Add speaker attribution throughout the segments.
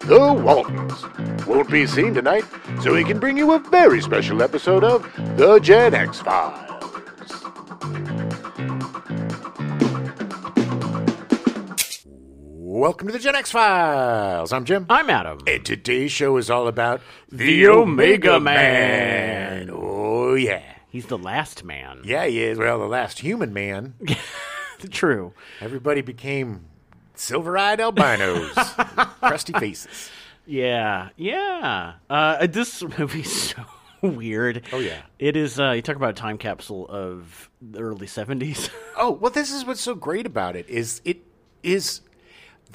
Speaker 1: The Waltons won't be seen tonight, so we can bring you a very special episode of The Gen X Files. Welcome to The Gen X Files. I'm Jim.
Speaker 2: I'm Adam.
Speaker 1: And today's show is all about
Speaker 2: The Omega Man.
Speaker 1: Oh, yeah.
Speaker 2: He's the last man.
Speaker 1: Yeah, he is. Well, the last human man.
Speaker 2: True.
Speaker 1: Everybody became silver eyed albinos, crusty faces.
Speaker 2: Yeah. Yeah. Uh, this movie's so weird.
Speaker 1: Oh, yeah.
Speaker 2: It is. Uh, you talk about a time capsule of the early seventies.
Speaker 1: Oh, well, this is what's so great about it is it is.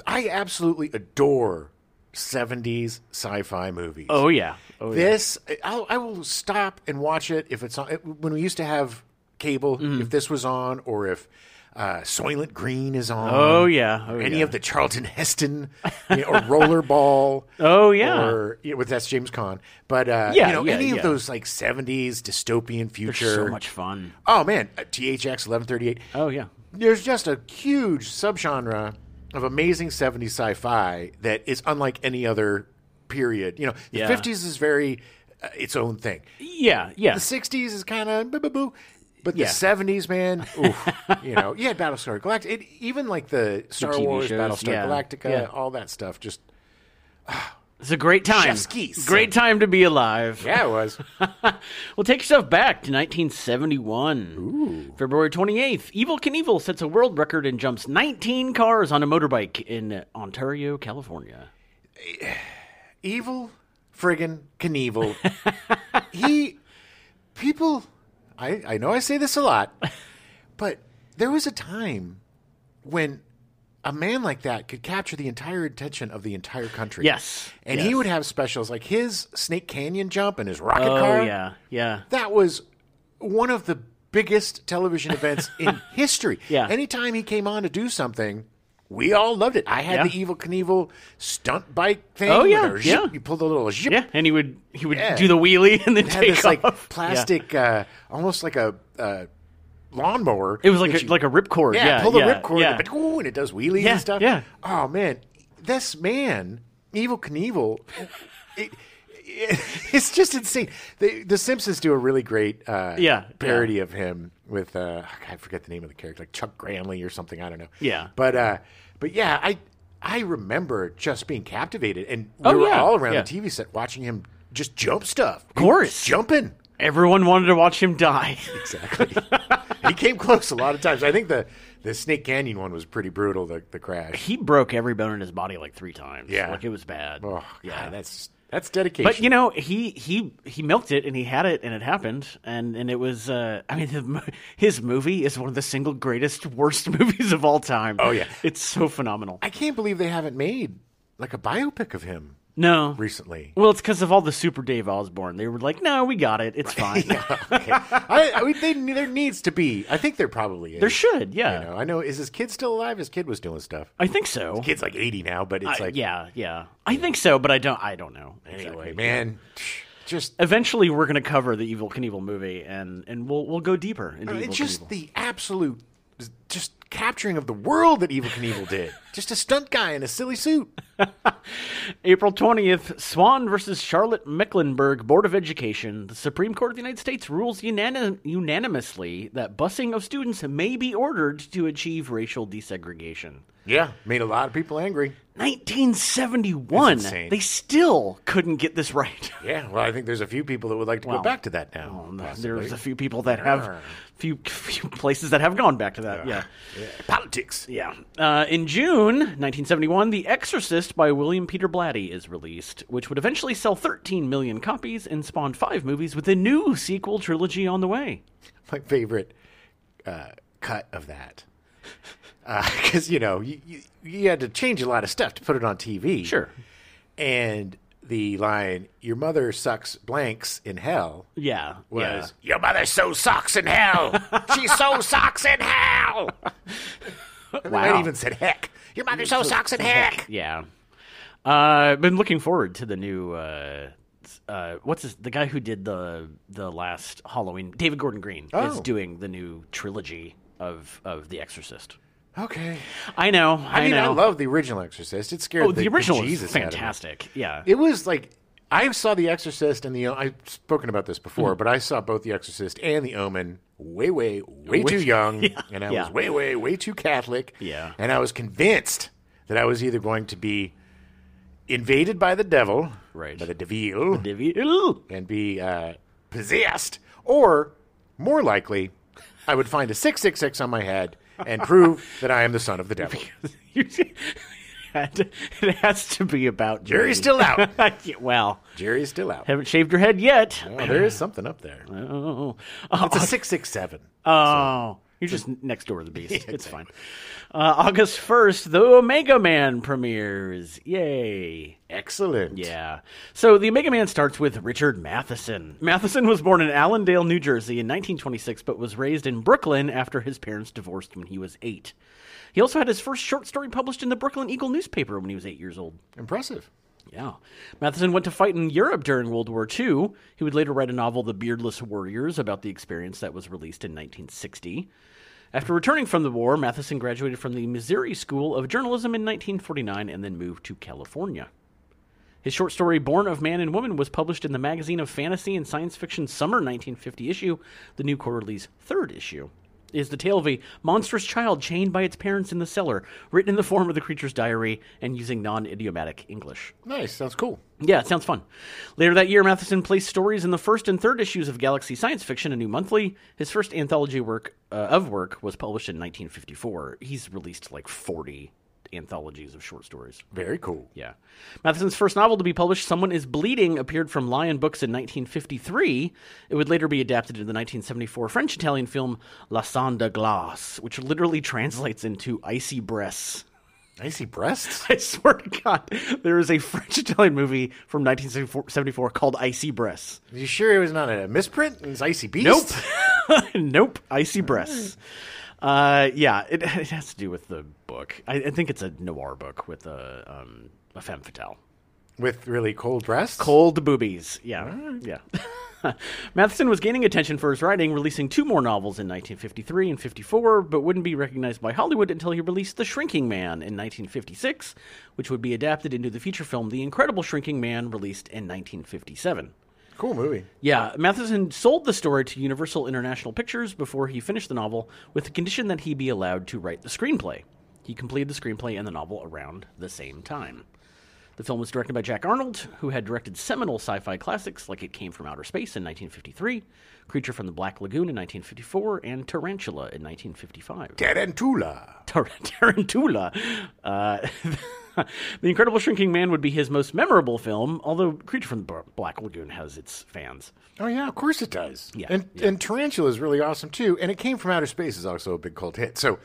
Speaker 1: I absolutely adore 70s sci fi movies.
Speaker 2: oh yeah. Oh yeah.
Speaker 1: This, I'll, I will stop and watch it if it's on. When we used to have cable,
Speaker 2: Mm-hmm.
Speaker 1: if this was on, or if uh, Soylent Green is on.
Speaker 2: Oh yeah. Oh,
Speaker 1: any
Speaker 2: yeah.
Speaker 1: of the Charlton Heston you know, or Rollerball.
Speaker 2: Oh, yeah.
Speaker 1: or yeah, well, that's James Caan. But uh,
Speaker 2: Yeah,
Speaker 1: you know,
Speaker 2: yeah,
Speaker 1: any of
Speaker 2: yeah.
Speaker 1: those like '70s dystopian future.
Speaker 2: so much fun.
Speaker 1: Oh man, uh, THX 1138.
Speaker 2: Oh yeah.
Speaker 1: There's just a huge subgenre of amazing '70s sci-fi that is unlike any other period. You know, the
Speaker 2: Yeah.
Speaker 1: '50s is very uh, its own thing.
Speaker 2: Yeah. Yeah.
Speaker 1: The '60s is kind of boo boo boo. But
Speaker 2: Yeah.
Speaker 1: the '70s, man, oof, you know, you had Battlestar Galactica, it, even like the Star
Speaker 2: TV
Speaker 1: Wars,
Speaker 2: shows,
Speaker 1: Battlestar
Speaker 2: yeah,
Speaker 1: Galactica,
Speaker 2: yeah.
Speaker 1: all that stuff. Just
Speaker 2: It's a great time.
Speaker 1: Chef's kiss.
Speaker 2: Great time to be alive.
Speaker 1: yeah, it was.
Speaker 2: Well, take yourself back to 1971. February 28th, Evil Knievel sets a world record and jumps 19 cars on a motorbike in Ontario, California.
Speaker 1: evil friggin' Knievel. he, people, I, I know I say this a lot, but there was a time when a man like that could capture the entire attention of the entire country.
Speaker 2: Yes,
Speaker 1: And he
Speaker 2: yes.
Speaker 1: would have specials like his Snake Canyon jump and his rocket
Speaker 2: Oh,
Speaker 1: car.
Speaker 2: yeah, yeah.
Speaker 1: That was one of the biggest television events in history.
Speaker 2: Yeah.
Speaker 1: Anytime he came on to do something, we all loved it. I had
Speaker 2: Yeah.
Speaker 1: the Evil Knievel stunt bike thing.
Speaker 2: Oh,
Speaker 1: with
Speaker 2: yeah,
Speaker 1: our zip.
Speaker 2: yeah.
Speaker 1: You pull the little zip.
Speaker 2: Yeah, and he would he would
Speaker 1: Yeah.
Speaker 2: do the wheelie and then
Speaker 1: It had
Speaker 2: take
Speaker 1: this
Speaker 2: off.
Speaker 1: like plastic, uh, almost like a uh, lawnmower.
Speaker 2: Yeah. It was like
Speaker 1: that
Speaker 2: a,
Speaker 1: you-
Speaker 2: like a ripcord.
Speaker 1: yeah,
Speaker 2: Yeah,
Speaker 1: pull the
Speaker 2: yeah,
Speaker 1: ripcord,
Speaker 2: Yeah.
Speaker 1: and, ooh, and it does wheelies
Speaker 2: Yeah,
Speaker 1: and stuff.
Speaker 2: yeah.
Speaker 1: Oh man, this man, Evil Knievel, it, it- it's just insane. The, the Simpsons do a really great uh,
Speaker 2: Yeah,
Speaker 1: parody of him with uh, I forget the name of the character, like Chuck Granley or something. I don't know.
Speaker 2: Yeah.
Speaker 1: but uh, but yeah, I I remember just being captivated, and we
Speaker 2: Oh,
Speaker 1: were
Speaker 2: yeah,
Speaker 1: all around
Speaker 2: yeah.
Speaker 1: the TV set watching him just jump stuff. Of
Speaker 2: course.
Speaker 1: jumping.
Speaker 2: Everyone wanted to watch him die.
Speaker 1: Exactly. he came close a lot of times. I think the, the Snake Canyon one was pretty brutal. The the crash.
Speaker 2: he broke every bone in his body like three times.
Speaker 1: Yeah.
Speaker 2: like it was bad.
Speaker 1: Oh, yeah,
Speaker 2: yeah.
Speaker 1: that's that's dedication.
Speaker 2: But you know, he he he milked it, and he had it, and it happened, and and it was. Uh, I mean, the, mo- his movie is one of the single greatest worst movies of all time.
Speaker 1: Oh, yeah.
Speaker 2: it's so phenomenal.
Speaker 1: I can't believe they haven't made like a biopic of him
Speaker 2: No,
Speaker 1: recently.
Speaker 2: well, it's because of all the Super Dave Osborne. They were like, no, we got it. It's fine.
Speaker 1: Okay. I, I mean, they, there needs to be. I think there probably is.
Speaker 2: There should, yeah.
Speaker 1: You know, I know. Is his kid still alive? His kid was doing stuff.
Speaker 2: I think so.
Speaker 1: Kid's like eighty now, but it's
Speaker 2: I-
Speaker 1: like
Speaker 2: Uh, yeah, yeah. I think so, but I don't. I don't know.
Speaker 1: Anyway,
Speaker 2: exactly.
Speaker 1: man, just
Speaker 2: Eventually, we're going to cover the Evil Knievel movie, and and we'll we'll go deeper into Evil
Speaker 1: it's Uh, just
Speaker 2: Knievel.
Speaker 1: the absolute, just capturing of the world that Evil Knievel did. just a stunt guy in a silly suit.
Speaker 2: April 20th, Swan versus Charlotte Mecklenburg Board of Education. The Supreme Court of the United States rules unanim- unanimously that busing of students may be ordered to achieve racial desegregation.
Speaker 1: Yeah, made a lot of people angry.
Speaker 2: 1971.
Speaker 1: That's insane.
Speaker 2: They still couldn't get this right.
Speaker 1: Yeah, well, I think there's a few people that would like to go
Speaker 2: Wow.
Speaker 1: back to that now. possibly.
Speaker 2: There's a few people that have few few places that have gone back to that. Yeah.
Speaker 1: Yeah, Politics.
Speaker 2: Yeah. Uh, in June 1971, The Exorcist by William Peter Blatty is released, which would eventually sell 13 million copies and spawn five movies with a new sequel trilogy on the way.
Speaker 1: My favorite uh, cut of that. Because, you know, you, you, you had to change a lot of stuff to put it on TV.
Speaker 2: Sure.
Speaker 1: And the line, your mother sucks blanks in hell,
Speaker 2: Yeah.
Speaker 1: was, your mother so sucks in hell. she so sucks in hell. I
Speaker 2: Wow.
Speaker 1: even said heck. Your mother so sucks in heck.
Speaker 2: Yeah. Yeah. Uh, been looking forward to the new. Uh, uh, what's his, the guy who did the the last Halloween? David Gordon Green is
Speaker 1: Oh.
Speaker 2: doing the new trilogy of of The Exorcist.
Speaker 1: Okay.
Speaker 2: I know. I,
Speaker 1: I, mean,
Speaker 2: know.
Speaker 1: I love the original Exorcist. It scared
Speaker 2: oh, the, original
Speaker 1: Jesus
Speaker 2: is fantastic. Yeah.
Speaker 1: It was like I saw The Exorcist and the O- I've spoken about this before,
Speaker 2: Hmm.
Speaker 1: but I saw both The Exorcist and The Omen way, way, way
Speaker 2: Way-
Speaker 1: too young, and I
Speaker 2: yeah.
Speaker 1: was way, way, way too Catholic.
Speaker 2: Yeah.
Speaker 1: and I was convinced that I was either going to be invaded by the devil,
Speaker 2: Right.
Speaker 1: by the devil,
Speaker 2: Divvy- Ooh.
Speaker 1: and be uh, possessed, or more likely, I would find a six six six on my head and prove that I am the son of the devil.
Speaker 2: You see- it has to be about
Speaker 1: Jerry's still out.
Speaker 2: Yeah, well,
Speaker 1: Jerry's still out.
Speaker 2: haven't shaved your head yet.
Speaker 1: Oh, there is something up there.
Speaker 2: Oh,
Speaker 1: It's a six six seven.
Speaker 2: Oh, you're just n- next door to the beast. It's fine. Uh, August 1st, The Omega Man premieres. Yay.
Speaker 1: Excellent.
Speaker 2: Yeah. So The Omega Man starts with Richard Matheson. Matheson was born in Allendale, New Jersey in 1926, but was raised in Brooklyn after his parents divorced when he was eight. He also had his first short story published in the Brooklyn Eagle newspaper when he was eight years old.
Speaker 1: Impressive.
Speaker 2: Yeah. Matheson went to fight in Europe during World War II. He would later write a novel, The Beardless Warriors, about the experience that was released in 1960. After returning from the war, Matheson graduated from the Missouri School of Journalism in 1949 and then moved to California. His short story, Born of Man and Woman, was published in the magazine of fantasy and science fiction summer 1950 issue, the New Quarterly's third issue. It Is the tale of a monstrous child chained by its parents in the cellar, written in the form of the creature's diary and using non idiomatic English.
Speaker 1: Nice. Sounds cool.
Speaker 2: Yeah, it sounds fun. Later that year, Matheson placed stories in the first and third issues of Galaxy Science Fiction, a new monthly. His first anthology work uh, of work was published in 1954. He's released like 40 anthologies of short stories.
Speaker 1: Very cool.
Speaker 2: Yeah. Matheson's first novel to be published, Someone is Bleeding, appeared from Lion Books in 1953. It would later be adapted into the 1974 French Italian film La Sonde Glace, which literally translates into Icy Breasts.
Speaker 1: Icy breasts.
Speaker 2: I swear to God, there is a French Italian movie from 1974 called Icy Breasts.
Speaker 1: you sure it was not a misprint? It was icy beast.
Speaker 2: Nope. nope. Icy breasts. Uh, yeah, it, it has to do with the book. I, I think it's a noir book with a, um, a femme fatale.
Speaker 1: With really cold breasts.
Speaker 2: Cold boobies. Yeah. Yeah. Matheson was gaining attention for his writing, releasing two more novels in 1953 and 54, but wouldn't be recognized by Hollywood until he released The Shrinking Man in 1956, which would be adapted into the feature film The Incredible Shrinking Man, released in 1957.
Speaker 1: Cool movie.
Speaker 2: Yeah, Matheson sold the story to Universal International Pictures before he finished the novel with the condition that he be allowed to write the screenplay. He completed the screenplay and the novel around the same time. The film was directed by Jack Arnold, who had directed seminal sci fi classics like It Came from Outer Space in 1953, Creature from the Black Lagoon in 1954, and Tarantula in 1955.
Speaker 1: Tarantula.
Speaker 2: Tar- Tarantula. Uh, the Incredible Shrinking Man would be his most memorable film, although Creature from the Bla- Black Lagoon has its fans.
Speaker 1: Oh yeah, of course it does.
Speaker 2: Yeah.
Speaker 1: And and Tarantula is really awesome too. And it came from outer space is also a big cult hit. So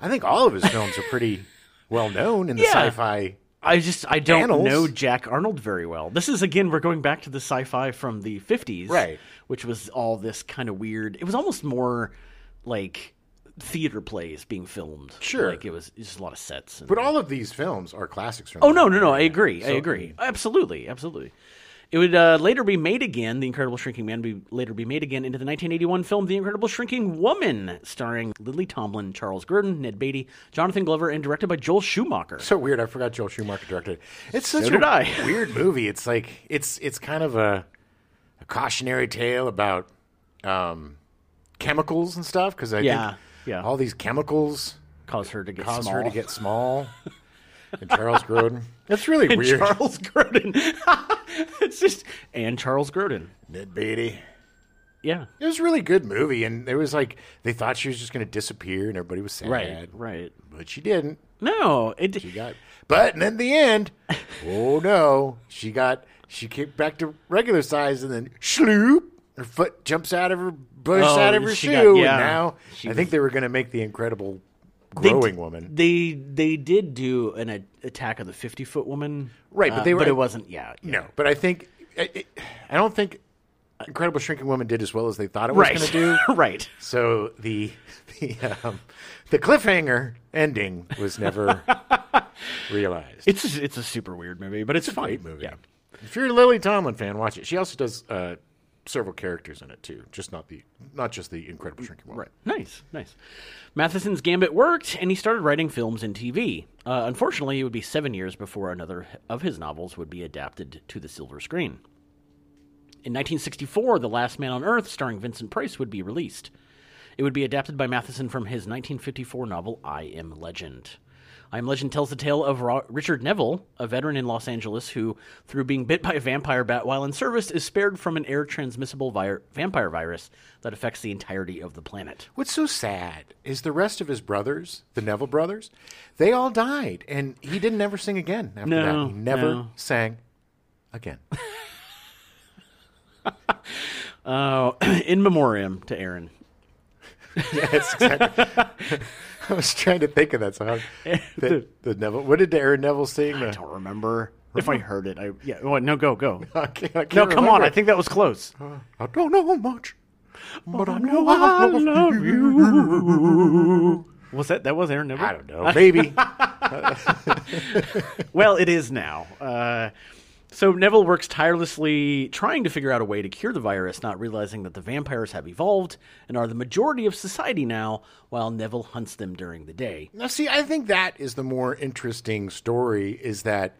Speaker 1: I think all of his films are pretty well known in the
Speaker 2: Yeah.
Speaker 1: sci-fi.
Speaker 2: I just I don't
Speaker 1: Annals.
Speaker 2: know Jack Arnold very well. This is again we're going back to the sci-fi from the 50s,
Speaker 1: Right.
Speaker 2: Which was all this kind of weird. It was almost more like theater plays being filmed.
Speaker 1: Sure.
Speaker 2: like it was just a lot of sets. And,
Speaker 1: But all of these films are classics from.
Speaker 2: oh no, no, no! I agree. I agree. Absolutely, absolutely. It would uh, later be made again. The Incredible Shrinking Man would be later be made again into the 1981 film The Incredible Shrinking Woman, starring Lily Tomlin, Charles Gurdon, Ned Beatty, Jonathan Glover, and directed by Joel Schumacher.
Speaker 1: So weird. I forgot Joel Schumacher directed. it. It's such
Speaker 2: did
Speaker 1: a
Speaker 2: I.
Speaker 1: weird movie. It's like it's it's kind of a, a cautionary tale about um, chemicals and stuff because I
Speaker 2: Yeah,
Speaker 1: think
Speaker 2: yeah.
Speaker 1: all these chemicals
Speaker 2: Cause her to get
Speaker 1: cause
Speaker 2: small.
Speaker 1: her to get small. and Charles Grodin. It's really weird.
Speaker 2: Charles Grodin. it's just and Charles Grodin.
Speaker 1: Ned Beatty.
Speaker 2: Yeah.
Speaker 1: It was a really good movie, and it was like they thought she was just going to disappear, and everybody was sad.
Speaker 2: Right.
Speaker 1: But she didn't.
Speaker 2: No, it
Speaker 1: She got, but in the end, oh no, she got she came back to regular size, and then shloop, her foot jumps out of her bush,
Speaker 2: Oh,
Speaker 1: out of her
Speaker 2: she
Speaker 1: shoe,
Speaker 2: got- yeah.
Speaker 1: and now
Speaker 2: She
Speaker 1: I
Speaker 2: was-
Speaker 1: think they were going to make the incredible
Speaker 2: they d-
Speaker 1: growing woman,
Speaker 2: They they did do an a, attack of the 50-foot woman. Uh,
Speaker 1: Right, but they were-
Speaker 2: but it wasn't yeah. yeah.
Speaker 1: No, but I think I, I- I don't think Incredible Shrinking Woman did as well as they thought it was
Speaker 2: Right.
Speaker 1: going to do.
Speaker 2: right.
Speaker 1: So the the um, the cliffhanger ending was never realized.
Speaker 2: It's a, it's a super weird movie, but it's, fun.
Speaker 1: great movie. If you're a Lily Tomlin fan, watch it. She also does uh, several characters in it too, just not the not just the Incredible Shrinking World.
Speaker 2: Right. Nice, nice. Matheson's gambit worked, and he started writing films and TV. Uh, unfortunately, it would be seven years before another of his novels would be adapted to the silver screen. In 1964, The Last Man on Earth, starring Vincent Price, would be released. It would be adapted by Matheson from his 1954 novel, I Am Legend. I Am Legend tells the tale of Ro- Richard Neville, a veteran in Los Angeles who, through being bit by a vampire bat while in service, is spared from an air transmissible vi- vampire virus that affects the entirety of the planet.
Speaker 1: What's so sad is the rest of his brothers, the Neville brothers, they all died, and he didn't ever sing again after
Speaker 2: No,
Speaker 1: that. He never
Speaker 2: no.
Speaker 1: sang again.
Speaker 2: Oh, in memoriam to Aaron.
Speaker 1: yes, exactly. I was trying to think of that song. The, the Neville. What did Aaron Neville sing? Uh,
Speaker 2: I don't remember if I heard it. I yeah. Well, Oh, no, go go.
Speaker 1: I can't, I can't
Speaker 2: No, come on.
Speaker 1: remember.
Speaker 2: I think that was close.
Speaker 1: I don't know much, but I know
Speaker 2: I
Speaker 1: I
Speaker 2: love
Speaker 1: love you.
Speaker 2: Was that that was Aaron Neville?
Speaker 1: I don't know. Maybe.
Speaker 2: Well, it is now. Uh, so Neville works tirelessly trying to figure out a way to cure the virus, not realizing that the vampires have evolved and are the majority of society now. While Neville hunts them during the day.
Speaker 1: Now, see, I think that is the more interesting story is that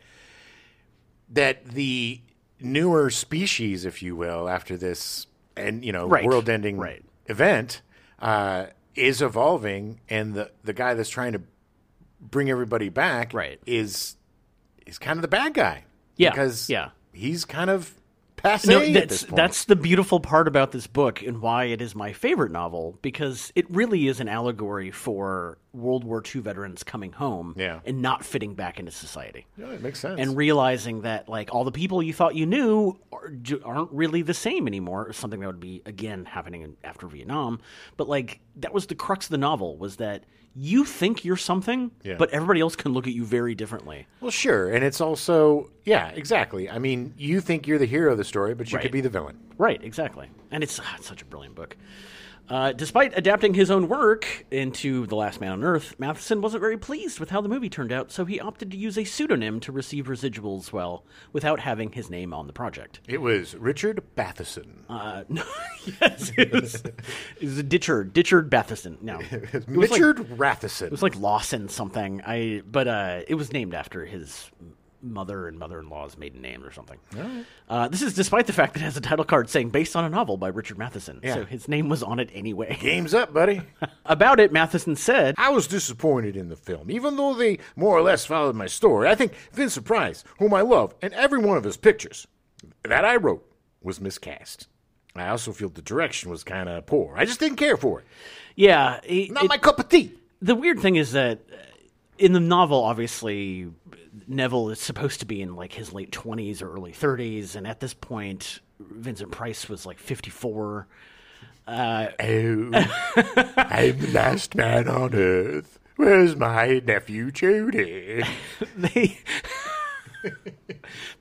Speaker 1: that the newer species, if you will, after this and you know
Speaker 2: Right.
Speaker 1: world-ending
Speaker 2: Right.
Speaker 1: event, uh, is evolving, and the the guy that's trying to bring everybody back
Speaker 2: Right.
Speaker 1: is is kind of the bad guy,
Speaker 2: Yeah,
Speaker 1: because
Speaker 2: yeah.
Speaker 1: he's kind of passé
Speaker 2: No,
Speaker 1: at
Speaker 2: that's
Speaker 1: this point.
Speaker 2: that's the beautiful part about this book and why it is my favorite novel because it really is an allegory for World War II veterans coming home
Speaker 1: Yeah.
Speaker 2: and not fitting back into society
Speaker 1: no, it makes sense.
Speaker 2: and realizing that like all the people you thought you knew are, ju- aren't really the same anymore is something that would be again happening in, after Vietnam but like that was the crux of the novel was that you think you're something
Speaker 1: Yeah.
Speaker 2: but everybody else can look at you very differently
Speaker 1: Well, sure, and it's also yeah, exactly. I mean, you think you're the hero of the story, but you
Speaker 2: Right.
Speaker 1: could be the villain.
Speaker 2: Right, exactly. And it's, ah, it's such a brilliant book. Uh, despite adapting his own work into The Last Man on Earth, Matheson wasn't very pleased with how the movie turned out, so he opted to use a pseudonym to receive residuals well without having his name on the project.
Speaker 1: It was Richard Matheson.
Speaker 2: Uh, no, yes, it was, it was a Ditchard, Ditchard Matheson. No, it was like, it
Speaker 1: Richard Ratheson.
Speaker 2: was like Lawson something. I but uh, it was named after his mother and mother-in-law's maiden name or something. Uh, this is despite the fact that it has a title card saying based on a novel by Richard Matheson. So his name was on it anyway.
Speaker 1: Game's up, buddy.
Speaker 2: About it, Matheson said,
Speaker 1: I was disappointed in the film, even though they more or less followed my story. I think Vincent Price, whom I love, and every one of his pictures that I wrote was miscast. I also feel the direction was kind of poor. I just didn't care for it.
Speaker 2: "Yeah." he-
Speaker 1: Not
Speaker 2: it-
Speaker 1: my cup of tea.
Speaker 2: the weird thing is that uh, in the novel, obviously, Neville is supposed to be in like his late twenties or early thirties, and at this point, Vincent Price was like fifty-four.
Speaker 1: Oh, I'm the last man on earth. Where's my nephew Judy?
Speaker 2: They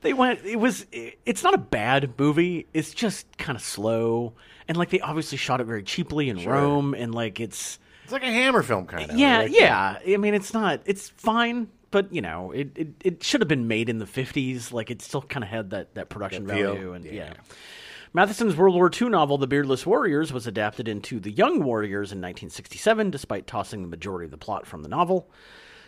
Speaker 2: they went. It was. it- It's not a bad movie. It's just kind of slow, and like they obviously shot it very cheaply in Rome, and like it's.
Speaker 1: It's like a Hammer film kind of.
Speaker 2: Yeah, yeah. I mean, it's not. It's fine, but you know, it it, it should have been made in the fifties. Like it still kind of had that that production
Speaker 1: That feel,
Speaker 2: value, and yeah.
Speaker 1: yeah.
Speaker 2: Matheson's World War II novel, The Beardless Warriors, was adapted into The Young Warriors in 1967, despite tossing the majority of the plot from the novel.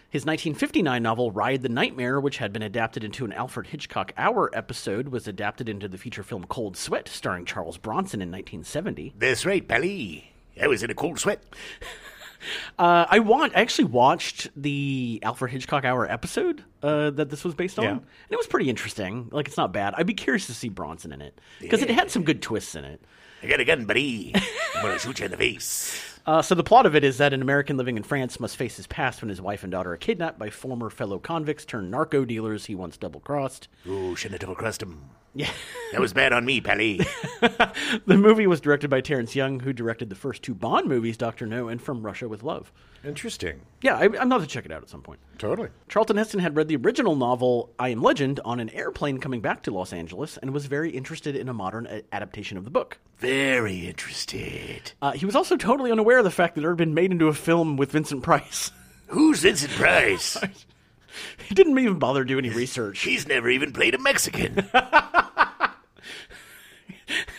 Speaker 2: His 1959 novel, Ride the Nightmare, which had been adapted into an Alfred Hitchcock Hour episode, was adapted into the feature film Cold Sweat, starring Charles Bronson in 1970.
Speaker 1: That's right, Pally. I was in a cold sweat.
Speaker 2: Uh, I want. I actually watched the Alfred Hitchcock Hour episode uh, that this was based on,
Speaker 1: Yeah.
Speaker 2: and it was pretty interesting. Like, it's not bad. I'd be curious to see Bronson in it because it had some good twists in it.
Speaker 1: I got a gun, buddy. I'm gonna shoot you in the face.
Speaker 2: Uh, so the plot of it is that an American living in France must face his past when his wife and daughter are kidnapped by former fellow convicts turned narco dealers he once double crossed.
Speaker 1: Ooh, shouldn't have double crossed him.
Speaker 2: Yeah.
Speaker 1: That was bad on me, Pally.
Speaker 2: the movie was directed by Terrence Young, who directed the first two Bond movies, Doctor No and From Russia with Love.
Speaker 1: Interesting.
Speaker 2: Yeah, I, I'm not to check it out at some point.
Speaker 1: Totally.
Speaker 2: Charlton Heston had read the original novel I Am Legend on an airplane coming back to Los Angeles and was very interested in a modern a- adaptation of the book.
Speaker 1: Very interested.
Speaker 2: Uh, he was also totally unaware of the fact that it had been made into a film with Vincent Price.
Speaker 1: Who's Vincent Price?
Speaker 2: he didn't even bother doing any research.
Speaker 1: She's never even played a Mexican.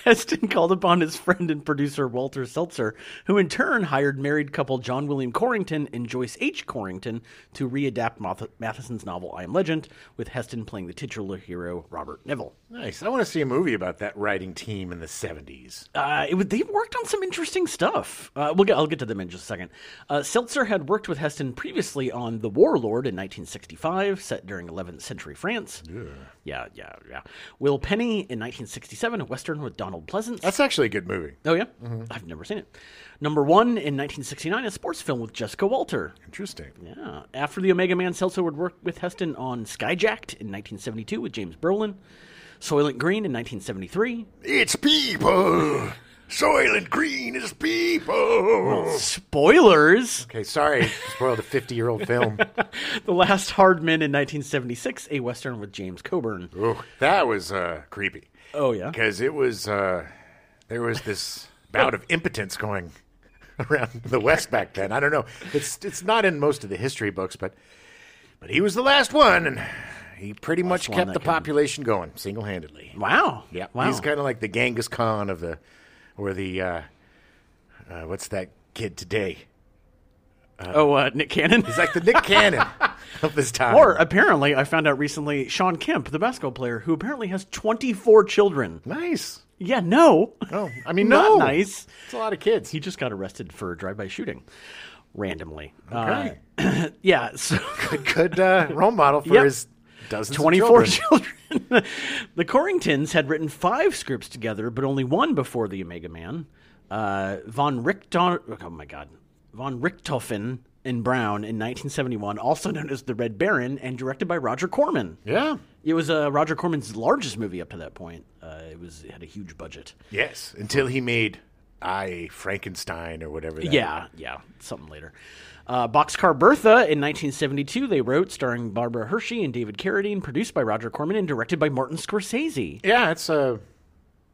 Speaker 2: Heston called upon his friend and producer Walter Seltzer, who in turn hired married couple John William Corrington and Joyce H. Corrington to readapt Math- Matheson's novel I Am Legend, with Heston playing the titular hero Robert Neville.
Speaker 1: Nice. I want to see a movie about that writing team in the 70s.
Speaker 2: Uh, it was, they worked on some interesting stuff. Uh, we'll get, I'll get to them in just a second. Uh, Seltzer had worked with Heston previously on The Warlord in 1965, set during 11th century France. Yeah, yeah, yeah. Will Penny in 1967, a Western with Donald Pleasance.
Speaker 1: That's actually a good movie.
Speaker 2: oh, yeah? I've never seen it. Number one in 1969, a sports film with Jessica Walter.
Speaker 1: Interesting.
Speaker 2: Yeah. After the Omega Man, Seltzer would work with Heston on Skyjacked in 1972 with James Brolin, Soylent Green in 1973,
Speaker 1: It's people. Soylent Green is people.
Speaker 2: spoilers,
Speaker 1: Okay, sorry. Spoiled a 50 year old film.
Speaker 2: The Last Hard Men in 1976, a Western with James Coburn.
Speaker 1: Ooh, that was uh, creepy
Speaker 2: Oh, yeah.
Speaker 1: because it was, uh, there was this bout of impotence going around the West back then. I don't know. It's, it's not in most of the history books, but, but he was the last one and he pretty much
Speaker 2: one
Speaker 1: kept
Speaker 2: that
Speaker 1: the
Speaker 2: can-
Speaker 1: population going single handedly.
Speaker 2: Wow.
Speaker 1: Yeah,
Speaker 2: Wow.
Speaker 1: he's kind of like the Genghis Khan of the, or the, uh, uh, what's that kid today?
Speaker 2: oh, uh, Nick Cannon.
Speaker 1: He's like the Nick Cannon of his time.
Speaker 2: Or apparently, I found out recently, Sean Kemp, the basketball player, who apparently has 24 children.
Speaker 1: nice.
Speaker 2: Yeah, no.
Speaker 1: Oh, I mean,
Speaker 2: Not
Speaker 1: no,
Speaker 2: nice.
Speaker 1: It's a lot of kids.
Speaker 2: He just got arrested for drive-by shooting, randomly.
Speaker 1: Okay.
Speaker 2: Uh, yeah. So.
Speaker 1: Good uh, role model for
Speaker 2: Yep.
Speaker 1: his dozens. of
Speaker 2: 24
Speaker 1: children.
Speaker 2: children. the Corringtons had written five scripts together, but only one before the Omega Man. Uh, von Richthofen, oh my God, von Richthofen and Brown in 1971, also known as the Red Baron, and directed by Roger Corman.
Speaker 1: Yeah.
Speaker 2: It was uh, Roger Corman's largest movie up to that point. Uh, it was it had a huge budget.
Speaker 1: Yes. Until he made I Frankenstein or whatever. That
Speaker 2: Yeah, yeah, something later. Uh, Boxcar Bertha in 1972, they wrote, starring Barbara Hershey and David Carradine, produced by Roger Corman and directed by Martin Scorsese.
Speaker 1: Yeah. It's uh,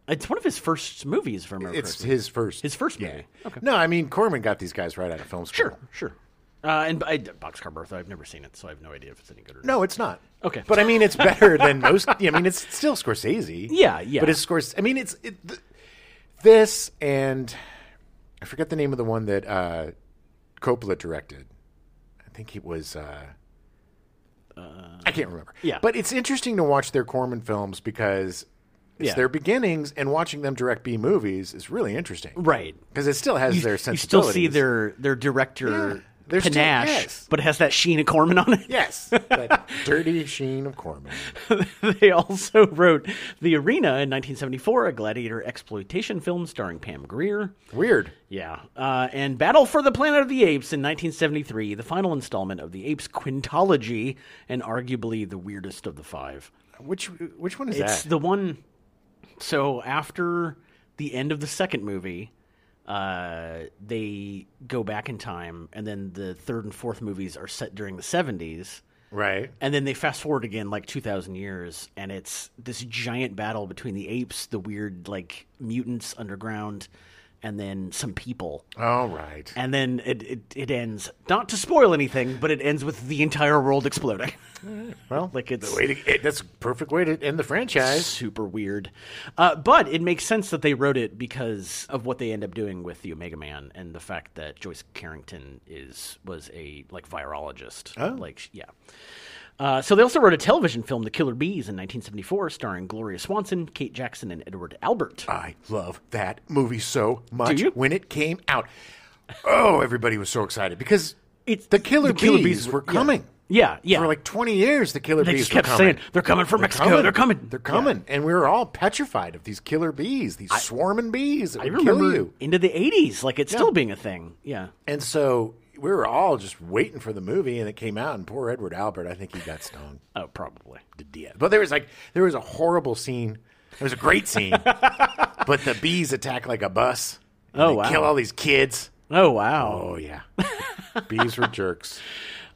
Speaker 2: It's one of his first movies, if I remember
Speaker 1: it's
Speaker 2: correctly.
Speaker 1: his first.
Speaker 2: His first movie.
Speaker 1: Yeah.
Speaker 2: Okay.
Speaker 1: No, I mean Corman got these guys right out of film school.
Speaker 2: Sure, sure. Uh, and I, Boxcar Bertha, I've never seen it, so I have no idea if it's any good or not.
Speaker 1: No, it's not.
Speaker 2: Okay.
Speaker 1: But I mean, it's better than most. I mean, it's still Scorsese.
Speaker 2: Yeah, yeah.
Speaker 1: But it's Scorsese. I mean, it's it, th- this and I forget the name of the one that uh, Coppola directed. I think it was. Uh, I can't remember.
Speaker 2: yeah.
Speaker 1: But it's interesting to watch their Corman films because it's
Speaker 2: Yeah.
Speaker 1: their beginnings, and watching them direct B movies is really interesting.
Speaker 2: Right.
Speaker 1: Because it still has their
Speaker 2: You still
Speaker 1: sensibilities.
Speaker 2: see their, their director
Speaker 1: Yeah, they're still-
Speaker 2: panache,
Speaker 1: yes.
Speaker 2: but it has that Sheena Corman on it.
Speaker 1: Yes, that dirty sheen of Corman.
Speaker 2: they also wrote The Arena in 1974, a gladiator exploitation film starring Pam Grier.
Speaker 1: Weird.
Speaker 2: Yeah. Uh, and Battle for the Planet of the Apes in 1973, the final installment of the Apes Quintology, and arguably the weirdest of the five.
Speaker 1: Which which one is
Speaker 2: It's
Speaker 1: that?
Speaker 2: the one. So after the end of the second movie, uh, they go back in time, and then the third and fourth movies are set during the seventies,
Speaker 1: Right.
Speaker 2: and then they fast forward again like two thousand years, and it's this giant battle between the apes, the weird like mutants underground, and then some people.
Speaker 1: All right.
Speaker 2: And then it, it, it ends, not to spoil anything, but it ends with the entire world exploding.
Speaker 1: Well,
Speaker 2: Like it's
Speaker 1: the way to, it, that's a perfect way to end the franchise.
Speaker 2: super weird. Uh, but it makes sense that they wrote it because of what they end up doing with the Omega Man and the fact that Joyce Carrington is was a like virologist. Oh. Like sh- yeah. Uh, so they also wrote a television film, The Killer Bees, in 1974, starring Gloria Swanson, Kate Jackson, and Edward Albert.
Speaker 1: I love that movie so much.
Speaker 2: Do you?
Speaker 1: When it came out, oh, everybody was so excited because
Speaker 2: It's-
Speaker 1: the Killer,
Speaker 2: the Killer
Speaker 1: bees,
Speaker 2: Bees
Speaker 1: were
Speaker 2: were- yeah.
Speaker 1: coming
Speaker 2: yeah, yeah.
Speaker 1: for like twenty years. The Killer
Speaker 2: they
Speaker 1: bees
Speaker 2: just kept
Speaker 1: were coming.
Speaker 2: saying they're coming from Mexico. They're coming.
Speaker 1: They're coming, and we were all petrified of these killer bees, these swarming bees that
Speaker 2: I
Speaker 1: would
Speaker 2: remember
Speaker 1: kill you.
Speaker 2: into the 80s, like it's still being a thing. Yeah.
Speaker 1: And so we were all just waiting for the movie, and it came out. And poor Edward Albert, I think he got stung.
Speaker 2: Oh, probably.
Speaker 1: to death. But there was like there was a horrible scene. There was a great scene, but the bees attack like a bus. and
Speaker 2: Oh,
Speaker 1: they
Speaker 2: wow.
Speaker 1: Kill all these kids.
Speaker 2: Oh wow.
Speaker 1: Oh yeah, bees were jerks.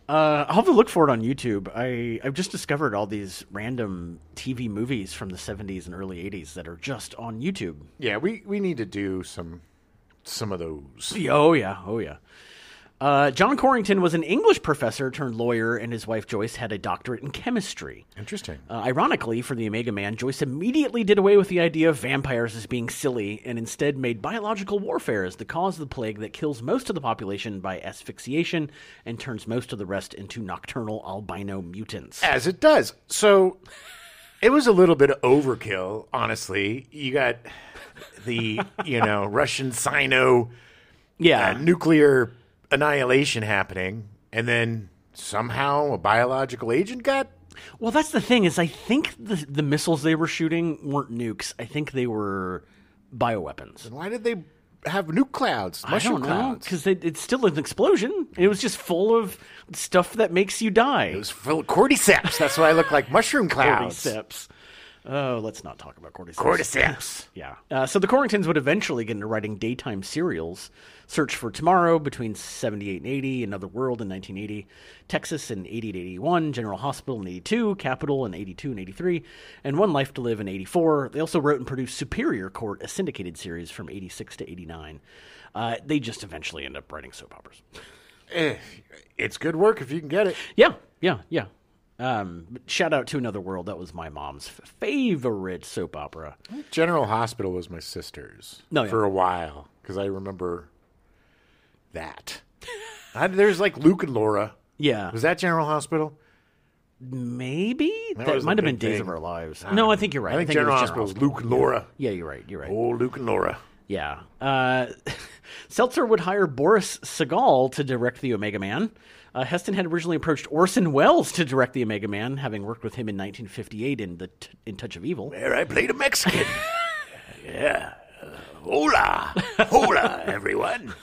Speaker 2: Uh, I'll have to look for it on YouTube. I, I've just discovered all these random TV movies from the 70s and early 80s that are just on YouTube.
Speaker 1: Yeah, we we need to do some some of those.
Speaker 2: Oh, yeah. Oh, yeah. Uh, John Corrington was an English professor turned lawyer, and his wife Joyce had a doctorate in chemistry.
Speaker 1: Interesting.
Speaker 2: Uh, ironically, for the Omega Man, Joyce immediately did away with the idea of vampires as being silly and instead made biological warfare as the cause of the plague that kills most of the population by asphyxiation and turns most of the rest into nocturnal albino mutants.
Speaker 1: As it does. So it was a little bit of overkill, honestly. You got the, you know, Russian Sino uh,
Speaker 2: Yeah.
Speaker 1: nuclear annihilation happening, and then somehow a biological agent got.
Speaker 2: Well, that's the thing is I think the, the missiles they were shooting weren't nukes. I think they were bioweapons.
Speaker 1: Why did they have nuke clouds?
Speaker 2: I
Speaker 1: Mushroom
Speaker 2: don't know
Speaker 1: clouds.
Speaker 2: because it's still an explosion. It was just full of stuff that makes you die.
Speaker 1: It was full of cordyceps. That's why I look like mushroom clouds.
Speaker 2: Cordyceps. Oh, let's not talk about cordyceps.
Speaker 1: Cordyceps.
Speaker 2: Yeah. Uh, so the Corringtons would eventually get into writing daytime serials. Search for Tomorrow between 78 and 80, Another World in 1980, Texas in 80 to 81, General Hospital in 82, Capital in 82 and 83, and One Life to Live in 84. They also wrote and produced Superior Court, a syndicated series from 86 to 89. Uh, they just eventually end up writing soap operas.
Speaker 1: Eh, It's good work if you can get it.
Speaker 2: Yeah, yeah, yeah. Um, but shout out to Another World. That was my mom's f- favorite soap opera.
Speaker 1: General Hospital was my sister's
Speaker 2: No, yeah.
Speaker 1: for a while because I remember that. I, there's like Luke and Laura.
Speaker 2: Yeah,
Speaker 1: Was that General Hospital?
Speaker 2: maybe that,
Speaker 1: was the
Speaker 2: might have been
Speaker 1: big
Speaker 2: Days
Speaker 1: thing.
Speaker 2: of Our Lives. no, I think you're right.
Speaker 1: I think,
Speaker 2: it
Speaker 1: General
Speaker 2: was
Speaker 1: Hospital was Luke and Laura.
Speaker 2: Yeah, you're right. You're right.
Speaker 1: Oh, Luke and Laura.
Speaker 2: Yeah. Uh, Seltzer would hire Boris Segal to direct The Omega Man. Uh, Heston had originally approached Orson Welles to direct The Omega Man, having worked with him in 1958 in the t- in Touch of Evil.
Speaker 1: There, I played a Mexican. yeah. Uh, hola. Hola, everyone.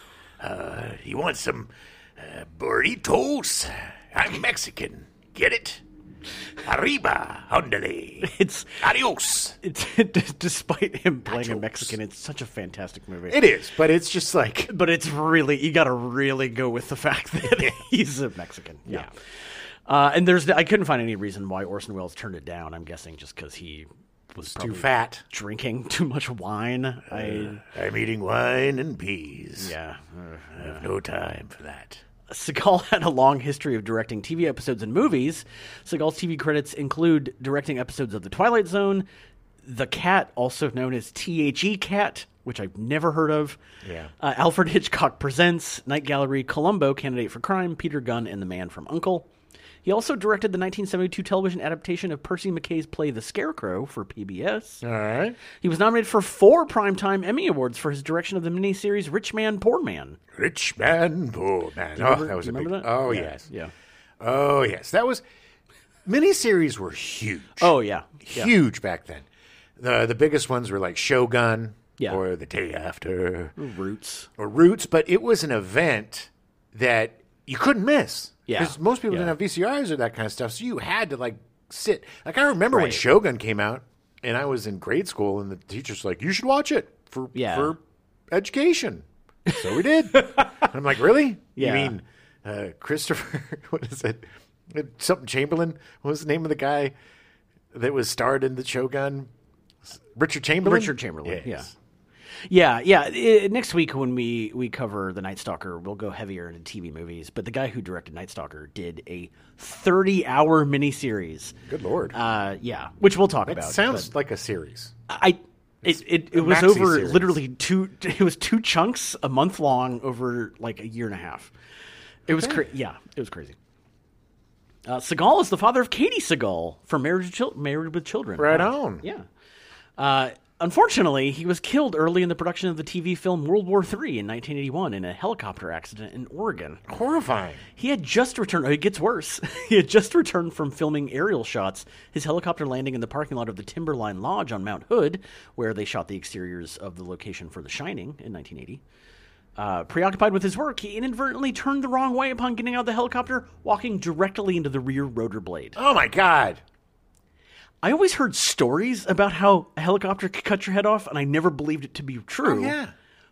Speaker 1: Uh, you want some uh, burritos? I'm Mexican. Get it? Arriba. Andale.
Speaker 2: It's
Speaker 1: Adios.
Speaker 2: it's despite him playing a Mexican, it's such a fantastic movie.
Speaker 1: It is, but it's just like.
Speaker 2: but it's really you got to really go with the fact that he's a Mexican. Yeah. Uh, and there's I couldn't find any reason why Orson Welles turned it down. I'm guessing just because he was
Speaker 1: Too
Speaker 2: probably
Speaker 1: fat.
Speaker 2: drinking too much wine. I
Speaker 1: I'm eating wine and peas.
Speaker 2: yeah.
Speaker 1: I have no time for that.
Speaker 2: Seagal had a long history of directing TV episodes and movies. Seagal's TV credits include directing episodes of The Twilight Zone, The Cat, also known as THE Cat, which I've never heard of.
Speaker 1: Yeah.
Speaker 2: Uh, Alfred Hitchcock Presents, Night Gallery, Columbo, Candidate for Crime, Peter Gunn, and The Man from Uncle. He also directed the 1972 television adaptation of Percy McKay's play The Scarecrow for PBS.
Speaker 1: All right.
Speaker 2: He was nominated for four Primetime Emmy Awards for his direction of the miniseries Rich Man, Poor Man.
Speaker 1: Rich man, poor man. Oh,
Speaker 2: Remember-
Speaker 1: that was
Speaker 2: do
Speaker 1: a
Speaker 2: you
Speaker 1: big.
Speaker 2: remember that?
Speaker 1: Oh
Speaker 2: Yeah,
Speaker 1: yes.
Speaker 2: Yeah.
Speaker 1: Oh yes. That was. Miniseries were huge.
Speaker 2: Oh, yeah. Yeah.
Speaker 1: huge back then. The the biggest ones were like Shogun
Speaker 2: Yeah.
Speaker 1: or The Day After
Speaker 2: Roots.
Speaker 1: or Roots, but it was an event that you couldn't miss.
Speaker 2: Yeah.
Speaker 1: Because most people
Speaker 2: Yeah.
Speaker 1: didn't have VCRs or that kind of stuff, so you had to like sit. Like I remember when
Speaker 2: Right.
Speaker 1: Shogun came out, and I was in grade school, and the teacher's like, "You should watch it for
Speaker 2: Yeah.
Speaker 1: for education." So we did. And I'm like, really? You
Speaker 2: Yeah.
Speaker 1: mean uh, Christopher? What is it? Uh, Something Chamberlain? What was the name of the guy that was starred in the Shogun? Richard Chamberlain.
Speaker 2: Richard Chamberlain.
Speaker 1: Yes.
Speaker 2: Yeah. Yeah. Yeah. I- next week when we we cover the Night Stalker, we'll go heavier into TV movies. But the guy who directed Night Stalker did a thirty-hour miniseries.
Speaker 1: Good lord.
Speaker 2: Uh, yeah, which we'll talk about.
Speaker 1: Sounds like a series.
Speaker 2: but I. It, it, it was
Speaker 1: maxi
Speaker 2: over
Speaker 1: series.
Speaker 2: literally two. It was two chunks, a month long, over like a year and a half. It was cra- yeah, it was crazy. Uh, Seagal is the father of Katie Seagal from Married, with Chil- Married with Children.
Speaker 1: Right
Speaker 2: Wow.
Speaker 1: on.
Speaker 2: Yeah. Uh, unfortunately, he was killed early in the production of the TV film World War III in 1981 in a helicopter accident in Oregon.
Speaker 1: Horrifying.
Speaker 2: He had just returned. oh, It gets worse. he had just returned from filming aerial shots. His helicopter landing in the parking lot of the Timberline Lodge on Mount Hood, where they shot the exteriors of the location for The Shining in 1980. Uh, preoccupied with his work, he inadvertently turned the wrong way upon getting out of the helicopter, walking directly into the rear rotor blade.
Speaker 1: Oh my god.
Speaker 2: I always heard stories about how a helicopter could cut your head off, and I never believed it to be true.
Speaker 1: Oh, yeah.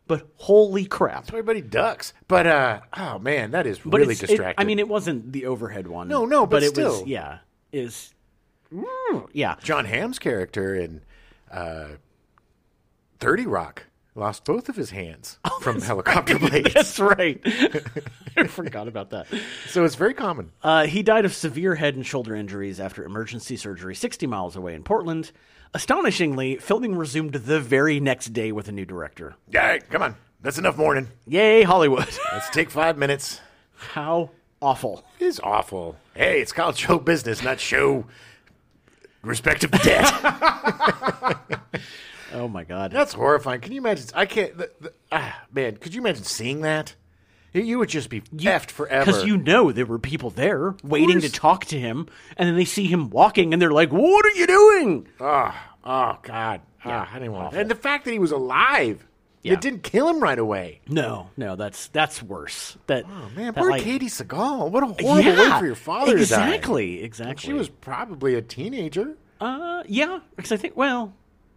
Speaker 2: But holy crap.
Speaker 1: Everybody ducks. But uh oh man, that is
Speaker 2: But
Speaker 1: really
Speaker 2: it's- it-
Speaker 1: distracting.
Speaker 2: I mean, it wasn't the overhead one.
Speaker 1: No, no, but
Speaker 2: it was,
Speaker 1: still.
Speaker 2: yeah, is, mm, yeah,
Speaker 1: John Hamm's character in uh 30 Rock lost both of his hands from helicopter blades.
Speaker 2: That's right. I forgot about that.
Speaker 1: So it's very common.
Speaker 2: Uh, he died of severe head and shoulder injuries after emergency surgery 60 miles away in Portland. Astonishingly, filming resumed the very next day with a new director.
Speaker 1: All right, come on. That's enough mourning.
Speaker 2: Yay, Hollywood.
Speaker 1: Let's take five minutes.
Speaker 2: How awful.
Speaker 1: It is awful. Hey, it's called show business, not show respect of the dead.
Speaker 2: Oh my God.
Speaker 1: That's horrifying. Can you imagine? I can't. The, the, ah, man, could you imagine seeing that? You- You would just be effed forever.
Speaker 2: Because you know there were people there waiting to
Speaker 1: course.
Speaker 2: talk to him, and then they see him walking and they're like, What are you doing?
Speaker 1: Oh, oh God. Ah, I didn't want And the fact that he was alive,
Speaker 2: Yeah.
Speaker 1: it didn't kill him right away.
Speaker 2: No, no, that's that's worse. That
Speaker 1: Oh, man,
Speaker 2: that,
Speaker 1: poor
Speaker 2: like-
Speaker 1: Katie Seagal. What a horrible
Speaker 2: yeah,
Speaker 1: way for your father to die.
Speaker 2: Exactly, exactly.
Speaker 1: She was probably a teenager.
Speaker 2: uh, yeah, because I think well,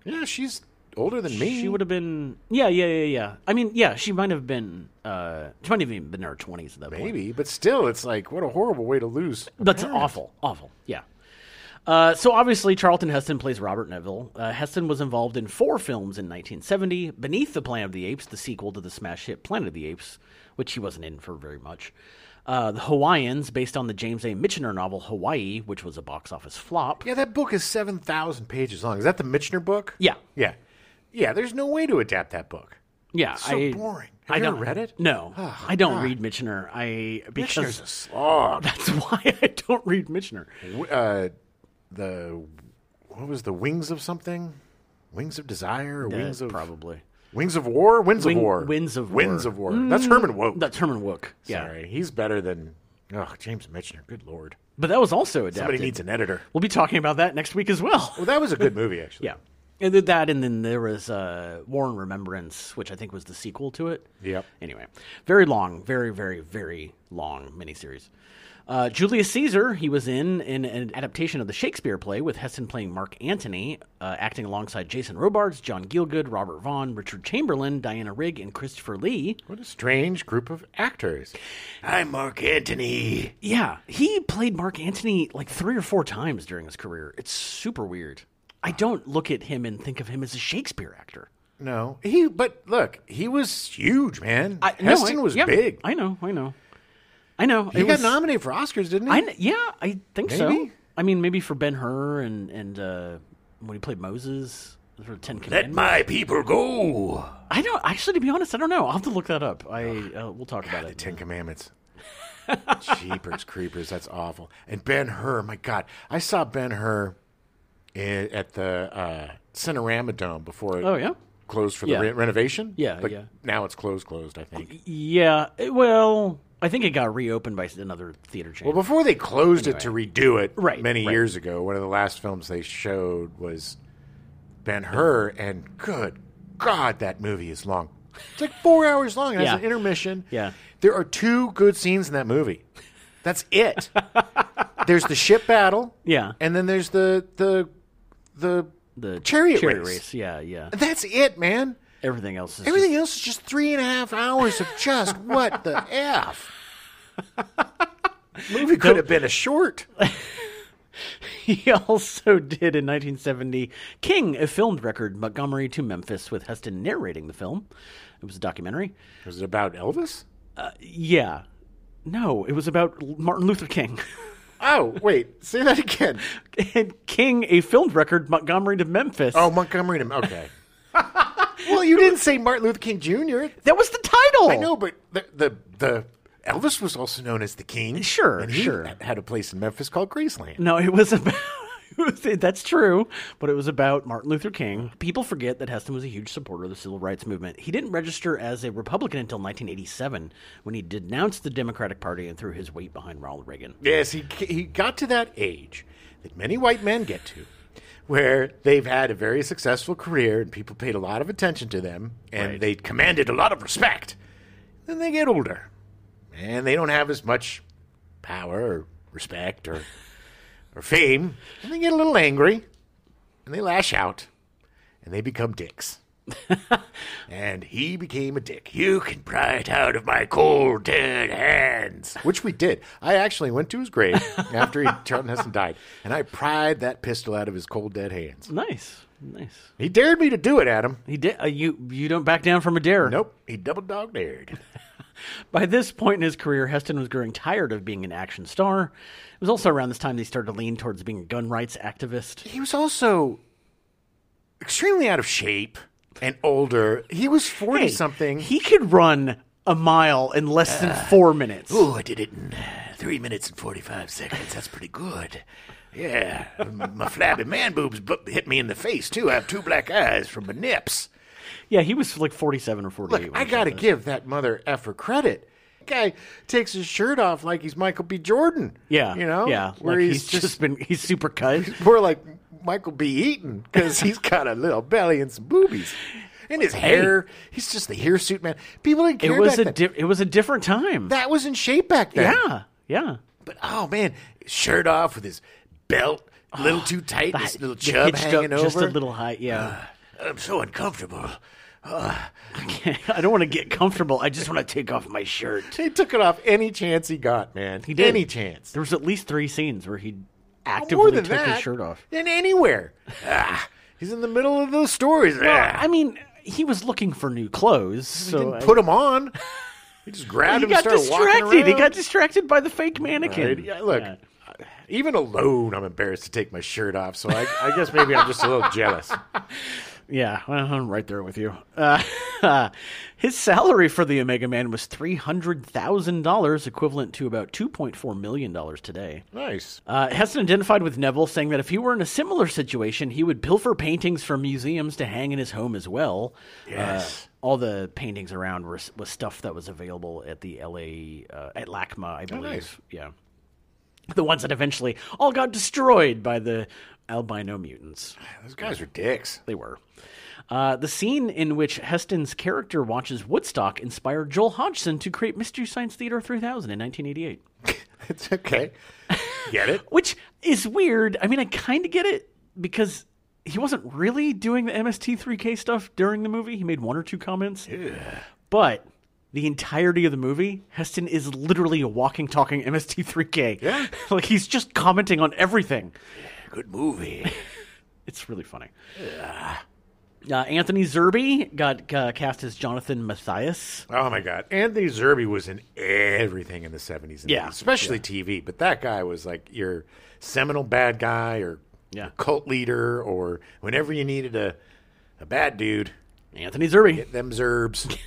Speaker 1: Yeah, she's older than me.
Speaker 2: she would have been, yeah, yeah, yeah, yeah. I mean, yeah, she might have been, uh, she might have even been in her twenties at that point.
Speaker 1: Maybe, but still, it's like, what a horrible way to lose.
Speaker 2: That's awful. Awful. Yeah. Uh, so obviously, Charlton Heston plays Robert Neville. Uh, Heston was involved in four films in 1970: Beneath the Planet of the Apes, the sequel to the smash hit Planet of the Apes, which he wasn't in for very much. Uh, the Hawaiians, based on the James A. Michener novel Hawaii, which was a box office flop.
Speaker 1: Yeah, that book is 7,000 pages long. Is that the Michener book?
Speaker 2: Yeah,
Speaker 1: Yeah. Yeah, there's no way to adapt that book.
Speaker 2: yeah.
Speaker 1: So
Speaker 2: I,
Speaker 1: boring. Have
Speaker 2: I
Speaker 1: you ever
Speaker 2: don't
Speaker 1: read it?
Speaker 2: No,
Speaker 1: Oh,
Speaker 2: I don't
Speaker 1: God.
Speaker 2: read Michener. I because
Speaker 1: Michener's a slog.
Speaker 2: that's why I don't read Michener.
Speaker 1: W- Uh, the, what was the Wings of something? Wings of Desire? Or Wings
Speaker 2: Uh,
Speaker 1: of
Speaker 2: probably.
Speaker 1: Wings of War? Winds
Speaker 2: Wing-
Speaker 1: of War.
Speaker 2: Winds of
Speaker 1: Winds
Speaker 2: War.
Speaker 1: of War. That's Herman Woke.
Speaker 2: That's Herman Wook. Yeah,
Speaker 1: Sorry. He's better than, oh, James Michener. Good Lord.
Speaker 2: but that was also adapted.
Speaker 1: Somebody needs an editor.
Speaker 2: We'll be talking about that next week as well.
Speaker 1: Well, that was a good movie, actually.
Speaker 2: Yeah. And th- that, and then there was uh, Warren Remembrance, which I think was the sequel to it.
Speaker 1: Yep.
Speaker 2: Anyway, very long, very, very, very long miniseries. Uh, Julius Caesar, he was in, in an adaptation of the Shakespeare play with Heston playing Mark Antony, uh, acting alongside Jason Robards, John Gielgud, Robert Vaughn, Richard Chamberlain, Diana Rigg, and Christopher Lee.
Speaker 1: What a strange group of actors. I'm Mark Antony.
Speaker 2: Yeah, he played Mark Antony like three or four times during his career. It's super weird. I don't look at him and think of him as a Shakespeare actor.
Speaker 1: No, he. But look, he was huge, man.
Speaker 2: I, no,
Speaker 1: Heston
Speaker 2: I-
Speaker 1: was
Speaker 2: yeah,
Speaker 1: big.
Speaker 2: I know, I know, I know.
Speaker 1: He
Speaker 2: it
Speaker 1: got
Speaker 2: was-
Speaker 1: nominated for Oscars, didn't he?
Speaker 2: I kn- yeah, I think so.
Speaker 1: Maybe?
Speaker 2: I mean, maybe for Ben Hur and and uh, when he played Moses for Ten
Speaker 1: Let
Speaker 2: Commandments.
Speaker 1: my people go.
Speaker 2: I don't actually, to be honest, I don't know. I'll have to look that up. I uh, we'll talk about
Speaker 1: The
Speaker 2: it.
Speaker 1: Ten Commandments. Jeepers creepers, that's awful. And Ben Hur, my God, I saw Ben Hur i- at the uh, Cinerama Dome before it
Speaker 2: Oh yeah,
Speaker 1: closed for the
Speaker 2: Yeah.
Speaker 1: re- renovation.
Speaker 2: Yeah,
Speaker 1: but
Speaker 2: yeah.
Speaker 1: now it's closed, closed. I think.
Speaker 2: yeah. it- well, I think it got reopened by another theater chain.
Speaker 1: Well, before they closed it to redo it
Speaker 2: Right,
Speaker 1: many
Speaker 2: right.
Speaker 1: years ago, one of the last films they showed was Ben Hur, and good God, that movie is long. It's like four hours long. It has
Speaker 2: Yeah.
Speaker 1: an intermission.
Speaker 2: Yeah.
Speaker 1: There are two good scenes in that movie. That's it. there's the ship battle.
Speaker 2: Yeah.
Speaker 1: And then there's the the the,
Speaker 2: the
Speaker 1: chariot,
Speaker 2: chariot
Speaker 1: race.
Speaker 2: race. Yeah, yeah.
Speaker 1: That's it, man.
Speaker 2: Everything else is
Speaker 1: Everything else is just three and a half hours of just what the F. Movie could have been a short.
Speaker 2: He also did in 1970 King, a filmed record, Montgomery to Memphis, with Heston narrating the film. It was a documentary.
Speaker 1: Was it about Elvis?
Speaker 2: Yeah. No, it was about L- Martin Luther King.
Speaker 1: Oh, wait. Say that again.
Speaker 2: and King, a filmed record, Montgomery to Memphis.
Speaker 1: Oh, Montgomery. to- Okay. well, you didn't say Martin Luther King Jr.
Speaker 2: That was the title.
Speaker 1: I know, but the the, the Elvis was also known as the King.
Speaker 2: Sure,
Speaker 1: and he
Speaker 2: sure.
Speaker 1: Had a place in Memphis called Graceland.
Speaker 2: No, it was about. it was- That's true, but it was about Martin Luther King. People forget that Heston was a huge supporter of the civil rights movement. He didn't register as a Republican until 1987 when he denounced the Democratic Party and threw his weight behind Ronald Reagan.
Speaker 1: Yes, he he got to that age that many white men get to, where they've had a very successful career and people paid a lot of attention to them and they commanded a lot of respect. Then they get older, and they don't have as much power or respect or or fame, and they get a little angry, and they lash out, and they become dicks. and he became a dick. You can pry it out of my cold, dead hands. Which we did. I actually went to his grave after he, Charlton Heston died, and I pried that pistol out of his cold, dead hands.
Speaker 2: Nice, nice.
Speaker 1: He dared me to do it, Adam.
Speaker 2: He did. Uh, you you don't back down from a dare.
Speaker 1: Nope, he double dog dared.
Speaker 2: By this point in his career, Heston was growing tired of being an action star. It was also around this time that he started to lean towards being a gun rights activist.
Speaker 1: He was also extremely out of shape and older. He was 40 something.
Speaker 2: He could run a mile in less than four minutes.
Speaker 1: Oh, I did it in uh, three minutes and 45 seconds. That's pretty good. Yeah. M- My flabby man boobs bu- hit me in the face, too. I have two black eyes from my nips.
Speaker 2: Yeah, he was like forty-seven or forty-eight.
Speaker 1: Look,
Speaker 2: when
Speaker 1: I
Speaker 2: he
Speaker 1: got to
Speaker 2: shot
Speaker 1: give that mother effer credit. Guy takes his shirt off like he's Michael B. Jordan.
Speaker 2: this. Yeah,
Speaker 1: You know?
Speaker 2: yeah,
Speaker 1: Where
Speaker 2: like
Speaker 1: he's, just,
Speaker 2: been he's super cut.
Speaker 1: more like Michael B. Eaton because he's got a little belly and some boobies. And his hair. He's just the hirsute man. People didn't
Speaker 2: It
Speaker 1: care
Speaker 2: was
Speaker 1: back
Speaker 2: a
Speaker 1: then.
Speaker 2: di- it was a different time.
Speaker 1: that was in shape back then.
Speaker 2: yeah, yeah.
Speaker 1: But oh man, shirt off with his belt a little too tight, his little
Speaker 2: Oh, Hitched
Speaker 1: chub
Speaker 2: up
Speaker 1: hanging over.
Speaker 2: just a little high. Yeah,
Speaker 1: I'm so uncomfortable.
Speaker 2: I don't want to get comfortable. I just want to take off my shirt.
Speaker 1: He took it off any chance he got, man. He
Speaker 2: did.
Speaker 1: any chance.
Speaker 2: There was at least three scenes where he actively
Speaker 1: More than
Speaker 2: took
Speaker 1: that,
Speaker 2: his shirt off.
Speaker 1: than anywhere. ah, he's in the middle of those stories.
Speaker 2: Well,
Speaker 1: ah,
Speaker 2: I mean, he was looking for new clothes,
Speaker 1: he
Speaker 2: so
Speaker 1: didn't put him on. He just grabbed
Speaker 2: he
Speaker 1: him and
Speaker 2: got
Speaker 1: started walking
Speaker 2: distracted.
Speaker 1: around.
Speaker 2: He got distracted by the fake mannequin.
Speaker 1: Right? Yeah, look,
Speaker 2: Yeah.
Speaker 1: even alone, I'm embarrassed to take my shirt off. So I, I guess maybe I'm just a little jealous.
Speaker 2: Yeah, well, I'm right there with you. Uh, his salary for the Omega Man was three hundred thousand dollars, equivalent to about two point four million dollars today.
Speaker 1: Nice.
Speaker 2: Uh, Heston identified with Neville, saying that if he were in a similar situation, he would pilfer paintings from museums to hang in his home as well.
Speaker 1: Yes.
Speaker 2: Uh, all the paintings around were was stuff that was available at the LA uh, at LACMA, I believe.
Speaker 1: Oh, nice.
Speaker 2: Yeah, the ones that eventually all got destroyed by the albino mutants.
Speaker 1: Those guys are dicks.
Speaker 2: They were. Uh, the scene in which Heston's character watches Woodstock inspired Joel Hodgson to create Mystery Science Theater 3000 in 1988,
Speaker 1: It's okay. Get it?
Speaker 2: which is weird. I mean, I kind of get it because he wasn't really doing the MST3K stuff during the movie. He made one or two comments. But the entirety of the movie, Heston is literally a walking, talking MST3K.
Speaker 1: Yeah.
Speaker 2: like he's just commenting on everything.
Speaker 1: Good movie.
Speaker 2: It's really funny. Uh, Anthony Zerbe got uh, cast as Jonathan Matthias.
Speaker 1: Oh my God! Anthony Zerbe was in everything in the seventies, and
Speaker 2: Yeah.
Speaker 1: 80s, especially TV. But that guy was like your seminal bad guy, or
Speaker 2: Yeah.
Speaker 1: cult leader, or whenever you needed a a bad dude,
Speaker 2: Anthony Zerbe.
Speaker 1: them Zerbs.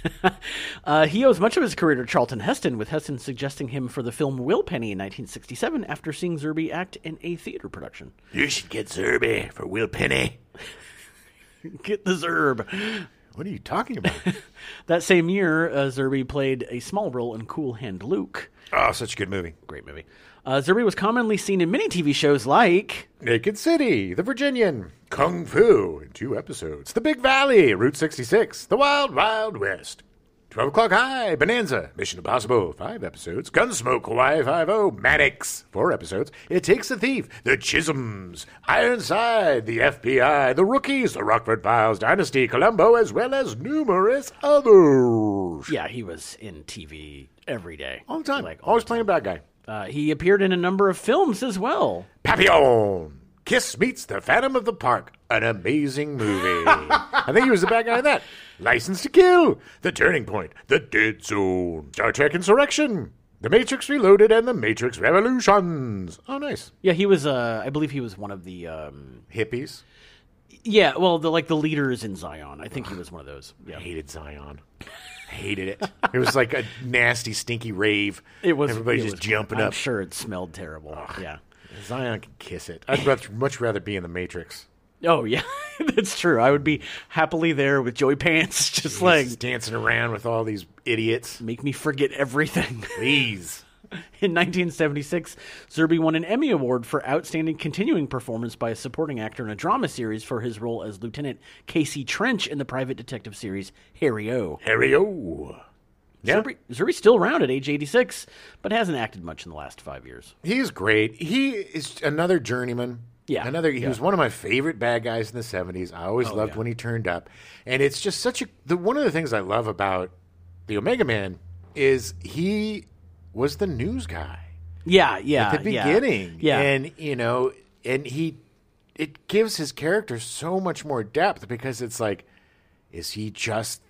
Speaker 2: Uh, he owes much of his career to Charlton Heston, with Heston suggesting him for the film Willpenny in 1967 after seeing Zerbe act in a theater production.
Speaker 1: you should get Zerbe for Will Penny.
Speaker 2: Get the Zerb.
Speaker 1: What are you talking about?
Speaker 2: That same year, uh, Zerbe played a small role in Cool Hand Luke.
Speaker 1: oh, such a good movie.
Speaker 2: Great movie. Uh, Zerbe was commonly seen in many TV shows like
Speaker 1: Naked City, The Virginian, Kung Fu in two episodes, The Big Valley, Route 66, The Wild Wild West, 12 O'Clock High, Bonanza, Mission Impossible, five episodes, Gunsmoke, Hawaii 5 Maddox, four episodes, It Takes a Thief, The Chisholms, Ironside, The FBI, The Rookies, The Rockford Files, Dynasty, Columbo, as well as numerous others.
Speaker 2: Yeah, he was in TV every day.
Speaker 1: All the time.
Speaker 2: Like, all
Speaker 1: Always playing a bad guy.
Speaker 2: Uh, he appeared in a number of films as well.
Speaker 1: Papillon. Kiss meets the Phantom of the Park. An amazing movie. I think he was the bad guy in that. License to Kill. The Turning Point. The Dead Zone. Star Trek Insurrection. The Matrix Reloaded and The Matrix Revolutions. Oh, nice.
Speaker 2: Yeah, he was. Uh, I believe he was one of the. Um,
Speaker 1: Hippies.
Speaker 2: yeah, well, the like the leaders in Zion. I think he was one of those. Yeah,
Speaker 1: Hated Zion. Hated it. It was like a nasty, stinky rave.
Speaker 2: it was.
Speaker 1: Everybody
Speaker 2: it
Speaker 1: just
Speaker 2: was-
Speaker 1: jumping
Speaker 2: I'm
Speaker 1: up.
Speaker 2: sure it smelled terrible. Yeah.
Speaker 1: Zion can kiss it. I'd rather, much rather be in The Matrix.
Speaker 2: Oh yeah, that's true. I would be happily there with Joey Pants, just like
Speaker 1: He's dancing around with all these idiots.
Speaker 2: make me forget everything.
Speaker 1: Please.
Speaker 2: In 1976, Zerbe won an Emmy Award for Outstanding Continuing Performance by a Supporting Actor in a Drama Series for his role as Lieutenant Casey Trench in the private detective series Harry O.
Speaker 1: Harry O. Yeah.
Speaker 2: Zerbe, Zerbe's still around at age 86, but hasn't acted much in the last five years.
Speaker 1: He's great. He is another journeyman.
Speaker 2: Yeah. Oh,
Speaker 1: Another he was one of my favorite bad guys in the 70s. I always loved
Speaker 2: yeah.
Speaker 1: when he turned up. And it's just such a the one of the things I love about the Omega Man is he was the news guy
Speaker 2: Yeah, yeah.
Speaker 1: at the
Speaker 2: Uh, yeah.
Speaker 1: beginning.
Speaker 2: Yeah.
Speaker 1: And you know, and he it gives his character so much more depth because it's like is he just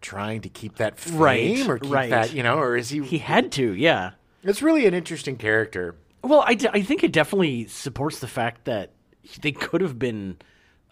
Speaker 1: trying to keep that fame
Speaker 2: Right,
Speaker 1: or keep
Speaker 2: right.
Speaker 1: that, you know, or is he
Speaker 2: he had to, yeah.
Speaker 1: It's really an interesting character.
Speaker 2: Well, I, d- I think it definitely supports the fact that they could have been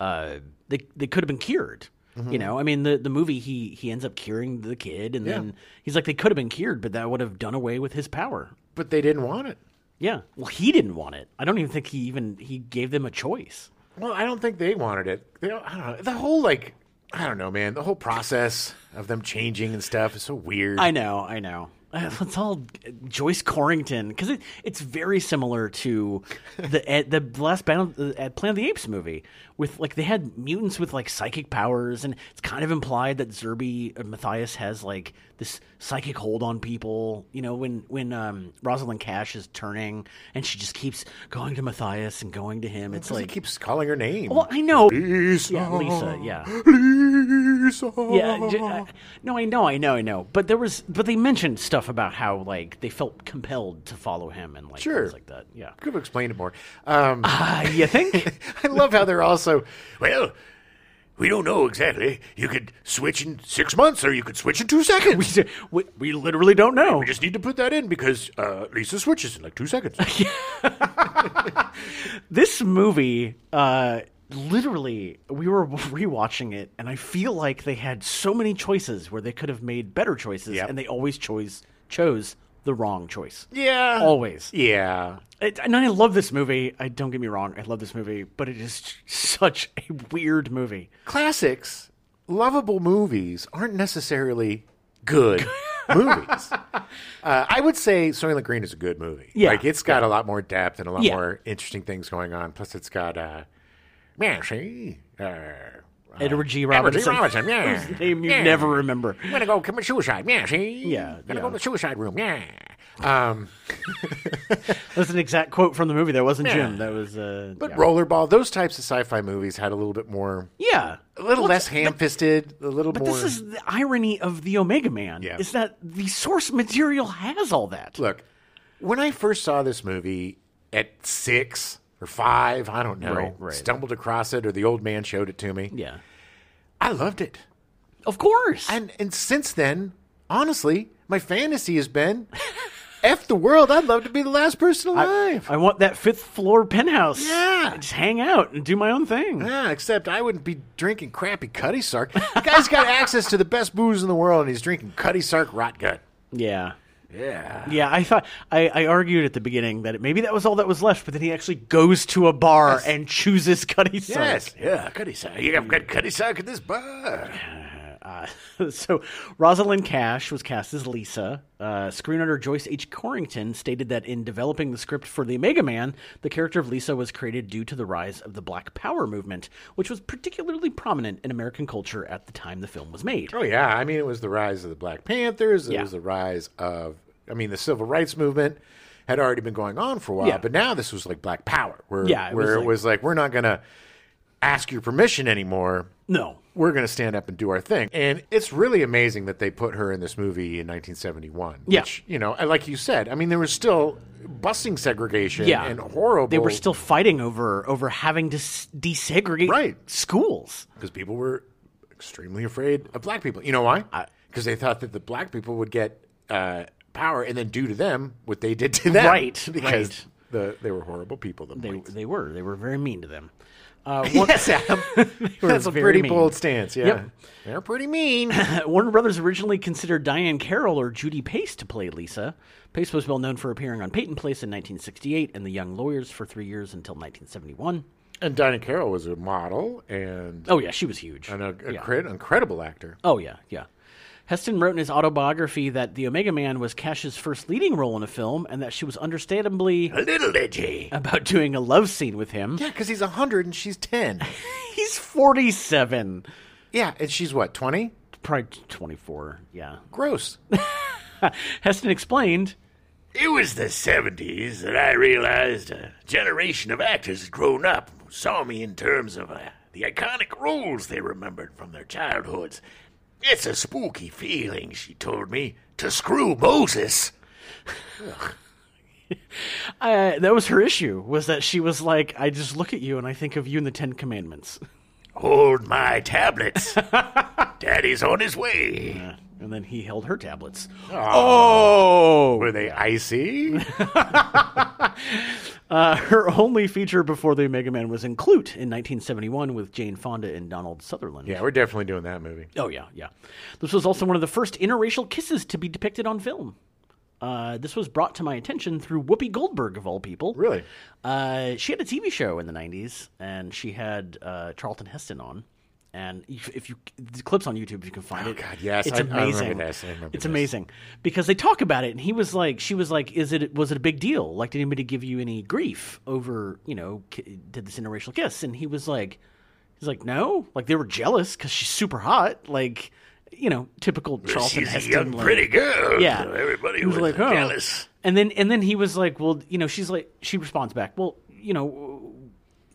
Speaker 2: uh, they they could have been cured. You know, I mean, the the movie he he ends up curing the kid, and then he's like, they could have been cured, but that would have done away with his power.
Speaker 1: But they didn't want it.
Speaker 2: Yeah. Well, he didn't want it. I don't even think he even he gave them a choice.
Speaker 1: Well, I don't think they wanted it. They don't, I don't know. The whole like, I don't know, man. The whole process of them changing and stuff is so weird.
Speaker 2: I know, I know. Uh, It's all Joyce Corrington because it, it's very similar to the eh, the last Battle, uh, Planet of the Apes movie with like they had mutants with like psychic powers and it's kind of implied that Zerby uh, Matthias has like this psychic hold on people. You know when when um, Rosalind Cash is turning and she just keeps going to Matthias and going to him. It's
Speaker 1: Because
Speaker 2: like
Speaker 1: he keeps calling her name.
Speaker 2: well I know
Speaker 1: Lisa.
Speaker 2: yeah Lisa yeah
Speaker 1: Lisa.
Speaker 2: yeah, j- I- no, I know, I know, I know. But there was, but they mentioned stuff about how like they felt compelled to follow him and like
Speaker 1: Sure.
Speaker 2: things like that. Yeah,
Speaker 1: Could have explained it more. Um,
Speaker 2: uh, you think?
Speaker 1: I love how they're also well. We don't know exactly. You could switch in six months, or you could switch in two seconds. We,
Speaker 2: we, we literally don't know.
Speaker 1: just need to put that in because uh, Lisa switches in like two seconds.
Speaker 2: This movie, uh, literally, we were rewatching it, and I feel like they had so many choices where they could have made better choices,
Speaker 1: Yep.
Speaker 2: and they always chose chose the wrong choice.
Speaker 1: yeah,
Speaker 2: Always.
Speaker 1: Yeah,
Speaker 2: It, and I love this movie. I don't get me wrong. I love this movie, but it is such a weird movie.
Speaker 1: classics, lovable movies aren't necessarily good movies. Uh, I would say Soylent Green is a good movie.
Speaker 2: Yeah.
Speaker 1: like it's got a lot more depth and a lot
Speaker 2: Yeah.
Speaker 1: more interesting things going on. Plus, it's got uh, man, she, uh, uh,
Speaker 2: Edward G.
Speaker 1: Edward
Speaker 2: Robinson.
Speaker 1: G. Robinson, yeah,
Speaker 2: Whose name you
Speaker 1: yeah.
Speaker 2: never remember.
Speaker 1: I'm gonna go commit suicide. Yeah, she.
Speaker 2: Yeah,
Speaker 1: gonna
Speaker 2: yeah.
Speaker 1: go to the suicide room. Yeah. Um,
Speaker 2: That's an exact quote from the movie. That wasn't
Speaker 1: Yeah.
Speaker 2: Jim. That was. Uh,
Speaker 1: but
Speaker 2: yeah.
Speaker 1: Rollerball, those types of sci-fi movies had a little bit more,
Speaker 2: yeah,
Speaker 1: a little less ham-fisted, a little
Speaker 2: But
Speaker 1: more.
Speaker 2: this is the irony of the Omega Man.
Speaker 1: Yeah.
Speaker 2: Is that the source material has all that?
Speaker 1: Look, when I first saw this movie at six or five, I don't know,
Speaker 2: Right, right.
Speaker 1: stumbled across it or the old man showed it to me.
Speaker 2: Yeah.
Speaker 1: I loved it.
Speaker 2: Of course.
Speaker 1: And and since then, honestly, my fantasy has been F the world, I'd love to be the last person alive.
Speaker 2: I want that fifth floor penthouse.
Speaker 1: Yeah.
Speaker 2: Just hang out and do my own thing.
Speaker 1: yeah, Ah, except I wouldn't be drinking crappy Cutty Sark. The guy's got access to the best booze in the world and he's drinking Cutty Sark rot gut.
Speaker 2: Yeah.
Speaker 1: Yeah.
Speaker 2: Yeah, I thought I, I argued at the beginning that it, maybe that was all that was left, but then he actually goes to a bar and chooses Cuddy Sark.
Speaker 1: Yes, yeah, Cutty Sark. You have got Cutty Sark at this bar.
Speaker 2: Uh, so Rosalind Cash was cast as Lisa. Uh, screenwriter Joyce H. Corrington stated that in developing the script for The Omega Man, the character of Lisa was created due to the rise of the Black Power movement, which was particularly prominent in American culture at the time the film was made.
Speaker 1: Oh yeah, I mean it was the rise of the Black Panthers. It
Speaker 2: Yeah.
Speaker 1: was the rise of, I mean, the Civil Rights Movement had already been going on for a while,
Speaker 2: Yeah.
Speaker 1: but now this was like Black Power, where
Speaker 2: Yeah, it
Speaker 1: where
Speaker 2: was
Speaker 1: it
Speaker 2: like-
Speaker 1: was like we're not gonna ask your permission anymore.
Speaker 2: No.
Speaker 1: We're gonna stand up and do our thing, and it's really amazing that they put her in this movie in 1971.
Speaker 2: Yeah.
Speaker 1: which, you know, like you said, I mean, there was still busing segregation
Speaker 2: Yeah.
Speaker 1: and horrible.
Speaker 2: They were still fighting over over having to s- desegregate
Speaker 1: Right.
Speaker 2: schools.
Speaker 1: because people were extremely afraid of black people. You know why? Because they thought that the black people would get uh, power and then do to them what they did to them.
Speaker 2: Right,
Speaker 1: Because
Speaker 2: right.
Speaker 1: The, they were horrible people. The
Speaker 2: They,
Speaker 1: they,
Speaker 2: they were they were very mean to them. Uh, one-
Speaker 1: yes, Adam.
Speaker 2: were
Speaker 1: That's a
Speaker 2: very
Speaker 1: pretty
Speaker 2: mean.
Speaker 1: bold stance. Yeah.
Speaker 2: Yep.
Speaker 1: They're pretty mean.
Speaker 2: Warner Brothers originally considered Diane Carroll or Judy Pace to play Lisa. Pace was well known for appearing on Peyton Place in 1968 and The Young Lawyers for three years until 1971.
Speaker 1: and Dinah Carroll was a model and
Speaker 2: Oh, yeah, she was huge.
Speaker 1: an a, a
Speaker 2: yeah.
Speaker 1: cred- incredible actor.
Speaker 2: Oh, yeah, yeah. Heston wrote in his autobiography that The Omega Man was Cash's first leading role in a film and that she was understandably
Speaker 1: little did he.
Speaker 2: about doing a love scene with him.
Speaker 1: Yeah, because he's 100 and she's 10.
Speaker 2: He's 47.
Speaker 1: yeah, and she's what, 20?
Speaker 2: Probably 24, yeah.
Speaker 1: Gross.
Speaker 2: Heston explained,
Speaker 3: It was the 70s that I realized a generation of actors had grown up, who saw me in terms of uh, the iconic roles they remembered from their childhoods. It's a spooky feeling, she told me, to screw Moses.
Speaker 2: Uh, that was her issue. Was that she was like, I just look at you and I think of you in the Ten Commandments,
Speaker 3: Hold my tablets. Daddy's on his way.
Speaker 2: Uh, and then he held her tablets. Oh.
Speaker 1: Were they icy?
Speaker 2: Uh, her only feature before the Mega Man was in Clute in 1971 with Jane Fonda and Donald Sutherland.
Speaker 1: yeah, we're definitely doing that movie.
Speaker 2: Oh yeah, yeah. This was also one of the first interracial kisses to be depicted on film. Uh, this was brought to my attention through Whoopi Goldberg of all people.
Speaker 1: Really?
Speaker 2: Uh, she had a TV show in the '90s, and she had uh, Charlton Heston on. And if if you the clips on YouTube, you can find it.
Speaker 1: Oh, God, yes,
Speaker 2: it's
Speaker 1: I- I remember
Speaker 2: amazing.
Speaker 1: this, I remember
Speaker 2: it's
Speaker 1: this.
Speaker 2: amazing because they talk about it, and he was like, she was like, is it was it a big deal? Like, did anybody give you any grief over you know ki- did this interracial kiss? And he was like, he's like, no, like they were jealous because she's super hot, like you know, typical Charlton
Speaker 3: She's a
Speaker 2: Heston.
Speaker 3: young,
Speaker 2: like-
Speaker 3: pretty girl.
Speaker 2: yeah.
Speaker 3: so everybody
Speaker 2: He
Speaker 3: was,
Speaker 2: like, "Oh."
Speaker 3: jealous.
Speaker 2: And then and then he was like, well, you know, she's like, she responds back, well, you know,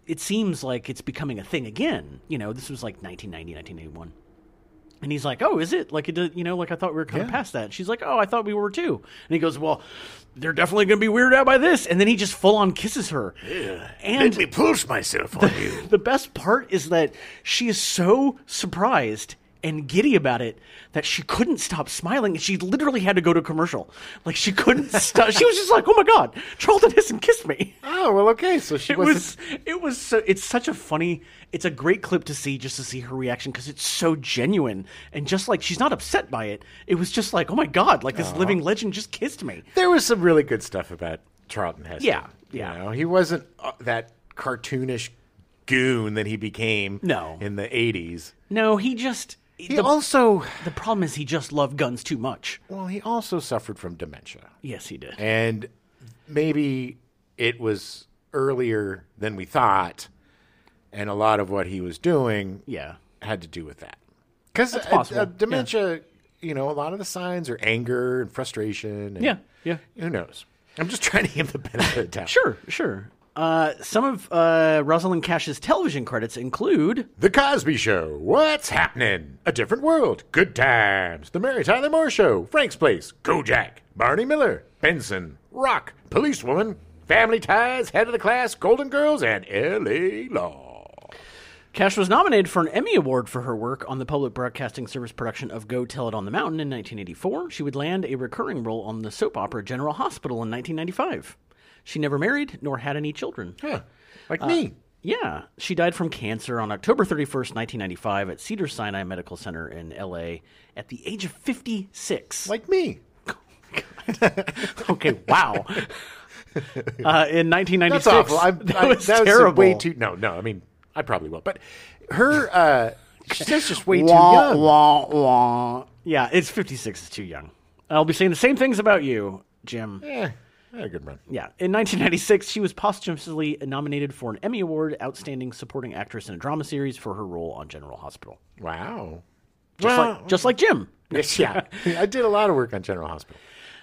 Speaker 2: it seems like it's becoming a thing again. You know, this was like 1990, 1981. And he's like, "Oh, is it? Like it? did- You know, like I thought we were kind of past that." She's like, "Oh, I thought we were too." And he goes, "Well, they're definitely going to be weirded out by this." And then he just full on kisses her. And
Speaker 3: Let me pulse myself on you.
Speaker 2: the best part is that she is so surprised and giddy about it that she couldn't stop smiling and she literally had to go to commercial like she couldn't stop she was just like oh my god charlton heston kissed me
Speaker 1: Oh well, okay. So she
Speaker 2: it was it was so it's such a funny it's a great clip to see just to see her reaction because it's so genuine and just like she's not upset by it it was just like oh my god like this living legend just kissed me
Speaker 1: There was some really good stuff about Charlton Heston.
Speaker 2: Yeah,
Speaker 1: You
Speaker 2: yeah.
Speaker 1: know, he wasn't uh, that cartoonish goon that he became.
Speaker 2: No.
Speaker 1: in the eighties.
Speaker 2: no he just
Speaker 1: He
Speaker 2: the,
Speaker 1: also
Speaker 2: the problem is he just loved guns too much Eh.
Speaker 1: well, he also suffered from dementia,
Speaker 2: yes he did
Speaker 1: and maybe it was earlier than we thought, and a lot of what he was doing
Speaker 2: yeah
Speaker 1: had to do with that. Because
Speaker 2: possible, yeah.
Speaker 1: dementia, you know, a lot of the signs are anger and frustration. And
Speaker 2: Yeah, yeah.
Speaker 1: Who knows? I'm just trying to give the benefit of the doubt.
Speaker 2: Sure, sure. Uh, some of uh, Rosalind Cash's television credits include
Speaker 1: The Cosby Show. What's happening? A different world. Good times. The Mary Tyler Moore Show. Frank's Place. Kojak. Barney Miller. Benson. Rock. Policewoman. Family Ties. Head of the Class. Golden Girls. And L.A. Law.
Speaker 2: Cash was nominated for an Emmy Award for her work on the public broadcasting service production of Go Tell It on the Mountain in 1984. She would land a recurring role on the soap opera General Hospital in 1995. She never married nor had any children.
Speaker 1: Huh. Uh, Like me.
Speaker 2: Yeah, she died from cancer on October 31st, 1995, at Cedar Sinai Medical Center in LA at the age of 56.
Speaker 1: Like me.
Speaker 2: okay, wow. Uh, in 1996,
Speaker 1: That's awful. I,
Speaker 2: that
Speaker 1: I,
Speaker 2: was
Speaker 1: that was
Speaker 2: terrible.
Speaker 1: way too. No, no. I mean, I probably will. But her, uh, that's just way too
Speaker 2: Wah,
Speaker 1: young.
Speaker 2: wah, wah. Yeah, it's 56 is too young. I'll be saying the same things about you, Jim.
Speaker 1: Eh, had a good run.
Speaker 2: Yeah. In 1996, she was posthumously nominated for an Emmy Award Outstanding Supporting Actress in a Drama Series for her role on General Hospital.
Speaker 1: Wow.
Speaker 2: Just,
Speaker 1: Well,
Speaker 2: like, just like Jim.
Speaker 1: yes, yeah. I did a lot of work on General Hospital.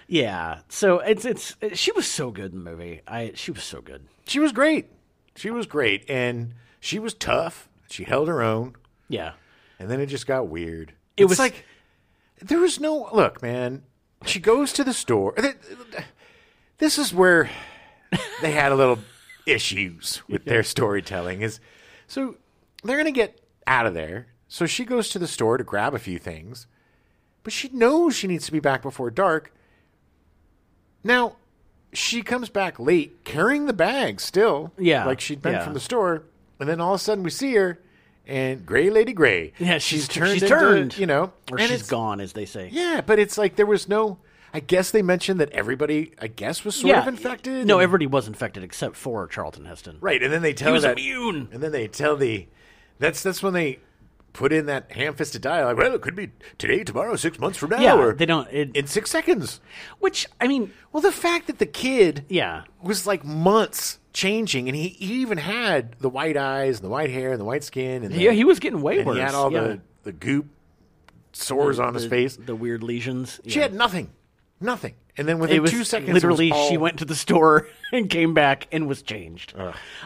Speaker 2: Yeah. So it's it's she was so good in the movie. I she was so good.
Speaker 1: She was great. She was great, and she was tough. She held her own,
Speaker 2: Yeah.
Speaker 1: and then it just got weird.
Speaker 2: It
Speaker 1: It's
Speaker 2: was-
Speaker 1: like there was no look, man. She goes to the store. This is where they had a little issues with their storytelling. Is so they're gonna get out of there. So she goes to the store to grab a few things, but she knows she needs to be back before dark. Now, she comes back late carrying the bag still.
Speaker 2: Yeah,
Speaker 1: Like she'd been
Speaker 2: yeah.
Speaker 1: from the store. And then all of a sudden we see her and Gray Lady Gray.
Speaker 2: Yeah, she's- she's
Speaker 1: into,
Speaker 2: turned.
Speaker 1: You know.
Speaker 2: Or
Speaker 1: and
Speaker 2: she's
Speaker 1: it's-
Speaker 2: gone, as they say.
Speaker 1: Yeah, but it's like there was no. I guess they mentioned that everybody, I guess, was sort of infected.
Speaker 2: No,
Speaker 1: and-
Speaker 2: everybody was infected except for Charlton Heston.
Speaker 1: Right, and then they tell
Speaker 2: was
Speaker 1: that,
Speaker 2: immune.
Speaker 1: and then they tell the that's that's when they put in that ham-fisted dialogue. Well, it could be today, tomorrow, six months from now,
Speaker 2: Yeah,
Speaker 1: or
Speaker 2: they don't. It,
Speaker 1: in six seconds.
Speaker 2: which I mean,
Speaker 1: Well, the fact that the kid
Speaker 2: yeah,
Speaker 1: was like months changing, and he even had the white eyes and the white hair and the white skin, and the-
Speaker 2: yeah, he was getting way
Speaker 1: and
Speaker 2: worse.
Speaker 1: he had all
Speaker 2: yeah.
Speaker 1: the the goop sores on his face.
Speaker 2: the weird lesions.
Speaker 1: She
Speaker 2: yeah.
Speaker 1: had nothing. Nothing. And then
Speaker 2: It
Speaker 1: within
Speaker 2: was
Speaker 1: two seconds, it was
Speaker 2: literally she
Speaker 1: all-
Speaker 2: went to the store and came back and was changed.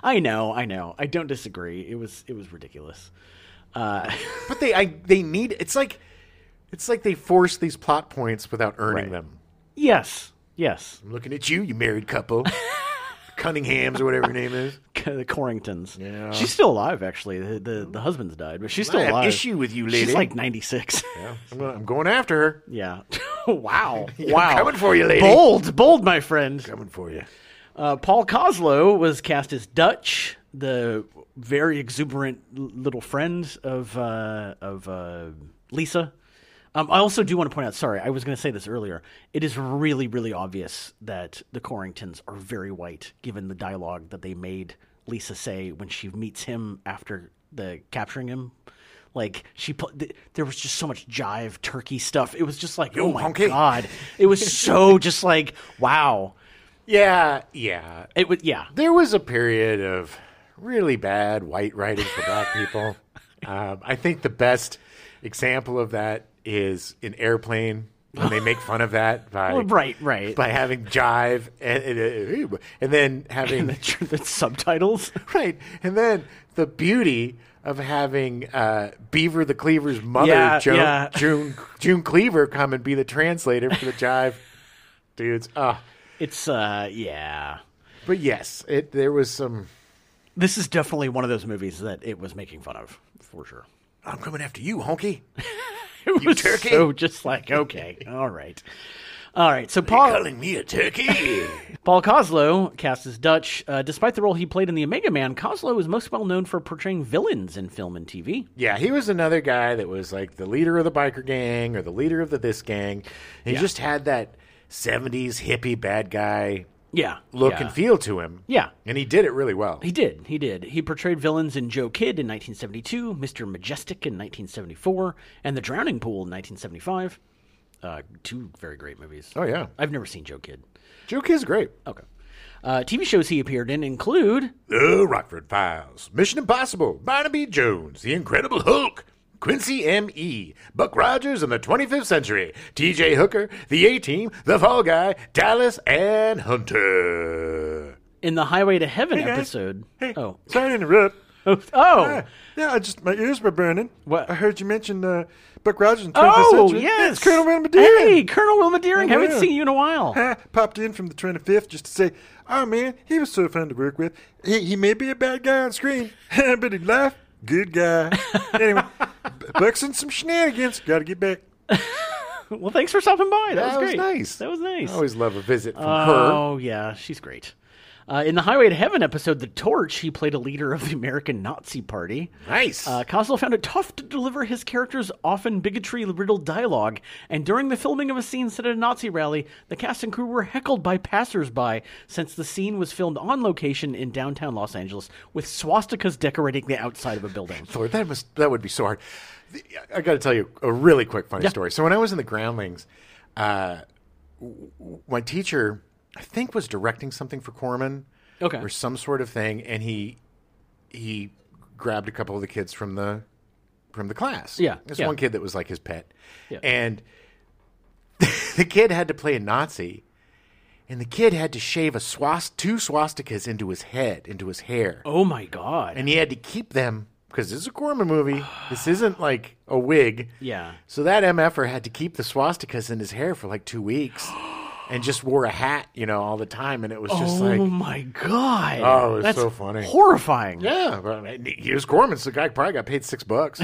Speaker 2: I know, I know. I don't disagree. It was it was ridiculous. Uh,
Speaker 1: But they, I, they need. It's like, it's like they force these plot points without earning
Speaker 2: Right.
Speaker 1: them.
Speaker 2: yes, yes.
Speaker 1: I'm looking at you, you married couple, Cunningham's or whatever her name is.
Speaker 2: the Corringtons.
Speaker 1: Yeah.
Speaker 2: She's still alive, actually. The, the the husband's died, but she's still
Speaker 1: I have
Speaker 2: alive.
Speaker 1: issue with you, lady.
Speaker 2: She's like ninety six.
Speaker 1: Yeah, I'm, gonna, I'm going after her.
Speaker 2: Yeah. wow. wow.
Speaker 1: coming for you, lady.
Speaker 2: Bold, bold, my friend.
Speaker 1: Coming for you.
Speaker 2: Uh, Paul Coslow was cast as Dutch, the very exuberant l- little friend of uh, of uh, Lisa. Um, I also do want to point out. Sorry, I was going to say this earlier. It is really, really obvious that the Corringtons are very white, given the dialogue that they made Lisa say when she meets him after the capturing him. Like she, pl- th- there was just so much jive turkey stuff. It was just like, oh my
Speaker 1: honky.
Speaker 2: god, it was so just like, wow.
Speaker 1: Yeah, yeah.
Speaker 2: It was yeah.
Speaker 1: There was a period of really bad white writing for black people. Um, I think the best example of that is in Airplane when they make fun of that by
Speaker 2: Well, right, right.
Speaker 1: by having jive and and, uh, and then having
Speaker 2: the, the subtitles.
Speaker 1: right and then the beauty of having uh, Beaver the Cleaver's mother
Speaker 2: Yeah,
Speaker 1: Joan,
Speaker 2: yeah.
Speaker 1: June June Cleaver come and be the translator for the jive dudes. Ah,
Speaker 2: It's uh yeah.
Speaker 1: but yes, it there was some.
Speaker 2: This is definitely one of those movies that it was making fun of for sure.
Speaker 1: I'm coming after you, honky.
Speaker 2: It was
Speaker 1: turkey?
Speaker 2: so just like okay, all right, all right. So Paul
Speaker 3: Calling me a turkey?
Speaker 2: Paul Coslow cast as Dutch. Uh, despite the role he played in the Omega Man, Coslow is most well known for portraying villains in film and TV.
Speaker 1: Yeah, he was another guy that was like the leader of the biker gang or the leader of the this gang. He just had that 70s hippie bad guy
Speaker 2: Yeah,
Speaker 1: look
Speaker 2: yeah.
Speaker 1: and feel to him.
Speaker 2: Yeah.
Speaker 1: And he did it really well.
Speaker 2: He did. He did. He portrayed villains in Joe Kidd in 1972, Mr. Majestic in 1974, and The Drowning Pool in 1975. Uh, two very great movies.
Speaker 1: Oh, yeah.
Speaker 2: I've never seen Joe Kidd.
Speaker 1: Juke is great.
Speaker 2: Okay. Uh, TV shows he appeared in include
Speaker 1: The Rockford Files, Mission Impossible, Barnaby Jones, The Incredible Hulk, Quincy M.E., Buck Rogers in the 25th Century, T.J. Hooker, The A Team, The Fall Guy, Dallas, and Hunter.
Speaker 2: in the Highway to Heaven
Speaker 1: guys.
Speaker 2: episode. Oh.
Speaker 1: Sorry to interrupt.
Speaker 2: Oh. Oh,
Speaker 4: Yeah, I just my ears were burning.
Speaker 2: What?
Speaker 4: I heard you mention uh, Buck Rogers in 25th
Speaker 2: oh
Speaker 4: century.
Speaker 2: yes.
Speaker 4: it's Colonel William
Speaker 2: Hey,
Speaker 4: Deering.
Speaker 2: Colonel Wilma Deering.
Speaker 4: Oh,
Speaker 2: Haven't
Speaker 4: yeah.
Speaker 2: seen you in a while.
Speaker 4: Ha, popped in from the 25th just to say, "Oh man, he was so fun to work with. He, he may be a bad guy on screen, but in life, good guy." anyway, B- Buck's in some shenanigans. Got to get back.
Speaker 2: well, thanks for stopping by. That, was,
Speaker 1: That was
Speaker 2: great.
Speaker 1: nice. Oh,
Speaker 2: That was nice.
Speaker 1: I always love a visit from her.
Speaker 2: Oh yeah, she's great. Uh, in the Highway to Heaven episode, The Torch, he played a leader of the American Nazi Party.
Speaker 1: Nice.
Speaker 2: Uh, Coslow found it tough to deliver his character's often bigotry-riddled dialogue, and during the filming of a scene set at a Nazi rally, the cast and crew were heckled by passersby since the scene was filmed on location in downtown Los Angeles with swastikas decorating the outside of a building.
Speaker 1: Lord, that must that would be so hard. The- I got to tell you a really quick funny story. So when I was in the Groundlings, uh, w- w- my teacher I think was directing something for Corman,
Speaker 2: Okay.
Speaker 1: or some sort of thing, and he he grabbed a couple of the kids from the from the class.
Speaker 2: Yeah,
Speaker 1: there's
Speaker 2: yeah.
Speaker 1: one kid that was like his pet,
Speaker 2: Yeah.
Speaker 1: and the kid had to play a Nazi. And the kid had to shave a swast- two swastikas into his head, into his hair
Speaker 2: Oh my god!
Speaker 1: and he had to keep them because this is a Corman movie. This isn't like a wig.
Speaker 2: Yeah.
Speaker 1: So that MFer had to keep the swastikas in his hair for like two weeks, and just wore a hat, you know, all the time. And it was just
Speaker 2: oh
Speaker 1: like,
Speaker 2: my god!
Speaker 1: Oh, it was
Speaker 2: That's
Speaker 1: so funny.
Speaker 2: Horrifying.
Speaker 1: yeah, but I mean, here's Corman. So the guy probably got paid six bucks.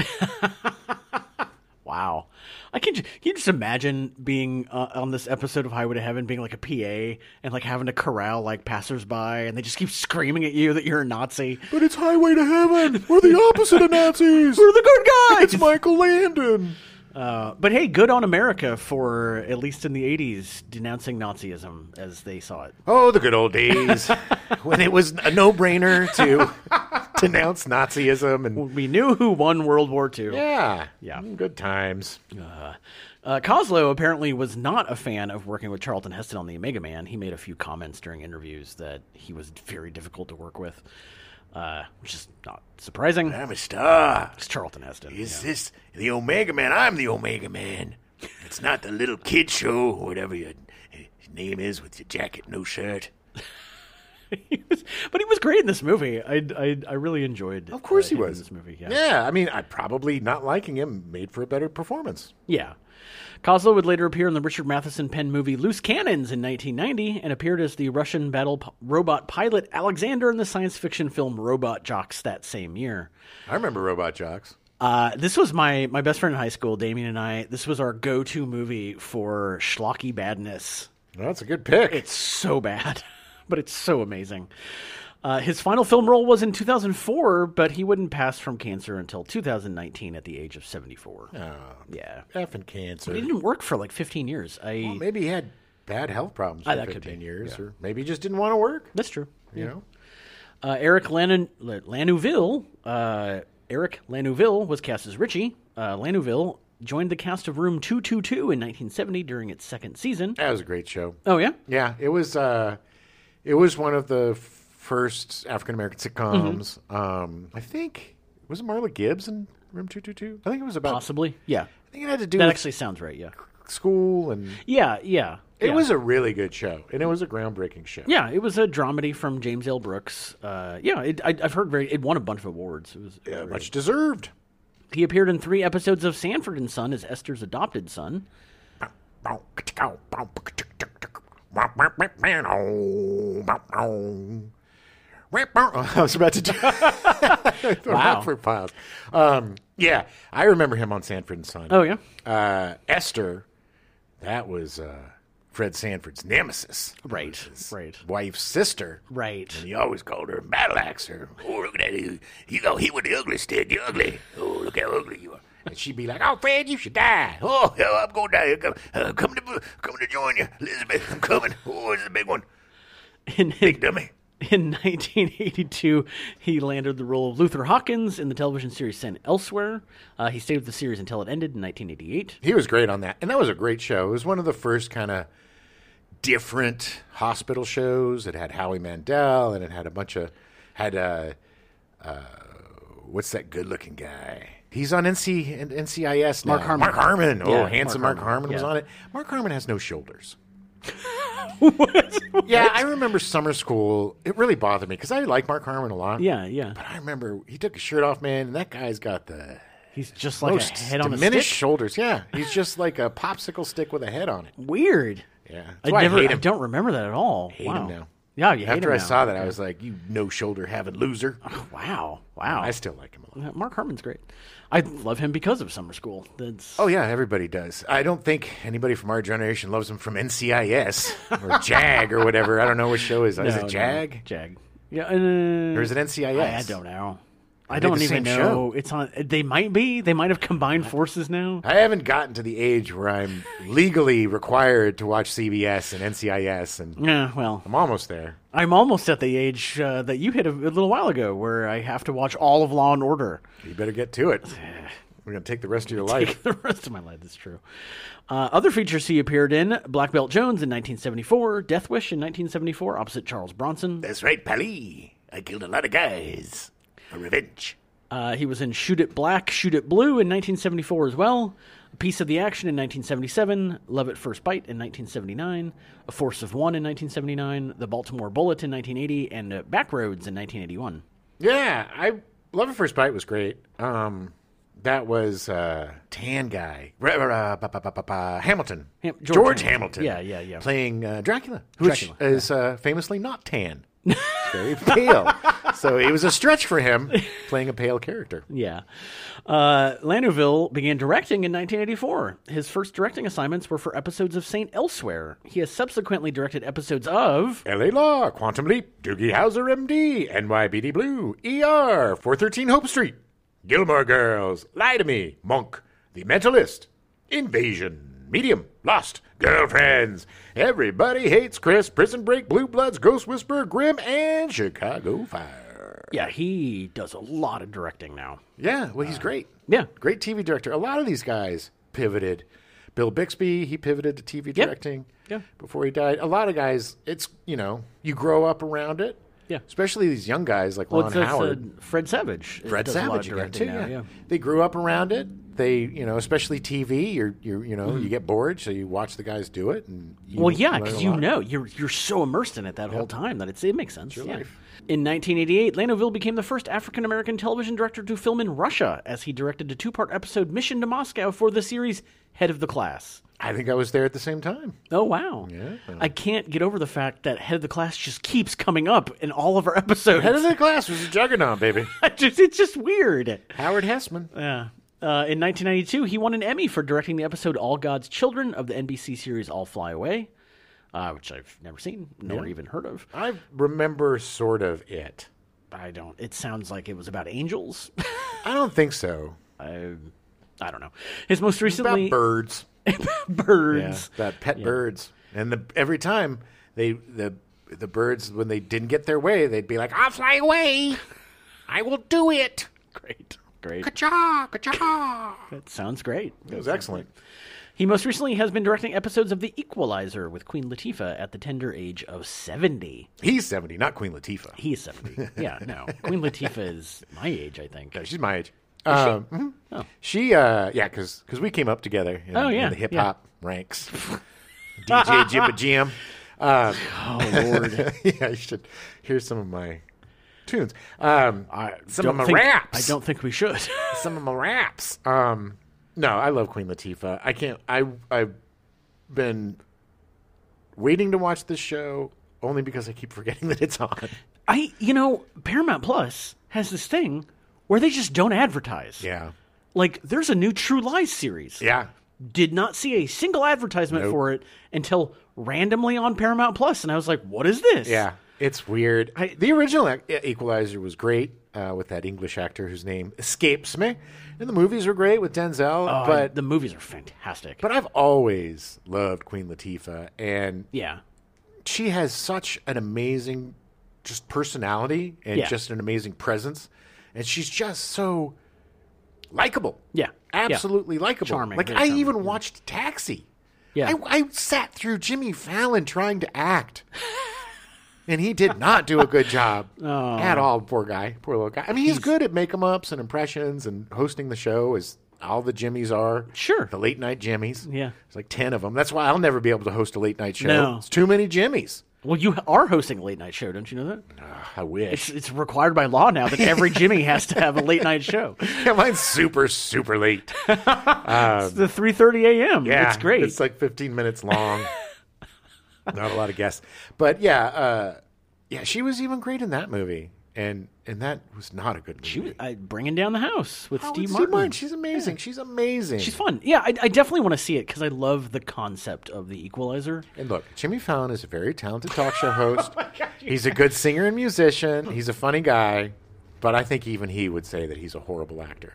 Speaker 2: Wow. I can, ju- can you just imagine being uh, on this episode of Highway to Heaven, being like a PA and like having to corral like passersby, and they just keep screaming at you that you're a Nazi.
Speaker 1: but it's Highway to Heaven. We're the opposite of Nazis.
Speaker 2: We're the good guys.
Speaker 1: It's Michael Landon.
Speaker 2: Uh, but hey, good on America for at least in the '80s denouncing Nazism as they saw it.
Speaker 1: Oh, the good old days when it was a no-brainer to denounce Nazism and
Speaker 2: We knew who won World War II.
Speaker 1: yeah,
Speaker 2: Oh, Yeah.
Speaker 1: good times.
Speaker 2: Uh, uh, Coslow apparently was not a fan of working with Charlton Heston on the Omega Man. He made a few comments during interviews that he was very difficult to work with, uh, which is not surprising.
Speaker 3: I'm a star.
Speaker 2: It's Charlton Heston.
Speaker 3: Is this the Omega Man? I'm the Omega Man. It's not the little kid show, or whatever your eh, name is, with your jacket, no shirt.
Speaker 2: He was- but he was great in this movie. I I, I really enjoyed. uh,
Speaker 1: Of course he
Speaker 2: him in
Speaker 1: was.
Speaker 2: this movie. Yeah.
Speaker 1: Yeah, I mean, I probably not liking him made for a better performance.
Speaker 2: Yeah. Kozlo would later appear in the Richard Matheson Penn movie Loose Cannons in 1990 and appeared as the Russian battle p- robot pilot Alexander in the science fiction film Robot Jocks that same year.
Speaker 1: I remember Robot Jocks.
Speaker 2: Uh, this was my, my best friend in high school, Damien and I. This was our go to movie for schlocky badness.
Speaker 1: Well, that's a good pick.
Speaker 2: It's so bad, but it's so amazing. Uh, his final film role was in 2004, but he wouldn't pass from cancer until 2019 at the age of 74.
Speaker 1: Oh.
Speaker 2: yeah.
Speaker 1: effing cancer.
Speaker 2: He didn't work for like 15 years. I
Speaker 1: Well, maybe he had Ah, bad health problems for
Speaker 2: that could
Speaker 1: 15
Speaker 2: be,
Speaker 1: years, or maybe he just didn't want to work.
Speaker 2: That's true.
Speaker 1: You know,
Speaker 2: Uh, Eric Lan- Lanouville, uh, Eric Lanouville was cast as Richie. Uh, Lanouville joined the cast of Room 222 in 1970 during its second season.
Speaker 1: that was a great show.
Speaker 2: Oh yeah,
Speaker 1: Yeah, it was. Uh, it was one of the first African American sitcoms.
Speaker 2: Mm-hmm.
Speaker 1: Um, I think was it Marla Gibbs in Room Two Two Two. I think it was about.
Speaker 2: possibly. Yeah,
Speaker 1: I think it had to do
Speaker 2: that
Speaker 1: with
Speaker 2: actually sounds right. Yeah,
Speaker 1: school, and
Speaker 2: yeah, yeah.
Speaker 1: it
Speaker 2: yeah.
Speaker 1: was a really good show, and it was a groundbreaking show.
Speaker 2: Yeah, it was a dramedy from James L. Brooks. Uh, yeah, it, I, I've heard very. It won a bunch of awards. It was.
Speaker 1: Yeah, much deserved.
Speaker 2: He appeared in three episodes of Sanford and Son as Esther's adopted son.
Speaker 1: I was about to do Rockford Files. Um, yeah, I remember him on Sanford and Son.
Speaker 2: Oh yeah,
Speaker 1: Uh, Esther, that was uh, Fred Sanford's nemesis.
Speaker 2: Right,
Speaker 1: It was his
Speaker 2: right.
Speaker 1: Wife's sister.
Speaker 2: right.
Speaker 3: And he always called her battle axe or, oh, look at that. You, you go, he with the ugly stick, you ugly. Oh, look how ugly you are.
Speaker 1: And she'd be like, oh, Fred, you should die.
Speaker 3: Oh, hell, I'm going down here. Come, uh, coming to, coming to join you, Elizabeth. I'm coming. Oh, it's a big one.
Speaker 2: In his,
Speaker 3: Big dummy.
Speaker 2: In 1982, he landed the role of Luther Hawkins in the television series Sent Elsewhere. Uh, he stayed with the series until it ended in 1988.
Speaker 1: He was great on that. And that was a great show. It was one of the first kind of different hospital shows. It had Howie Mandel and it had a bunch of had uh uh what's that good looking guy? He's on NC and NCIS now.
Speaker 2: Mark Harmon.
Speaker 1: Mark Harmon. Oh,
Speaker 2: Yeah,
Speaker 1: handsome
Speaker 2: Mark
Speaker 1: Mark Harmon, was
Speaker 2: Yeah.
Speaker 1: on it. Mark Harmon has no shoulders. Yeah, I remember summer school. It really bothered me because I like Mark Harmon a lot.
Speaker 2: Yeah, yeah.
Speaker 1: But I remember he took his shirt off, man, and that guy's got the
Speaker 2: He's just like
Speaker 1: most
Speaker 2: a head on a
Speaker 1: diminished
Speaker 2: stick.
Speaker 1: shoulders. Yeah, he's just like a popsicle stick with a head on it.
Speaker 2: Weird.
Speaker 1: Yeah, that's
Speaker 2: I
Speaker 1: why
Speaker 2: never.
Speaker 1: I hate him.
Speaker 2: don't remember that at all.
Speaker 1: hate
Speaker 2: wow.
Speaker 1: him now.
Speaker 2: Yeah, you hate
Speaker 1: After
Speaker 2: him
Speaker 1: I
Speaker 2: now.
Speaker 1: saw that, I was like, "You no shoulder having loser."
Speaker 2: Wow, wow.
Speaker 1: I still like him a lot.
Speaker 2: Yeah, Mark Harmon's great. I love him because of Summer School. That's
Speaker 1: Oh yeah, everybody does. I don't think anybody from our generation loves him from NCIS or JAG or whatever. I don't know what show is. is
Speaker 2: No, no,
Speaker 1: it JAG
Speaker 2: Jag. Yeah, uh,
Speaker 1: or is it NCIS?
Speaker 2: I, I don't know. I
Speaker 1: Are they
Speaker 2: don't
Speaker 1: the
Speaker 2: even
Speaker 1: same
Speaker 2: know.
Speaker 1: show?
Speaker 2: It's on. They might be. They might have combined forces now.
Speaker 1: I haven't gotten to the age where I'm legally required to watch CBS and NCIS, and
Speaker 2: Yeah. Well,
Speaker 1: I'm almost there.
Speaker 2: I'm almost at the age uh, that you hit a, a little while ago, where I have to watch all of Law and Order.
Speaker 1: You better get to it. We're gonna take the rest of your life.
Speaker 2: the rest of my life is true. Uh, other features he appeared in: Black Belt Jones in 1974, Death Wish in 1974, opposite Charles Bronson.
Speaker 3: That's right, Pally. I killed a lot of guys for revenge.
Speaker 2: Uh, he was in Shoot It Black, Shoot It Blue in 1974 as well. A Piece of the Action in 1977, Love at First Bite in 1979, A Force of One in 1979, The Baltimore Bullet in 1980, and uh, Backroads in 1981.
Speaker 1: Yeah, I Love at First Bite was great. Um, that was uh, Tan Guy, Ra- ra- ra- ba- ba- ba- ba- ba- Hamilton,
Speaker 2: Ham- George
Speaker 1: George,
Speaker 2: Hamilton.
Speaker 1: Hamilton.
Speaker 2: Yeah, yeah, yeah.
Speaker 1: Playing uh, Dracula, which
Speaker 2: Dracula,
Speaker 1: is uh, famously not tan, He's very pale. so it was a stretch for him playing a pale character.
Speaker 2: Yeah. Uh, Lanouville began directing in 1984. His first directing assignments were for episodes of Saint Elsewhere. He has subsequently directed episodes of.
Speaker 1: L.A. Law, Quantum Leap, Doogie Howser, M.D., NYBD Blue, E.R., 413 Hope Street, Gilmore Girls, Lie to Me, Monk, The Mentalist, Invasion, Medium, Lost, Girlfriends, Everybody Hates Chris, Prison Break, Blue Bloods, Ghost Whisperer, Grimm, and Chicago Fire.
Speaker 2: Yeah, he does a lot of directing now.
Speaker 1: Yeah, well, he's great.
Speaker 2: Yeah.
Speaker 1: Great TV director. A lot of these guys pivoted. Bill Bixby, he pivoted to TV directing
Speaker 2: Yeah.
Speaker 1: before he died. A lot of guys, it's, you know, you grow up around it.
Speaker 2: Yeah.
Speaker 1: Especially these young guys like
Speaker 2: Well,
Speaker 1: Ron
Speaker 2: it's- it's, uh,
Speaker 1: Howard.
Speaker 2: Fred Savage.
Speaker 1: Fred
Speaker 2: does a lot of
Speaker 1: Savage again,
Speaker 2: directing
Speaker 1: too.
Speaker 2: now,
Speaker 1: yeah. They grew up around it. they, you know, especially TV, you're, you're you know, you get bored, so you watch the guys do it. And you
Speaker 2: Mm-hmm. Well, yeah,
Speaker 1: learn a
Speaker 2: because you
Speaker 1: lot.
Speaker 2: know you're you're so immersed in it that whole time that it's, it makes sense.
Speaker 1: your
Speaker 2: yeah.
Speaker 1: life.
Speaker 2: In 1988, Lanoville became the first African American television director to film in Russia, as he directed a two-part episode "Mission to Moscow" for the series "Head of the Class."
Speaker 1: I think I was there at the same time.
Speaker 2: Oh wow!
Speaker 1: Yeah.
Speaker 2: I can't get over the fact that "Head of the Class" just keeps coming up in all of our episodes.
Speaker 1: Head of the class was a juggernaut, baby.
Speaker 2: Just- it's just weird.
Speaker 1: Howard Hessman.
Speaker 2: Yeah. Uh, in 1992, he won an Emmy for directing the episode All God's Children of the NBC series All Fly Away, uh, which I've never seen nor even heard of.
Speaker 1: I remember sort of it.
Speaker 2: I don't. It sounds like it was about angels.
Speaker 1: I don't think so.
Speaker 2: I, I don't know. His most
Speaker 1: About
Speaker 2: recently
Speaker 1: birds.
Speaker 2: birds.
Speaker 1: About pet birds. And the, every time they the the birds when they didn't get their way, they'd be like, "I'll fly away. I will do it."
Speaker 2: Great, great.
Speaker 1: Ka-cha, ka-cha.
Speaker 2: That sounds great.
Speaker 1: It was excellent.
Speaker 2: He most recently has been directing episodes of The Equalizer with Queen Latifah at the tender age of seventy.
Speaker 1: He's seventy, not Queen Latifah.
Speaker 2: He's seventy. yeah, no. Queen Latifah is my age, I think.
Speaker 1: She's my age. Um, mhm. she?
Speaker 2: Oh.
Speaker 1: uh, yeah, because we came up together in,
Speaker 2: Oh,
Speaker 1: in
Speaker 2: yeah,
Speaker 1: the
Speaker 2: yeah.
Speaker 1: hip hop ranks. DJ Jibba Jam. Um,
Speaker 2: Oh Lord.
Speaker 1: yeah, you should hear some of my tunes. Um, some of
Speaker 2: Don't
Speaker 1: my
Speaker 2: think-
Speaker 1: raps.
Speaker 2: I don't think we should.
Speaker 1: some of my raps. Um, no, I love Queen Latifah. I can't. I I've been waiting to watch this show only because I keep forgetting that it's on.
Speaker 2: I, you know, Paramount Plus has this thing where they just don't advertise.
Speaker 1: Yeah,
Speaker 2: Like, there's a new True Lies series.
Speaker 1: yeah.
Speaker 2: did not see a single advertisement
Speaker 1: Nope.
Speaker 2: for it until randomly on Paramount Plus, and I was like, "What is this?"
Speaker 1: Yeah, it's weird.
Speaker 2: I-
Speaker 1: the original ac- Equalizer was great uh, with that English actor whose name escapes me, and the movies were great with Denzel.
Speaker 2: Uh,
Speaker 1: but
Speaker 2: the movies are fantastic.
Speaker 1: but I've always loved Queen Latifah, and
Speaker 2: yeah,
Speaker 1: she has such an amazing just personality and
Speaker 2: Yeah.
Speaker 1: just an amazing presence, and she's just so likable.
Speaker 2: Yeah, yeah.
Speaker 1: absolutely likable.
Speaker 2: Charming,
Speaker 1: Like
Speaker 2: very
Speaker 1: I
Speaker 2: charming,
Speaker 1: even watched Taxi.
Speaker 2: Yeah.
Speaker 1: I, I sat through Jimmy Fallon trying to act. And he did not do a good job
Speaker 2: Oh.
Speaker 1: at all. Poor guy, poor little guy. I mean, he's, good at make em ups and impressions and hosting the show, as all the Jimmys are.
Speaker 2: Sure.
Speaker 1: the late night Jimmys.
Speaker 2: Yeah.
Speaker 1: there's like ten of them. That's why I'll never be able to host a late night show.
Speaker 2: No.
Speaker 1: it's too many Jimmys.
Speaker 2: well, you are hosting a late night show, don't you know that?
Speaker 1: Ah, I wish.
Speaker 2: It's, it's required by law now that every Jimmy has to have a late night show.
Speaker 1: yeah, mine's super, super late.
Speaker 2: It's the three thirty a.m.
Speaker 1: Um, Yeah,
Speaker 2: it's great.
Speaker 1: It's like 15 minutes long. Not a lot of guests, but yeah, uh, yeah, she was even great in that movie, and and that was not a good movie.
Speaker 2: She was- I, bringing down the house with
Speaker 1: Oh,
Speaker 2: Steve,
Speaker 1: it's
Speaker 2: Martin.
Speaker 1: She's amazing. She's amazing.
Speaker 2: She's fun. Yeah, I, I definitely want to see it because I love the concept of the Equalizer.
Speaker 1: and look, Jimmy Fallon is a very talented talk
Speaker 2: Oh
Speaker 1: show host. he's a good singer and musician. He's a funny guy, but I think even he would say that he's a horrible actor.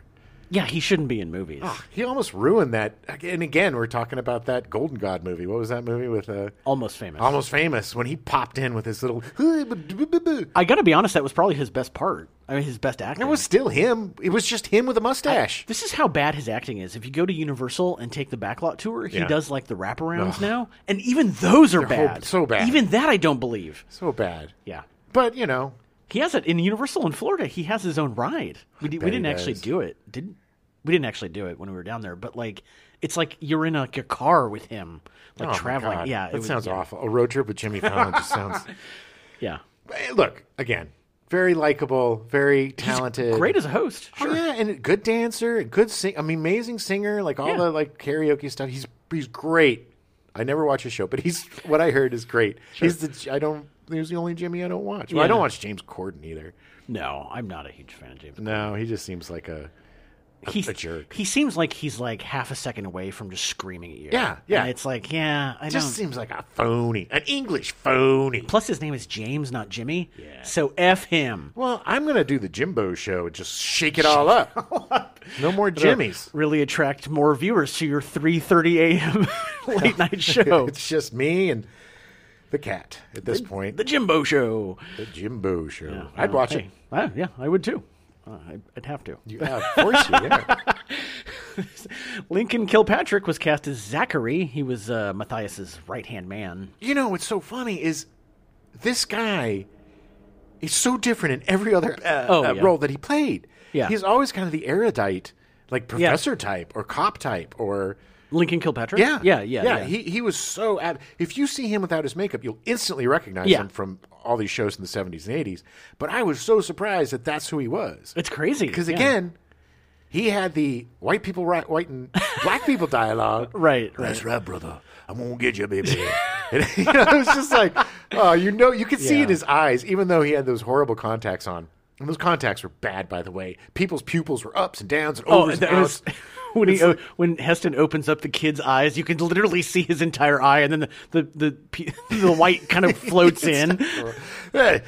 Speaker 2: Yeah, he shouldn't be in movies.
Speaker 1: He almost ruined that. And again, we're talking about that Golden God movie. What was that movie with uh,
Speaker 2: Almost famous.
Speaker 1: Almost Famous when he popped in with his little. It
Speaker 2: I gotta be honest, that was probably his best part. I mean, his best acting.
Speaker 1: was still him. It was just him with a mustache.
Speaker 2: This is how bad his acting is. If you go to Universal and take the backlot tour, he
Speaker 1: Yeah.
Speaker 2: does like the wraparounds now, and even those are
Speaker 1: whole-
Speaker 2: bad.
Speaker 1: so bad.
Speaker 2: Even that I don't believe.
Speaker 1: So bad.
Speaker 2: Yeah,
Speaker 1: But, you know,
Speaker 2: he has it in Universal in Florida. He has his own ride. We, di- we
Speaker 1: bet he
Speaker 2: didn't actually
Speaker 1: does.
Speaker 2: do it. Didn't we? Didn't actually do it when we were down there. But like, it's like you're in like a car with him, like
Speaker 1: oh my
Speaker 2: traveling.
Speaker 1: God,
Speaker 2: Yeah,
Speaker 1: That
Speaker 2: was-
Speaker 1: sounds
Speaker 2: yeah,
Speaker 1: awful. A road trip with Jimmy Fallon just sounds.
Speaker 2: Yeah,
Speaker 1: Eh, Look, again, very likable, very talented.
Speaker 2: great as a host.
Speaker 1: Oh,
Speaker 2: Sure.
Speaker 1: yeah, and a good dancer, a good sing. I mean, amazing singer. Like all
Speaker 2: Yeah.
Speaker 1: the like karaoke stuff. He's he's great. I never watch his show, but he's what I heard is great. He's the I don't. He's the only Jimmy I don't watch. Well, I
Speaker 2: Yeah.
Speaker 1: don't watch James Corden either.
Speaker 2: No, I'm not a huge fan of James.
Speaker 1: No, he just seems like a.
Speaker 2: he's
Speaker 1: a jerk.
Speaker 2: He seems like he's like half a second away from just screaming at you.
Speaker 1: Yeah, yeah.
Speaker 2: And it's like, yeah, I
Speaker 1: Just
Speaker 2: don't.
Speaker 1: seems like a phony, an English phony.
Speaker 2: Plus, his name is James, not Jimmy. Yeah. So f him.
Speaker 1: Well, I'm gonna do the Jimbo show and just shake it all up. no more Jimmys.
Speaker 2: Really attract more viewers to your 3:30 a.m. late night show,
Speaker 1: It's just me and the cat at this point.
Speaker 2: Oh. the Jimbo Show.
Speaker 1: the Jimbo show. I'd watch it.
Speaker 2: I, yeah, I would too. Uh, I'd, I'd have to.
Speaker 1: Yeah, of course you. Yeah.
Speaker 2: Lincoln Kilpatrick was cast as Zachary. He was uh, Matthias's right hand man.
Speaker 1: you know what's so funny is this guy is so different in every other uh,
Speaker 2: Oh,
Speaker 1: uh,
Speaker 2: yeah.
Speaker 1: role that he played.
Speaker 2: Yeah.
Speaker 1: he's always kind of the erudite, like professor type or cop type or
Speaker 2: Lincoln Kilpatrick.
Speaker 1: yeah,
Speaker 2: yeah, yeah,
Speaker 1: yeah. He he was so. Ab- if you see him without his makeup, you'll instantly recognize
Speaker 2: Yeah.
Speaker 1: him from all these shows in the seventies and eighties. But I was so surprised that that's who he was.
Speaker 2: it's crazy
Speaker 1: Because
Speaker 2: yeah.
Speaker 1: again, he had the white people ri white and black people dialogue.
Speaker 2: right, right.
Speaker 3: That's right, brother. I'm gonna get you, baby.
Speaker 1: And, you know, it was just like, oh, you know, you could see
Speaker 2: Yeah.
Speaker 1: in his eyes, even though he had those horrible contacts on. And those contacts were bad, by the way. People's pupils were ups and downs and
Speaker 2: Oh,
Speaker 1: overs and
Speaker 2: that was,
Speaker 1: outs.
Speaker 2: when he o- when Heston opens up the kid's eyes, you can literally see his entire eye, and then the the the, pe- the white kind of floats in.
Speaker 1: Hey,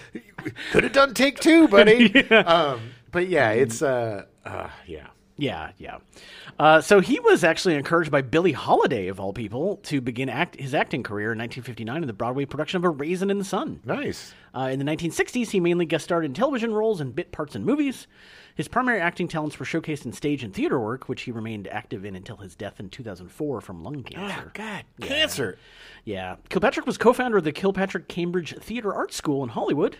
Speaker 1: could have done take two, buddy. um, but yeah, it's uh, uh, yeah.
Speaker 2: Yeah, yeah. Uh, so he was actually encouraged by Billie Holiday, of all people, to begin act- his acting career in 1959 in the Broadway production of A Raisin in the Sun.
Speaker 1: Nice.
Speaker 2: Uh, in the 1960s, he mainly guest starred in television roles and bit parts in movies. His primary acting talents were showcased in stage and theater work, which he remained active in until his death in 2004 from lung cancer.
Speaker 1: Ah, God, cancer.
Speaker 2: Yeah. Kilpatrick was co founder of the Kilpatrick Cambridge Theater Arts School in Hollywood.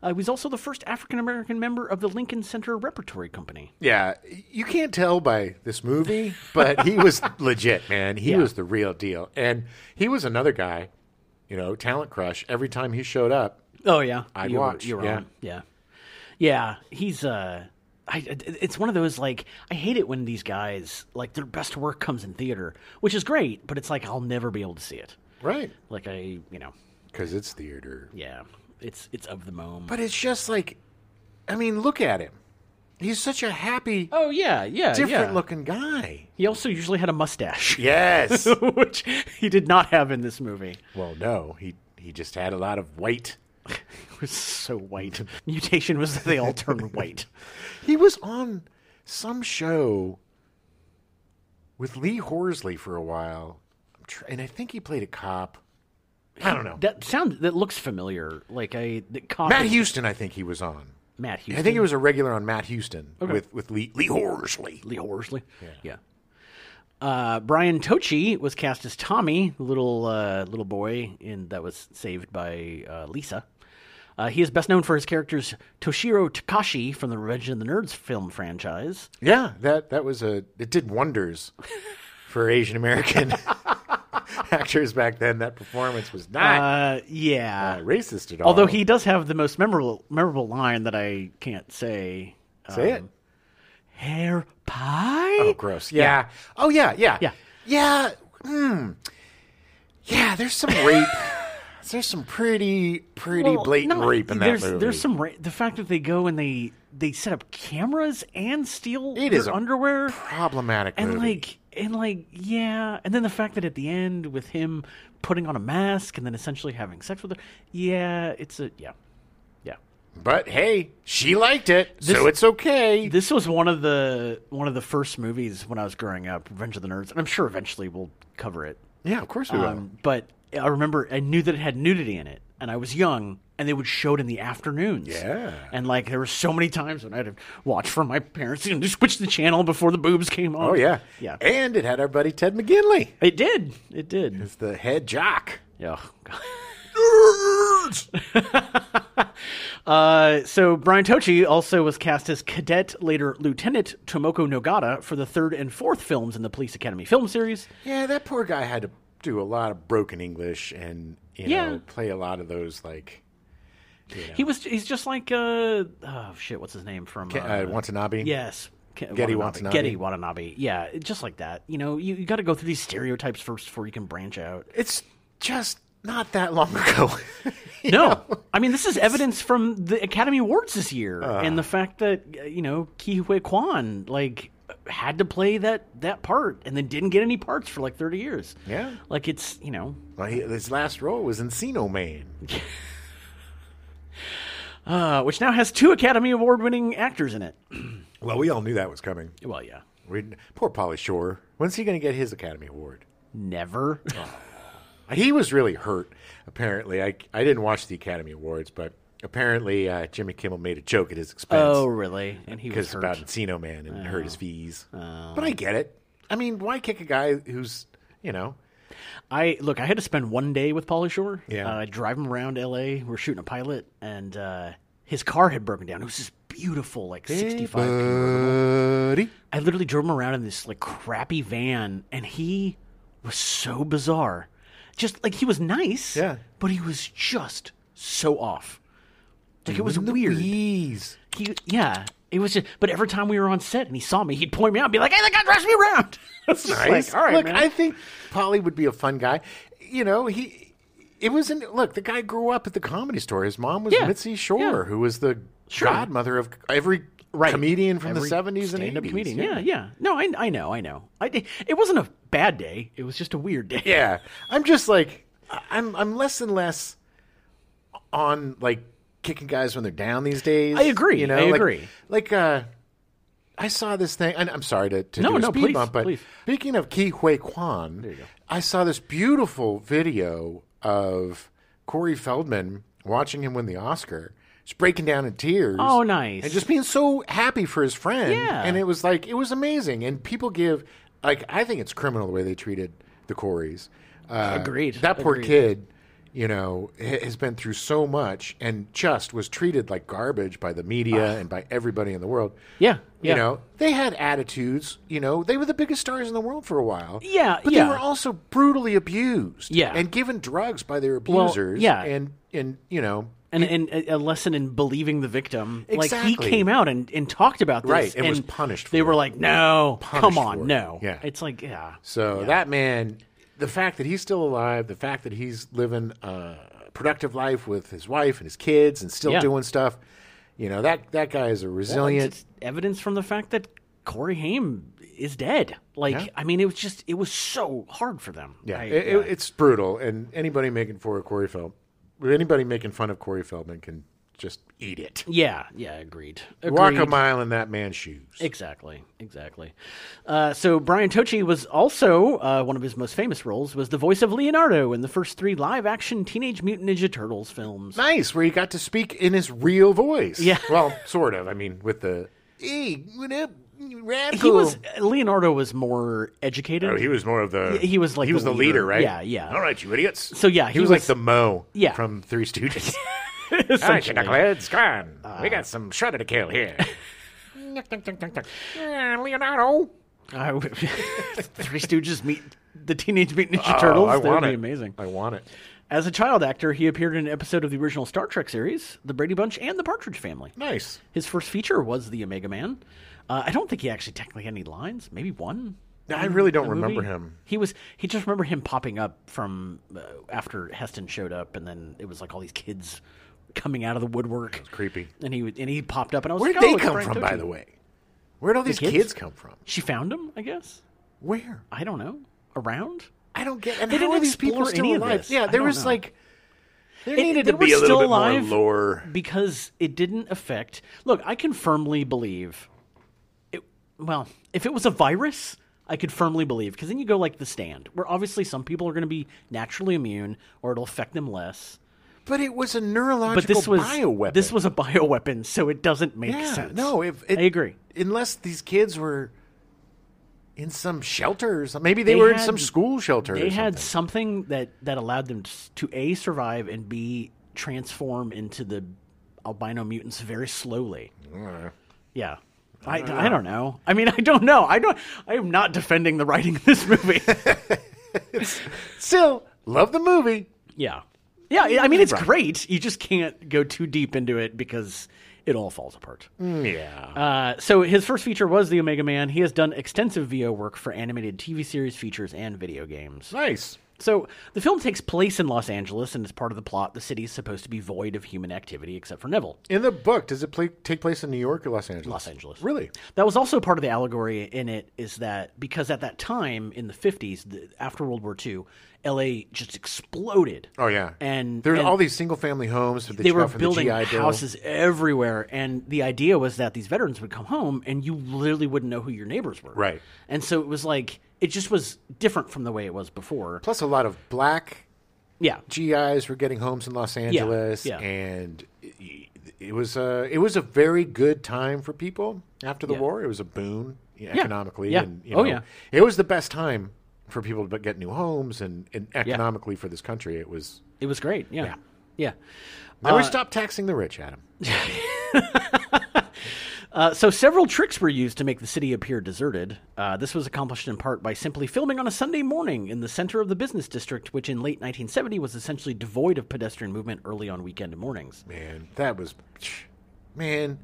Speaker 2: Uh, he was also the first African American member of the Lincoln Center Repertory Company.
Speaker 1: Yeah, you can't tell by this movie, but he was legit, man. He was the real deal. And he was another guy, you know, talent crush. Every time he showed up,
Speaker 2: Oh yeah,
Speaker 1: I'd
Speaker 2: you were-
Speaker 1: watch,
Speaker 2: you were
Speaker 1: yeah.
Speaker 2: on. yeah, yeah. He's uh, I, it's one of those like I hate it when these guys like their best work comes in theater, which is great, but it's like I'll never be able to see it.
Speaker 1: right?
Speaker 2: Like I, you know,
Speaker 1: Because it's theater.
Speaker 2: yeah, it's it's of the moment.
Speaker 1: But it's just like, I mean, look at him. He's such a happy,
Speaker 2: oh yeah, yeah,
Speaker 1: different
Speaker 2: yeah.
Speaker 1: looking guy.
Speaker 2: He also usually had a mustache,
Speaker 1: Yes.
Speaker 2: which he did not have in this movie.
Speaker 1: well, no, he he just had a lot of white.
Speaker 2: It was so white. Mutation was that they all turned white.
Speaker 1: He was on some show with Lee Horsley for a while, I'm tr- and I think he played a cop. I don't know.
Speaker 2: That sound that looks familiar. Like I, the cop,
Speaker 1: Matt Houston, I think he was on.
Speaker 2: Matt Houston.
Speaker 1: I think he was a regular on Matt Houston with with Lee, Lee Horsley.
Speaker 2: Lee Horsley. Yeah. Uh, Brian Tochi was cast as Tommy, the little uh, little boy, in that was saved by uh, Lisa. Uh, he is best known for his characters Toshiro Takashi from the Revenge of the Nerds film franchise.
Speaker 1: Yeah, that that was a it did wonders for Asian American actors back then. That performance was not
Speaker 2: Uh, yeah.
Speaker 1: racist at all.
Speaker 2: Although he does have the most memorable memorable line that I can't say. Uh,
Speaker 1: say it,
Speaker 2: Hair pie.
Speaker 1: oh gross. Yeah. Oh yeah. Yeah.
Speaker 2: Yeah.
Speaker 1: Yeah. Hmm. Yeah. There's some rape. there's some pretty pretty
Speaker 2: Well,
Speaker 1: blatant
Speaker 2: no,
Speaker 1: rape in that
Speaker 2: there's,
Speaker 1: movie.
Speaker 2: There's some ra- the fact that they go and they they set up cameras and steal
Speaker 1: It
Speaker 2: their
Speaker 1: is a
Speaker 2: underwear
Speaker 1: problematic
Speaker 2: and
Speaker 1: movie.
Speaker 2: like and like yeah, and then the fact that at the end with him putting on a mask and then essentially having sex with her, yeah, it's a yeah, yeah.
Speaker 1: but hey, she liked it, so it's okay.
Speaker 2: This was one of the one of the first movies when I was growing up, Revenge of the Nerds, and I'm sure eventually we'll cover it.
Speaker 1: yeah, of course we will.
Speaker 2: Um, but I remember I knew that it had nudity in it, and I was young, and they would show it in the afternoons.
Speaker 1: Yeah.
Speaker 2: and like there were so many times when I had to watch from my parents and just switch the channel before the boobs came on.
Speaker 1: Oh yeah,
Speaker 2: yeah.
Speaker 1: And it had our buddy Ted McGinley
Speaker 2: It did. It did.
Speaker 1: as the head jock.
Speaker 2: Yeah. uh, so Brian Tochi also was cast as cadet, later lieutenant Tomoko Nogata for the third and fourth films in the Police Academy film series.
Speaker 1: Yeah, that poor guy had to do a lot of broken English and you
Speaker 2: Yeah.
Speaker 1: know play a lot of those like
Speaker 2: He was. He's just like. Uh, oh shit! What's his name from?
Speaker 1: uh, Watanabe.
Speaker 2: Yes. Ke-
Speaker 1: Getty Watanabe.
Speaker 2: Getty Watanabe. Yeah, it- just like that. You know, you, you got to go through these stereotypes first before you can branch out.
Speaker 1: it's just not that long ago. You
Speaker 2: No,
Speaker 1: know?
Speaker 2: I mean this is evidence from the Academy Awards this year, and the fact that uh, you know Kihui Kwan like had to play that that part and then didn't get any parts for like thirty years.
Speaker 1: Yeah.
Speaker 2: like it's you know
Speaker 1: Well, he, his last role was Encino Man.
Speaker 2: uh, which now has two Academy Award winning actors in it.
Speaker 1: Well, we all knew that was coming.
Speaker 2: Well, yeah,
Speaker 1: We, poor Polly Shore. When's he going to get his Academy Award?
Speaker 2: never.
Speaker 1: He was really hurt, apparently. I, I didn't watch the Academy Awards, but apparently uh, Jimmy Kimmel made a joke at his expense.
Speaker 2: oh, really? And he
Speaker 1: because
Speaker 2: was
Speaker 1: it's
Speaker 2: hurt. Oh.
Speaker 1: about Encino Man and hurt his fees. But I get it. I mean, why kick a guy who's you know?
Speaker 2: I look. I had to spend one day with Pauly Shore.
Speaker 1: Yeah.
Speaker 2: uh, drive him around L.A. We're shooting a pilot, and uh, his car had broken down. It was this beautiful like
Speaker 1: Hey,
Speaker 2: 65 convertible.
Speaker 1: buddy.
Speaker 2: I literally drove him around in this like crappy van, and he was so bizarre. Just like he was nice,
Speaker 1: Yeah.
Speaker 2: but he was just so off. Like it was
Speaker 1: Doing the
Speaker 2: weird.
Speaker 1: wheeze.
Speaker 2: He, yeah, it was just. But every time we were on set and he saw me, he'd point me out and be like, "Hey, that guy dressed me around." That's
Speaker 1: Nice.
Speaker 2: Like, All right,
Speaker 1: look,
Speaker 2: man.
Speaker 1: I think Polly would be a fun guy. You know, he it wasn't look, the guy grew up at the comedy store. His mom was
Speaker 2: Yeah,
Speaker 1: Mitzi Shore,
Speaker 2: yeah.
Speaker 1: who was the
Speaker 2: Sure.
Speaker 1: godmother of every comedian from
Speaker 2: Every
Speaker 1: the seventies and
Speaker 2: stand-up
Speaker 1: eighties.
Speaker 2: comedian. Yeah, yeah. No, I, I know, I know. I, di- it wasn't a bad day. It was just a weird day.
Speaker 1: Yeah. I'm just like I- I'm I'm less and less on like kicking guys when they're down these days.
Speaker 2: I agree,
Speaker 1: You know,
Speaker 2: I
Speaker 1: like,
Speaker 2: agree.
Speaker 1: Like uh I saw this thing, and I'm sorry to, to
Speaker 2: No,
Speaker 1: do a
Speaker 2: no,
Speaker 1: speed
Speaker 2: please,
Speaker 1: bump, but
Speaker 2: please.
Speaker 1: speaking of Ki Hui Kwan, I saw this beautiful video of Corey Feldman watching him win the Oscar. He's breaking down in tears.
Speaker 2: Oh, nice.
Speaker 1: And just being so happy for his friend.
Speaker 2: Yeah.
Speaker 1: And it was like, it was amazing. And people give, like, I think it's criminal the way they treated the Coreys. Uh,
Speaker 2: Agreed.
Speaker 1: That poor
Speaker 2: Agreed.
Speaker 1: kid, you know, ha- has been through so much and just was treated like garbage by the media and by everybody in the world.
Speaker 2: Ah. yeah, yeah.
Speaker 1: You know, they had attitudes. You know, they were the biggest stars in the world for a while.
Speaker 2: Yeah,
Speaker 1: but
Speaker 2: yeah.
Speaker 1: they were also brutally abused.
Speaker 2: Yeah.
Speaker 1: and given drugs by their
Speaker 2: Well,
Speaker 1: abusers.
Speaker 2: yeah.
Speaker 1: and and you know,
Speaker 2: and, and a a lesson in believing the victim. Like he
Speaker 1: Exactly.
Speaker 2: came out and, and talked about this,
Speaker 1: Right,
Speaker 2: and
Speaker 1: and was punished
Speaker 2: They
Speaker 1: for
Speaker 2: were
Speaker 1: it.
Speaker 2: like, "No,
Speaker 1: Punished
Speaker 2: come on,
Speaker 1: for it.
Speaker 2: no."
Speaker 1: Yeah.
Speaker 2: it's like, yeah,
Speaker 1: so that man, the fact that he's still alive, the fact that he's living a productive life with his wife and his kids, and still
Speaker 2: Yeah.
Speaker 1: doing stuff. You know that that guy is a resilient.
Speaker 2: it's evidence from the fact that Corey Haim is dead. Like,
Speaker 1: Yeah.
Speaker 2: I mean, it was just, it was so hard for them.
Speaker 1: Yeah,
Speaker 2: I-
Speaker 1: it, it- it's brutal, and anybody making for Corey Feldman, anybody making fun of Corey Feldman can just eat it.
Speaker 2: yeah, yeah, agreed.
Speaker 1: Walk a
Speaker 2: Agreed.
Speaker 1: mile in that man's shoes.
Speaker 2: Exactly, exactly. Uh, so Brian Tochi was also uh, one of his most famous roles was the voice of Leonardo in the first three live-action Teenage Mutant Ninja Turtles films.
Speaker 1: Nice, where he got to speak in his real voice.
Speaker 2: Yeah.
Speaker 1: Well, sort of. I mean, with the hey, what up, you radical.
Speaker 2: He was Leonardo was more educated.
Speaker 1: Oh, he was more of the.
Speaker 2: He was like
Speaker 1: he was the leader, right?
Speaker 2: Yeah, yeah.
Speaker 1: All right, you idiots.
Speaker 2: So, yeah,
Speaker 1: he,
Speaker 2: he
Speaker 1: was,
Speaker 2: was-
Speaker 1: like the Mo.
Speaker 2: Yeah.
Speaker 1: From Three Stooges. All right, you
Speaker 2: Essentially.
Speaker 1: knuckleheads, come on.
Speaker 2: Uh.
Speaker 1: we got some shredder to kill here. Knuck, knuck, knuck, knuck, knuck. Yeah, Leonardo.
Speaker 2: I would- Three Stooges meet the Teenage Mutant Ninja Turtles.
Speaker 1: Oh, I
Speaker 2: That would
Speaker 1: want
Speaker 2: be
Speaker 1: it.
Speaker 2: amazing.
Speaker 1: I want it.
Speaker 2: As a child actor, he appeared in an episode of the original Star Trek series, The Brady Bunch, and The Partridge Family.
Speaker 1: Nice.
Speaker 2: His first feature was The Omega Man. Uh, I don't think he actually technically had any lines, maybe one.
Speaker 1: I really don't
Speaker 2: the
Speaker 1: remember
Speaker 2: movie.
Speaker 1: him.
Speaker 2: He was he just remember him popping up from uh, after Heston showed up, and then it was like all these kids coming out of the woodwork. It was
Speaker 1: creepy.
Speaker 2: And he would, and he popped up, and I was
Speaker 1: Where'd
Speaker 2: like,
Speaker 1: they
Speaker 2: oh, it's
Speaker 1: come
Speaker 2: Brian
Speaker 1: from,
Speaker 2: Tochi.
Speaker 1: by the way? Where'd all these
Speaker 2: kids?
Speaker 1: kids come from?
Speaker 2: She found him, I guess.
Speaker 1: Where?
Speaker 2: I don't know. Around?
Speaker 1: I don't get. And
Speaker 2: They
Speaker 1: how
Speaker 2: didn't
Speaker 1: are these people
Speaker 2: explore
Speaker 1: still
Speaker 2: any of
Speaker 1: alive?
Speaker 2: this. I
Speaker 1: Yeah, there
Speaker 2: don't
Speaker 1: was
Speaker 2: know.
Speaker 1: like there
Speaker 2: It-
Speaker 1: needed
Speaker 2: they
Speaker 1: to
Speaker 2: were
Speaker 1: be a little
Speaker 2: still
Speaker 1: bit
Speaker 2: alive.
Speaker 1: more lore.
Speaker 2: Because it didn't affect. Look, I can firmly believe. It, well, if it was a virus, I could firmly believe. Because then you go like the stand, where obviously some people are going to be naturally immune or it'll affect them less.
Speaker 1: But it was a
Speaker 2: But
Speaker 1: neurological
Speaker 2: this was
Speaker 1: bioweapon.
Speaker 2: this was a bioweapon, so it doesn't make
Speaker 1: yeah,
Speaker 2: sense.
Speaker 1: No, if it,
Speaker 2: I agree.
Speaker 1: Unless these kids were in some shelter or something. Maybe they,
Speaker 2: They
Speaker 1: were in
Speaker 2: had-
Speaker 1: some school shelter. or
Speaker 2: They had
Speaker 1: something.
Speaker 2: something that that allowed them s- to a survive and b transform into the albino mutants very slowly. Yeah. I, I don't know. I mean, I don't know. I don't. I am not defending the writing of this movie.
Speaker 1: Still, love the movie.
Speaker 2: yeah, yeah. I mean, it's great. You just can't go too deep into it because it all falls apart.
Speaker 1: Yeah.
Speaker 2: Uh, so his first feature was the Omega Man. He has done extensive VO work for animated TV series, features, and video games.
Speaker 1: nice.
Speaker 2: So the film takes place in Los Angeles, and as part of the plot, the city is supposed to be void of human activity except for Neville.
Speaker 1: In the book, does it play, take place in New York or Los Angeles?
Speaker 2: Los Angeles.
Speaker 1: Really?
Speaker 2: That was also part of the allegory in it is that because at that time in the 50s, the, after World War II, LA just exploded.
Speaker 1: Oh yeah.
Speaker 2: And-
Speaker 1: there's
Speaker 2: and-
Speaker 1: all these single family homes that they,
Speaker 2: They
Speaker 1: took
Speaker 2: were
Speaker 1: out from
Speaker 2: building
Speaker 1: the GI Bill.
Speaker 2: houses everywhere, and the idea was that these veterans would come home, and you literally wouldn't know who your neighbors were.
Speaker 1: Right.
Speaker 2: And so it was like it just was different from the way it was before.
Speaker 1: Plus, a lot of black
Speaker 2: Yeah,
Speaker 1: GIs were getting homes in Los Angeles,
Speaker 2: yeah.
Speaker 1: and it, it was a it was a very good time for people after the
Speaker 2: Yeah.
Speaker 1: war. It was a boon you know, economically,
Speaker 2: yeah.
Speaker 1: and you know,
Speaker 2: Oh, yeah.
Speaker 1: it was the best time for people to get new homes, and, and economically for this country, it was.
Speaker 2: it was great. Yeah, yeah.
Speaker 1: Now we stop taxing the rich, Adam.
Speaker 2: Uh, so several tricks were used to make the city appear deserted. Uh, this was accomplished in part by simply filming on a Sunday morning in the center of the business district, which in late 1970 was essentially devoid of pedestrian movement early on weekend mornings.
Speaker 1: Man, that was, man,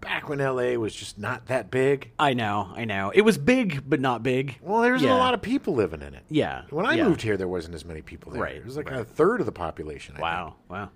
Speaker 1: back when LA was just not that big.
Speaker 2: I know, I know. It was big, but not big.
Speaker 1: Well, there was
Speaker 2: Yeah.
Speaker 1: a lot of people living in it.
Speaker 2: Yeah.
Speaker 1: When I
Speaker 2: yeah.
Speaker 1: moved here, there wasn't as many people there.
Speaker 2: Right,
Speaker 1: It was like a third of the population. I think.
Speaker 2: Wow, wow.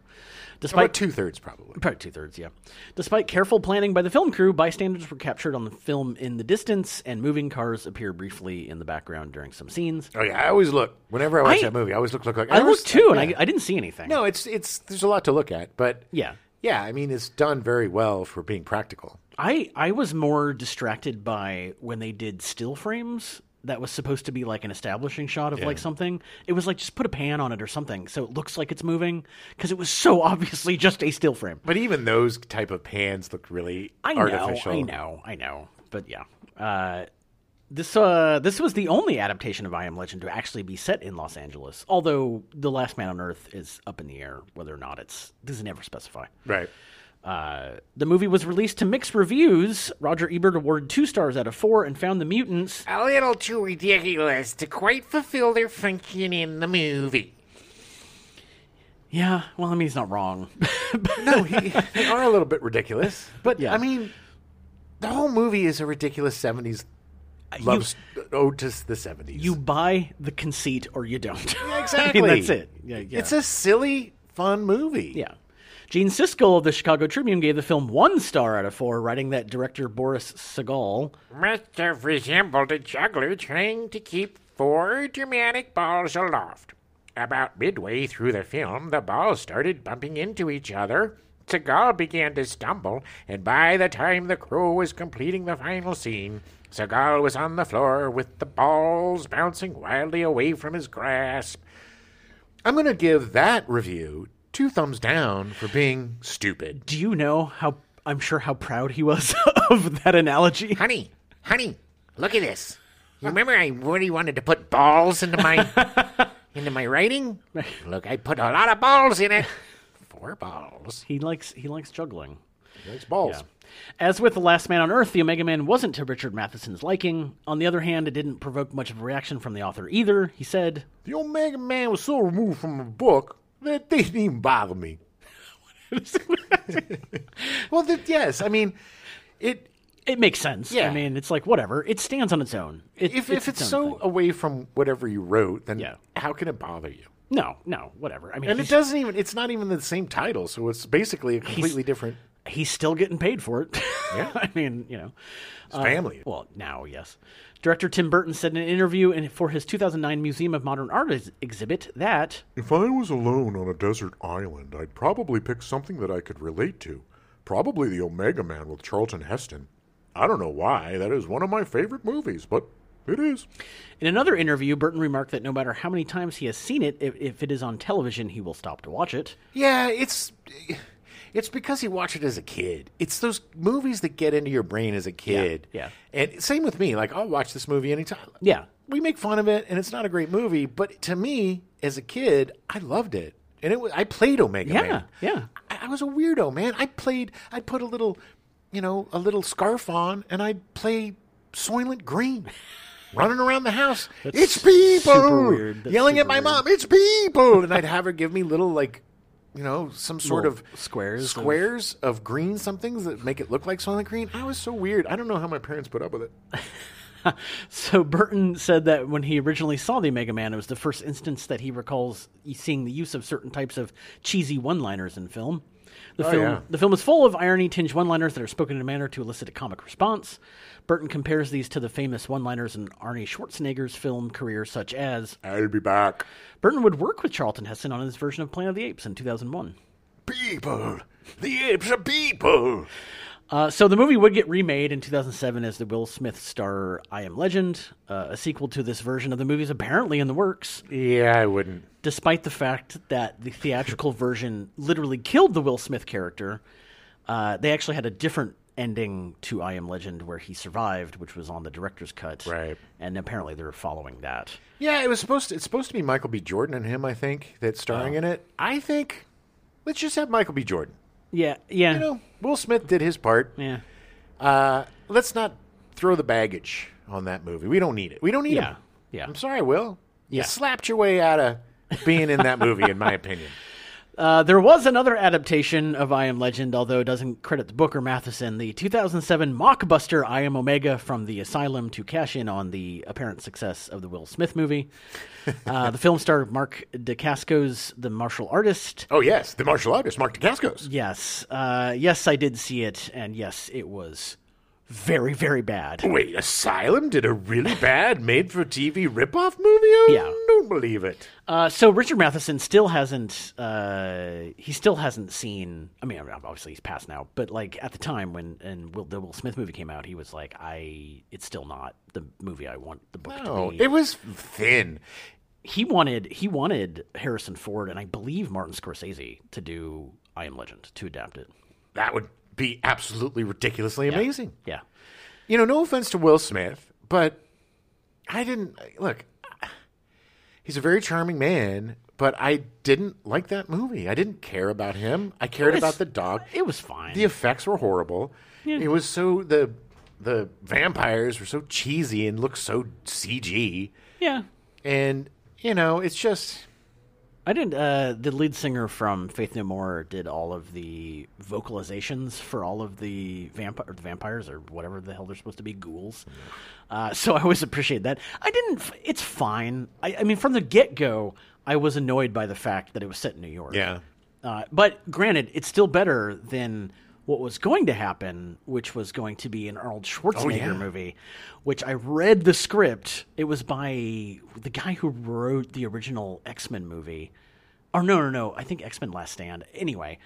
Speaker 2: Despite
Speaker 1: About two thirds, probably.
Speaker 2: Probably two thirds, yeah. Despite careful planning by the film crew, bystanders were captured on the film in the distance, and moving cars appear briefly in the background during some scenes.
Speaker 1: Oh yeah, I always look whenever I watch
Speaker 2: I-
Speaker 1: that movie. I always look look look.
Speaker 2: I
Speaker 1: always-
Speaker 2: looked too, and
Speaker 1: yeah.
Speaker 2: I, I didn't see anything.
Speaker 1: no, it's it's there's a lot to look at, but
Speaker 2: Yeah.
Speaker 1: yeah. I mean, it's done very well for being practical.
Speaker 2: I, I was more distracted by when they did still frames that was supposed to be like an establishing shot of like something. It was like just put a pan on it or something so it looks like it's moving because it was so obviously just a still frame.
Speaker 1: But even those type of pans look really
Speaker 2: I know,
Speaker 1: artificial.
Speaker 2: I know, I know. But yeah, uh, this uh, this was the only adaptation of I Am Legend to actually be set in Los Angeles. Although The Last Man on Earth is up in the air whether or not it's doesn't ever specify.
Speaker 1: Right.
Speaker 2: Uh, the movie was released to mixed reviews. Roger Ebert awarded two stars out of four and found the mutants.
Speaker 3: A little too ridiculous to quite fulfill their function in the movie.
Speaker 2: Yeah, well, I mean, he's not wrong.
Speaker 1: No, he, they are a little bit ridiculous, but
Speaker 2: Yeah.
Speaker 1: I mean, the whole movie is a ridiculous '70s love st- ode to the '70s.
Speaker 2: you buy the conceit or you don't. I mean,
Speaker 1: exactly.
Speaker 2: that's it. Yeah, yeah.
Speaker 1: It's a silly, fun movie.
Speaker 2: Yeah. Gene Siskel of the Chicago Tribune gave the film one star out of four, writing that director Boris Segal.
Speaker 3: Must have resembled a juggler trying to keep four dramatic balls aloft. About midway through the film, the balls started bumping into each other. Seagal began to stumble, and by the time the crew was completing the final scene, Seagal was on the floor with the balls bouncing wildly away from his grasp.
Speaker 1: I'm going to give that review two thumbs down for being stupid.
Speaker 2: Do you know how I'm sure how proud he was of that analogy?
Speaker 3: Honey, honey, look at this. You remember I really wanted to put balls into my into my writing? Look, I put a lot of balls in it. Four balls.
Speaker 2: He likes he likes juggling.
Speaker 1: Nice balls.
Speaker 2: As with The Last Man on Earth, the Omega Man wasn't to Richard Matheson's liking. On the other hand, it didn't provoke much of a reaction from the author either. He said,
Speaker 1: The Omega Man was so removed from the book that they didn't even bother me. well, that, yes. I mean, it
Speaker 2: "It makes sense.
Speaker 1: Yeah.
Speaker 2: I mean, it's like whatever. It stands on its own. It,
Speaker 1: if if it's,
Speaker 2: its own
Speaker 1: so
Speaker 2: thing.
Speaker 1: away from whatever you wrote, then
Speaker 2: Yeah.
Speaker 1: how can it bother you?
Speaker 2: no, no, whatever. I mean,
Speaker 1: And it
Speaker 2: he's,
Speaker 1: doesn't even. It's not even the same title, so it's basically a completely different
Speaker 2: he's still getting paid for it.
Speaker 1: Yeah.
Speaker 2: I mean, you know.
Speaker 1: family.
Speaker 2: Well, now, yes. Director Tim Burton said in an interview in, for his 2009 Museum of Modern Art ex- exhibit that
Speaker 5: If I was alone on a desert island, I'd probably pick something that I could relate to. Probably The Omega Man with Charlton Heston. I don't know why, that is one of my favorite movies, but it is.
Speaker 2: in another interview, Burton remarked that no matter how many times he has seen it, if, if it is on television, he will stop to watch it.
Speaker 1: Yeah, it's it's because you watch it as a kid. It's those movies that get into your brain as a kid.
Speaker 2: yeah.
Speaker 1: And same with me. Like I'll watch this movie anytime.
Speaker 2: Yeah.
Speaker 1: We make fun of it, and it's not a great movie. But to me, as a kid, I loved it, and it was I played Omega
Speaker 2: Yeah,
Speaker 1: Man.
Speaker 2: yeah.
Speaker 1: I, I was a weirdo, man. I played. I put a little, you know, a little scarf on, and I'd play Soylent Green. Running around the house, it's people
Speaker 2: super weird. That's
Speaker 1: yelling at
Speaker 2: super
Speaker 1: my
Speaker 2: weird.
Speaker 1: mom. Um, It's people, and I'd have her give me little like, you know, some sort
Speaker 2: Little
Speaker 1: of
Speaker 2: squares of-
Speaker 1: squares of, green somethings that make it look like Soylent Green. I was so weird. I don't know how my parents put up with it.
Speaker 2: So Burton said that when he originally saw the Omega Man, it was the first instance that he recalls e, seeing the use of certain types of cheesy one-liners in film. The film,
Speaker 1: yeah.
Speaker 2: the film is full of irony-tinged one-liners that are spoken in a manner to elicit a comic response. Burton compares these to the famous one-liners in Arnie Schwarzenegger's film career, such as
Speaker 5: I'll be back.
Speaker 2: Burton would work with Charlton Heston on his version of Planet of the Apes in 2001.
Speaker 5: People! The apes are people!
Speaker 2: Uh, so the movie would get remade in 2007 as the Will Smith star I Am Legend. Uh, a sequel to this version of the movie is apparently in the works.
Speaker 1: Yeah, I wouldn't.
Speaker 2: despite the fact that the theatrical version literally killed the Will Smith character, uh, they actually had a different ending to I Am Legend where he survived, which was on the director's cut.
Speaker 1: Right.
Speaker 2: And apparently they're following that.
Speaker 1: Yeah, it was supposed to. It's supposed to be Michael B. Jordan and him. I think that's starring in it. I think let's just have Michael B. Jordan.
Speaker 2: Yeah. Yeah.
Speaker 1: You know, Will Smith did his part.
Speaker 2: yeah.
Speaker 1: Uh, let's not throw the baggage on that movie. We don't need it. We don't need
Speaker 2: Yeah.
Speaker 1: it.
Speaker 2: Yeah.
Speaker 1: I'm sorry, Will. You
Speaker 2: Yeah.
Speaker 1: slapped your way out of being in that movie, in my opinion.
Speaker 2: Uh, there was another adaptation of I Am Legend, although it doesn't credit the book or Matheson. The 2007 mockbuster I Am Omega from the Asylum to cash in on the apparent success of the Will Smith movie. Uh, the film starred Mark DeCascos, the martial artist.
Speaker 1: Oh yes, the martial artist Mark DeCascos.
Speaker 2: Yes, uh, yes, I did see it, and yes, it was very, very bad.
Speaker 1: Wait, Asylum did a really bad made-for-TV ripoff movie? I
Speaker 2: Yeah.
Speaker 1: don't believe it.
Speaker 2: Uh, so Richard Matheson still hasn't. Uh, he still hasn't seen. I mean, obviously he's passed now, but like at the time when and Will, the Will Smith movie came out, he was like, "I. It's still not the movie I want the book
Speaker 1: No,
Speaker 2: to be."
Speaker 1: it was thin.
Speaker 2: he wanted. He wanted Harrison Ford and I believe Martin Scorsese to do I Am Legend to adapt it.
Speaker 1: That would be absolutely ridiculously amazing.
Speaker 2: Yeah.
Speaker 1: You know, no offense to Will Smith, but I didn't look. He's a very charming man, but I didn't like that movie. I didn't care about him. I cared about the dog.
Speaker 2: It was fine.
Speaker 1: The effects were horrible. It was so the the vampires were so cheesy and looked so CG,
Speaker 2: yeah.
Speaker 1: and you know, it's just
Speaker 2: I didn't. Uh, the lead singer from Faith No More did all of the vocalizations for all of the vamp- or the vampires or whatever the hell they're supposed to be ghouls. Uh, so I always appreciate that. I didn't. f- It's fine. I, I mean, from the get go, I was annoyed by the fact that it was set in New York.
Speaker 1: Yeah.
Speaker 2: Uh, but granted, it's still better than what was going to happen, which was going to be an Arnold Schwarzenegger movie, which I read the script. It was by the guy who wrote the original X Men movie. Or no, no, no. I think X Men Last Stand. Anyway,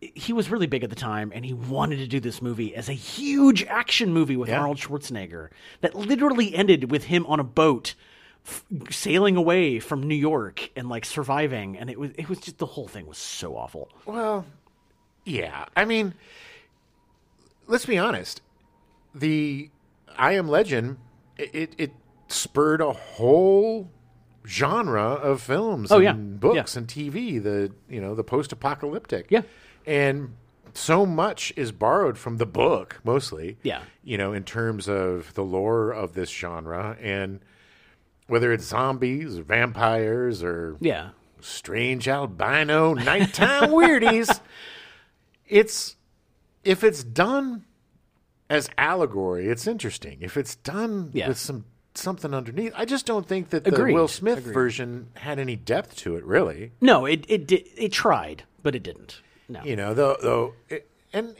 Speaker 2: he was really big at the time, and he wanted to do this movie as a huge action movie with Arnold Schwarzenegger that literally ended with him on a boat f- sailing away from New York and like surviving, and it was it was just the whole thing was so awful.
Speaker 1: well, yeah. I mean, let's be honest. The I Am Legend it it, it spurred a whole genre of films
Speaker 2: Oh,
Speaker 1: and
Speaker 2: yeah.
Speaker 1: books and TV, the you know, the post-apocalyptic.
Speaker 2: Yeah.
Speaker 1: And so much is borrowed from the book mostly.
Speaker 2: Yeah.
Speaker 1: You know, in terms of the lore of this genre and whether it's zombies or vampires or
Speaker 2: Yeah,
Speaker 1: strange albino nighttime weirdies. It's if it's done as allegory, it's interesting. If it's done
Speaker 2: Yeah.
Speaker 1: with some something underneath, I just don't think that the
Speaker 2: Agreed.
Speaker 1: Will Smith version had any depth to it, really.
Speaker 2: no, it it did it tried, but it didn't. No,
Speaker 1: You know, though, though, it, and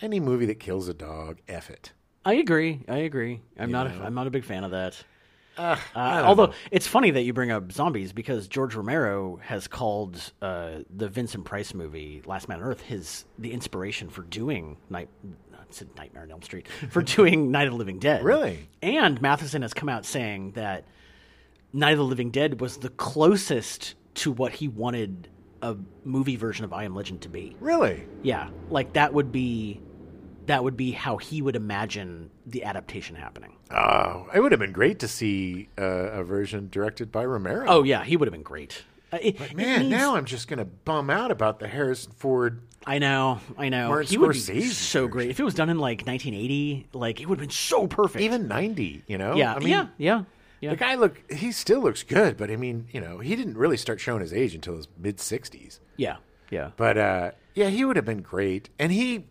Speaker 1: any movie that kills a dog, f it.
Speaker 2: I agree. I agree. I'm not. A, I'm not a big fan of that. Uh, although it's funny that you bring up zombies because George Romero has called uh, the Vincent Price movie Last Man on Earth his the inspiration for doing night. I said Nightmare on Elm Street for doing Night of the Living Dead.
Speaker 1: Really?
Speaker 2: And Matheson has come out saying that Night of the Living Dead was the closest to what he wanted a movie version of I Am Legend to be.
Speaker 1: Really?
Speaker 2: Yeah, like that would be that would be how he would imagine the adaptation happening.
Speaker 1: Oh, it would have been great to see uh, a version directed by Romero.
Speaker 2: Oh yeah, he would have been great. Uh, it- it
Speaker 1: man,
Speaker 2: needs-
Speaker 1: now I'm just gonna bum out about the Harrison Ford
Speaker 2: I know, I know.
Speaker 1: Martin
Speaker 2: he would be
Speaker 1: Scorsese
Speaker 2: so great if it was done in like 1980. Like it would have been so perfect.
Speaker 1: even 90 you know
Speaker 2: yeah,
Speaker 1: i mean
Speaker 2: yeah, yeah, yeah.
Speaker 1: the guy look he still looks good but i mean you know he didn't really start showing his age until his mid 60s
Speaker 2: yeah, yeah.
Speaker 1: but uh yeah he would have been great and he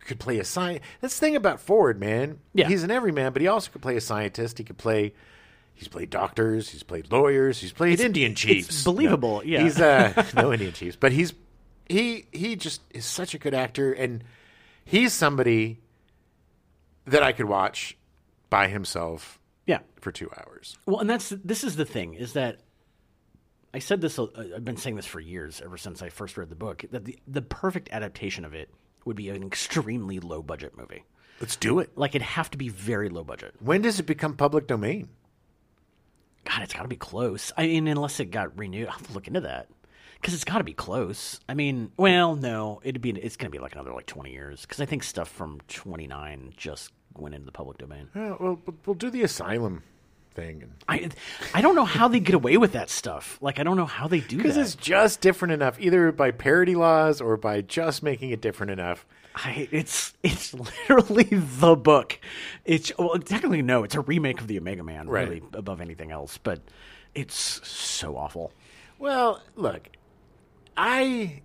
Speaker 1: could play a sci that's the thing about ford man
Speaker 2: Yeah.
Speaker 1: he's an everyman but he also could play a scientist he could play he's played doctors he's played lawyers he's played indian chiefs
Speaker 2: It's believable. Yeah,
Speaker 1: He's uh no Indian Chiefs, but he's he he just is such a good actor and he's somebody that I could watch by himself
Speaker 2: yeah.
Speaker 1: for 2 hours.
Speaker 2: Well, and that's this is the thing is that I said this. uh, I've been saying this for years, ever since I first read the book. That the the perfect adaptation of it would be an extremely low budget movie.
Speaker 1: Let's do it.
Speaker 2: Like it'd have to be very low budget.
Speaker 1: When does it become public domain?
Speaker 2: God, it's got to be close. I mean, unless it got renewed, I'll have to look into that because it's got to be close. I mean, well, no, it'd be it's gonna be like another like twenty years because I think stuff from twenty nine just went into the public domain.
Speaker 1: Uh, well, we'll- we'll do the asylum thing. And
Speaker 2: I, I don't know how they get away with that stuff. Like, I don't know how they do
Speaker 1: Because
Speaker 2: that.
Speaker 1: it's just different enough, either by parody laws or by just making it different enough.
Speaker 2: I, it's it's literally the book. It's well, technically no, it's a remake of the Omega Man,
Speaker 1: Right.
Speaker 2: really above anything else. But it's so awful.
Speaker 1: Well, look, I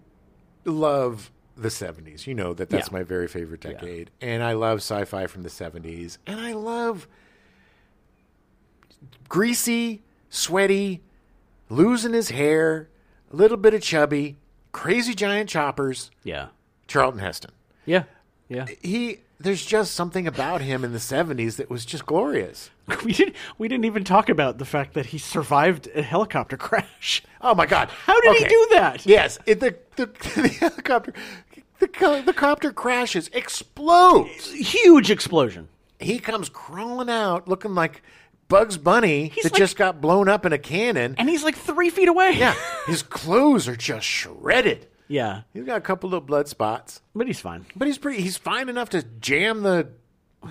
Speaker 1: love the 70s. You know that that's
Speaker 2: Yeah.
Speaker 1: my very favorite decade. And I love sci fi from the 70s. And I love greasy, sweaty, losing his hair, a little bit of chubby, crazy giant choppers,
Speaker 2: Yeah,
Speaker 1: Charlton Heston.
Speaker 2: yeah, yeah.
Speaker 1: He. There's just something about him in the 70s that was just glorious.
Speaker 2: We didn't we didn't even talk about the fact that he survived a helicopter crash.
Speaker 1: Oh my God!
Speaker 2: How did he
Speaker 1: Okay.
Speaker 2: do that?
Speaker 1: Yes, it, the, the the helicopter the, co- the copter crashes, explodes.
Speaker 2: Huge explosion.
Speaker 1: He comes crawling out looking like Bugs Bunny that
Speaker 2: like-
Speaker 1: just got blown up in a cannon.
Speaker 2: And he's like three feet away.
Speaker 1: yeah, his clothes are just shredded.
Speaker 2: Yeah.
Speaker 1: He's got a couple little blood spots,
Speaker 2: But he's fine.
Speaker 1: but he's pretty. He's fine enough to jam the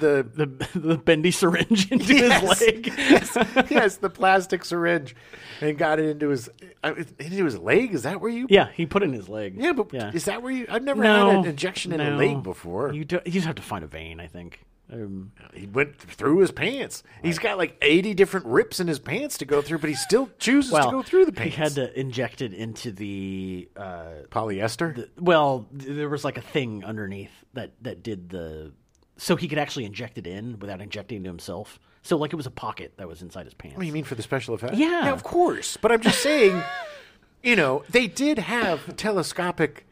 Speaker 1: the
Speaker 2: The the bendy syringe into
Speaker 1: Yes.
Speaker 2: his leg.
Speaker 1: yes, yes, the plastic syringe, and got it into his uh, into his leg. Is that where you?
Speaker 2: Yeah, he put it in his leg.
Speaker 1: Yeah, but
Speaker 2: yeah.
Speaker 1: is that where you? I've never had
Speaker 2: no
Speaker 1: an injection in a
Speaker 2: no.
Speaker 1: leg before.
Speaker 2: You do, you just have to find a vein, I think. Um,
Speaker 1: He went through his pants. He's got like 80 different rips in his pants to go through, but he still chooses
Speaker 2: well,
Speaker 1: to go through the
Speaker 2: he
Speaker 1: pants.
Speaker 2: had to inject it into the. Uh,
Speaker 1: polyester.
Speaker 2: well, th- there was like a thing underneath that that did the, so he could actually inject it in without injecting it to himself. So like it was a pocket that was inside his pants.
Speaker 1: what do you mean for the special effect?
Speaker 2: Yeah.
Speaker 1: of course. But I'm just saying, you know, they did have telescopic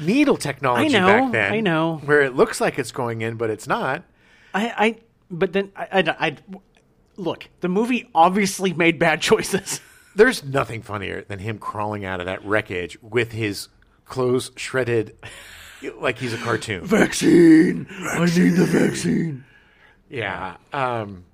Speaker 1: needle technology
Speaker 2: I know,
Speaker 1: back then.
Speaker 2: I know.
Speaker 1: Where it looks like it's going in, but it's not.
Speaker 2: I, I but then I, I, I- look. The movie obviously made bad choices.
Speaker 1: There's nothing funnier than him crawling out of that wreckage with his clothes shredded like he's a cartoon.
Speaker 2: vaccine. I need the vaccine.
Speaker 1: Yeah. Um,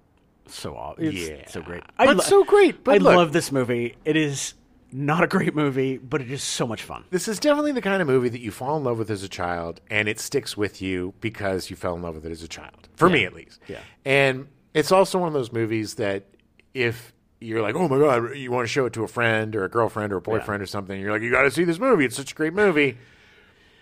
Speaker 2: So aw- it's
Speaker 1: Yeah.
Speaker 2: so great.
Speaker 1: But so great, but
Speaker 2: I
Speaker 1: look.
Speaker 2: love this movie. It is not a great movie, but it is so much fun.
Speaker 1: This is definitely the kind of movie that you fall in love with as a child, and it sticks with you because you fell in love with it as a child. For me, at least.
Speaker 2: Yeah.
Speaker 1: And it's also one of those movies that if you're like, oh my god, you want to show it to a friend or a girlfriend or a boyfriend or something, you're like, you got to see this movie. It's such a great movie.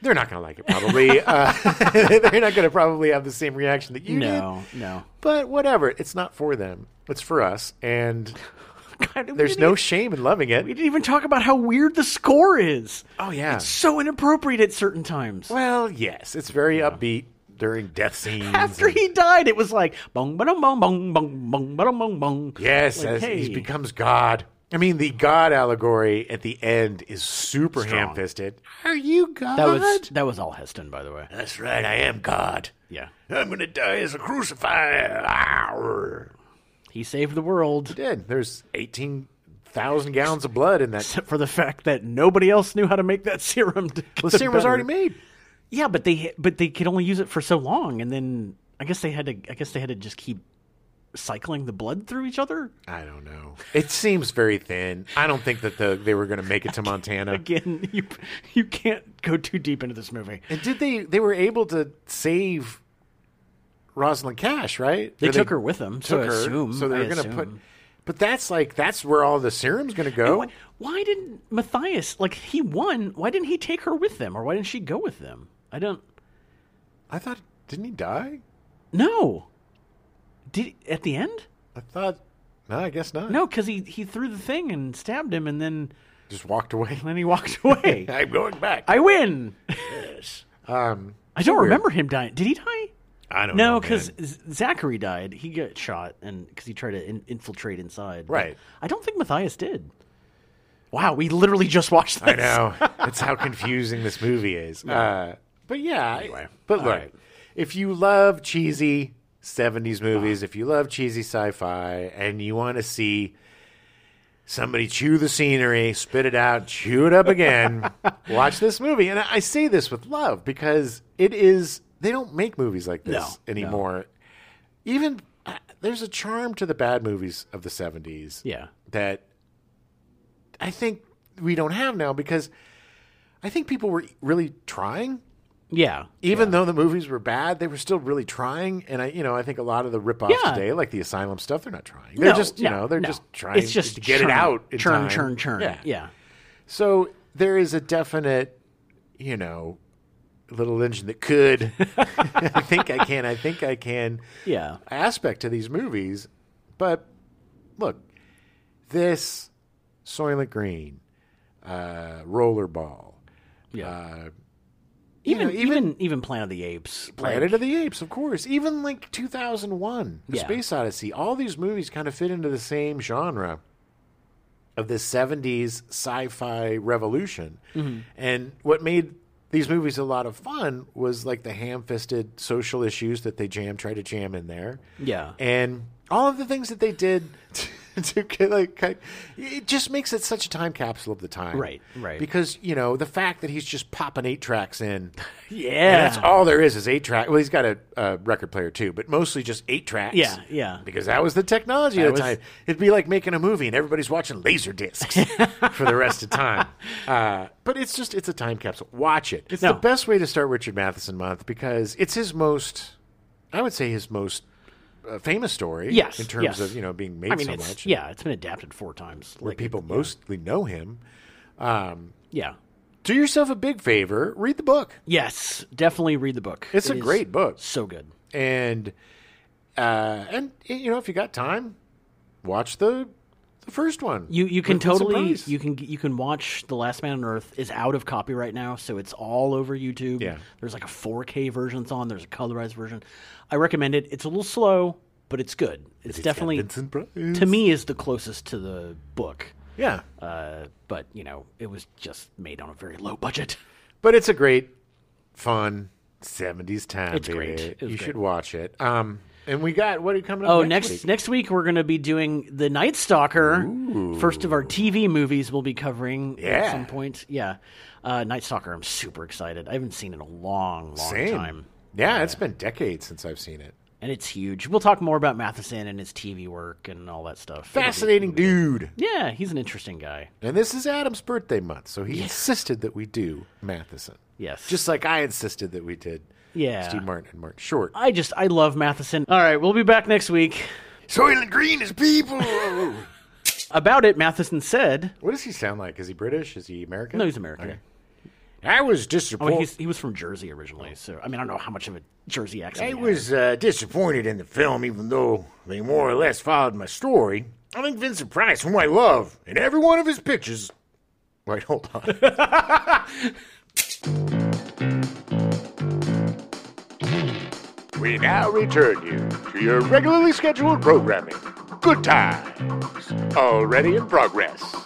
Speaker 1: They're not going to like it, probably. uh, they're not going to probably have the same reaction that you
Speaker 2: No,
Speaker 1: did.
Speaker 2: no.
Speaker 1: But whatever, it's not for them. It's for us, and
Speaker 2: God, we
Speaker 1: there's
Speaker 2: didn't
Speaker 1: no
Speaker 2: even-
Speaker 1: shame in loving
Speaker 2: We
Speaker 1: it.
Speaker 2: didn't even talk about how weird the score is.
Speaker 1: Oh yeah.
Speaker 2: So inappropriate at certain times.
Speaker 1: Well, yes, it's very upbeat during death scenes.
Speaker 2: After
Speaker 1: and-
Speaker 2: he died, it was like bong bong bong bong bong bong bong bong bong.
Speaker 1: yes,
Speaker 2: like,
Speaker 1: as he
Speaker 2: hey.
Speaker 1: becomes God. I mean, the God allegory at the end is super
Speaker 2: Strong.
Speaker 1: ham-fisted. Are you God?
Speaker 2: That was that was all Heston, by the way.
Speaker 3: That's right, I am God.
Speaker 2: Yeah,
Speaker 3: I'm gonna die as a crucifier. Arr.
Speaker 2: he saved the world.
Speaker 1: dead. There's eighteen thousand gallons of blood in that.
Speaker 2: Except for the fact that nobody else knew how to make that serum. To get
Speaker 1: The
Speaker 2: the
Speaker 1: serum was
Speaker 2: better-
Speaker 1: already made.
Speaker 2: Yeah, but they but they could only use it for so long, and then I guess they had to I guess they had to just keep cycling the blood through each other
Speaker 1: I don't know. It seems very thin. I don't think that the they were going to make it to Montana.
Speaker 2: again. You you can't go too deep into this movie.
Speaker 1: And did they? They were able to save Rosalind Cash, right?
Speaker 2: They
Speaker 1: Or
Speaker 2: took her with them, so
Speaker 1: took
Speaker 2: I
Speaker 1: her,
Speaker 2: assume.
Speaker 1: so they're
Speaker 2: I
Speaker 1: going to put.
Speaker 2: assume.
Speaker 1: But that's like that's where all the serum's going to go.
Speaker 2: Why, why didn't Matthias like he won? Why didn't he take her with them, or why didn't she go with them? I don't.
Speaker 1: I thought didn't he die?
Speaker 2: No. Did at the end?
Speaker 1: I thought no, I guess not.
Speaker 2: No, because he he threw the thing and stabbed him, and then
Speaker 1: just walked away.
Speaker 2: and then he walked away.
Speaker 3: I'm going back.
Speaker 2: I win.
Speaker 3: Yes.
Speaker 1: Um,
Speaker 2: I don't
Speaker 1: Weird.
Speaker 2: remember him dying. Did he die?
Speaker 1: I don't
Speaker 2: No,
Speaker 1: know,
Speaker 2: because
Speaker 1: man.
Speaker 2: Zachary died. He got shot, and because he tried to in- infiltrate inside. But
Speaker 1: Right.
Speaker 2: I don't think Matthias did. Wow, we literally just watched this.
Speaker 1: I know that's how confusing this movie is. Uh, but yeah, anyway, but look,
Speaker 2: right.
Speaker 1: if you love cheesy '70s movies, if you love cheesy sci-fi, and you want to see somebody chew the scenery, spit it out, chew it up again, watch this movie. And I I say this with love because it is. They don't make movies like this
Speaker 2: No, no.
Speaker 1: anymore. Even uh, there's a charm to the bad movies of the '70s
Speaker 2: Yeah.
Speaker 1: that I think we don't have now because I think people were really trying
Speaker 2: Yeah.
Speaker 1: Even though the movies were bad, they were still really trying. And I, you know, I think a lot of the ripoffs
Speaker 2: Yeah.
Speaker 1: today, like the asylum stuff, they're not trying. They're
Speaker 2: No,
Speaker 1: just, you
Speaker 2: no,
Speaker 1: know, they're
Speaker 2: no.
Speaker 1: just trying
Speaker 2: it's just
Speaker 1: to get
Speaker 2: churn,
Speaker 1: it out. in
Speaker 2: churn,
Speaker 1: time.
Speaker 2: churn, churn. Yeah. yeah.
Speaker 1: So there is a definite, you know, little engine that could. I think I can. I think I can.
Speaker 2: Yeah.
Speaker 1: Aspect to these movies, but look, this Soylent Green, uh, Rollerball, uh, you
Speaker 2: even,
Speaker 1: know,
Speaker 2: even even Planet of the Apes.
Speaker 1: Planet of the Apes, of course. Even like 2001, The
Speaker 2: Yeah.
Speaker 1: Space Odyssey. All these movies kind of fit into the same genre of this 70s sci fi revolution.
Speaker 2: Mm-hmm.
Speaker 1: And what made these movies a lot of fun was like the ham fisted social issues that they jam, try to jam in there.
Speaker 2: Yeah.
Speaker 1: And all of the things that they did. To, to like, kind- it just makes it such a time capsule of the time,
Speaker 2: Right, right.
Speaker 1: Because you know the fact that he's just popping eight tracks in,
Speaker 2: yeah.
Speaker 1: and that's all there is is eight track. Well, he's got a, a record player too, but mostly just eight tracks.
Speaker 2: Yeah, yeah.
Speaker 1: Because that was the technology at the
Speaker 2: was-
Speaker 1: time. It'd be like making a movie and everybody's watching laser discs for the rest of time. Uh, but it's just it's a time capsule. Watch it. It's
Speaker 2: No.
Speaker 1: the best way to start Richard Matheson month because it's his most, I would say his most uh, famous story.
Speaker 2: Yes,
Speaker 1: In terms
Speaker 2: yes.
Speaker 1: of you know being made
Speaker 2: I mean,
Speaker 1: so
Speaker 2: it's,
Speaker 1: much.
Speaker 2: yeah, it's been adapted four times.
Speaker 1: Where
Speaker 2: Like,
Speaker 1: people mostly know him. Um,
Speaker 2: yeah.
Speaker 1: do yourself a big favor. Read the book.
Speaker 2: Yes, definitely read the book.
Speaker 1: It's
Speaker 2: It
Speaker 1: a
Speaker 2: is
Speaker 1: great book.
Speaker 2: So good.
Speaker 1: and uh, and y- you know if you got time, watch the the first one.
Speaker 2: You you can
Speaker 1: With the
Speaker 2: totally
Speaker 1: surprise.
Speaker 2: you can you can watch The Last Man on Earth is out of copyright now, so it's all over YouTube.
Speaker 1: Yeah.
Speaker 2: There's like a 4K version that's on, there's a colorized version. I recommend it. It's a little slow, but it's good. It's,
Speaker 1: It's got
Speaker 2: definitely
Speaker 1: Vincent Price.
Speaker 2: to me is the closest to the book.
Speaker 1: yeah,
Speaker 2: Uh, but you know, it was just made on a very low budget.
Speaker 1: but it's a great, fun seventies time.
Speaker 2: It's great.
Speaker 1: baby.
Speaker 2: It was
Speaker 1: you
Speaker 2: great.
Speaker 1: should watch it. Um, and we got what are you coming up?
Speaker 2: Oh,
Speaker 1: next,
Speaker 2: next
Speaker 1: week?
Speaker 2: next, week we're going to be doing the Night Stalker. First of our TV movies we'll be covering at
Speaker 1: Yeah.
Speaker 2: some point. Yeah, uh, Night Stalker. I'm super excited. I haven't seen it in a long, long
Speaker 1: Same.
Speaker 2: time,
Speaker 1: Yeah, it's been decades since I've seen it.
Speaker 2: and it's huge. We'll talk more about Matheson and his TV work and all that stuff. It'll be-
Speaker 1: Fascinating dude.
Speaker 2: Yeah, he's an interesting guy.
Speaker 1: And this is Adam's birthday month, so he insisted that we do Matheson.
Speaker 2: Yes.
Speaker 1: Just like I insisted that we did
Speaker 2: Yeah.
Speaker 1: Steve Martin and Martin Short.
Speaker 2: I just I love Matheson. All right, we'll be back next week.
Speaker 3: Soylent Green is people.
Speaker 2: About it, Matheson said.
Speaker 1: What does he sound like? Is he British? Is he American?
Speaker 2: No, he's American.
Speaker 1: I was
Speaker 2: I mean,
Speaker 1: disappointed.
Speaker 2: he's, he was from Jersey originally, so I mean, I don't know how much of a Jersey accent.
Speaker 3: I
Speaker 2: he had.
Speaker 3: was uh, disappointed in the film, even though they more or less followed my story. I think Vincent Price, whom I love, in every one of his pictures. Wait, hold on.
Speaker 5: We now return you to your regularly scheduled programming. Good times. Already in progress.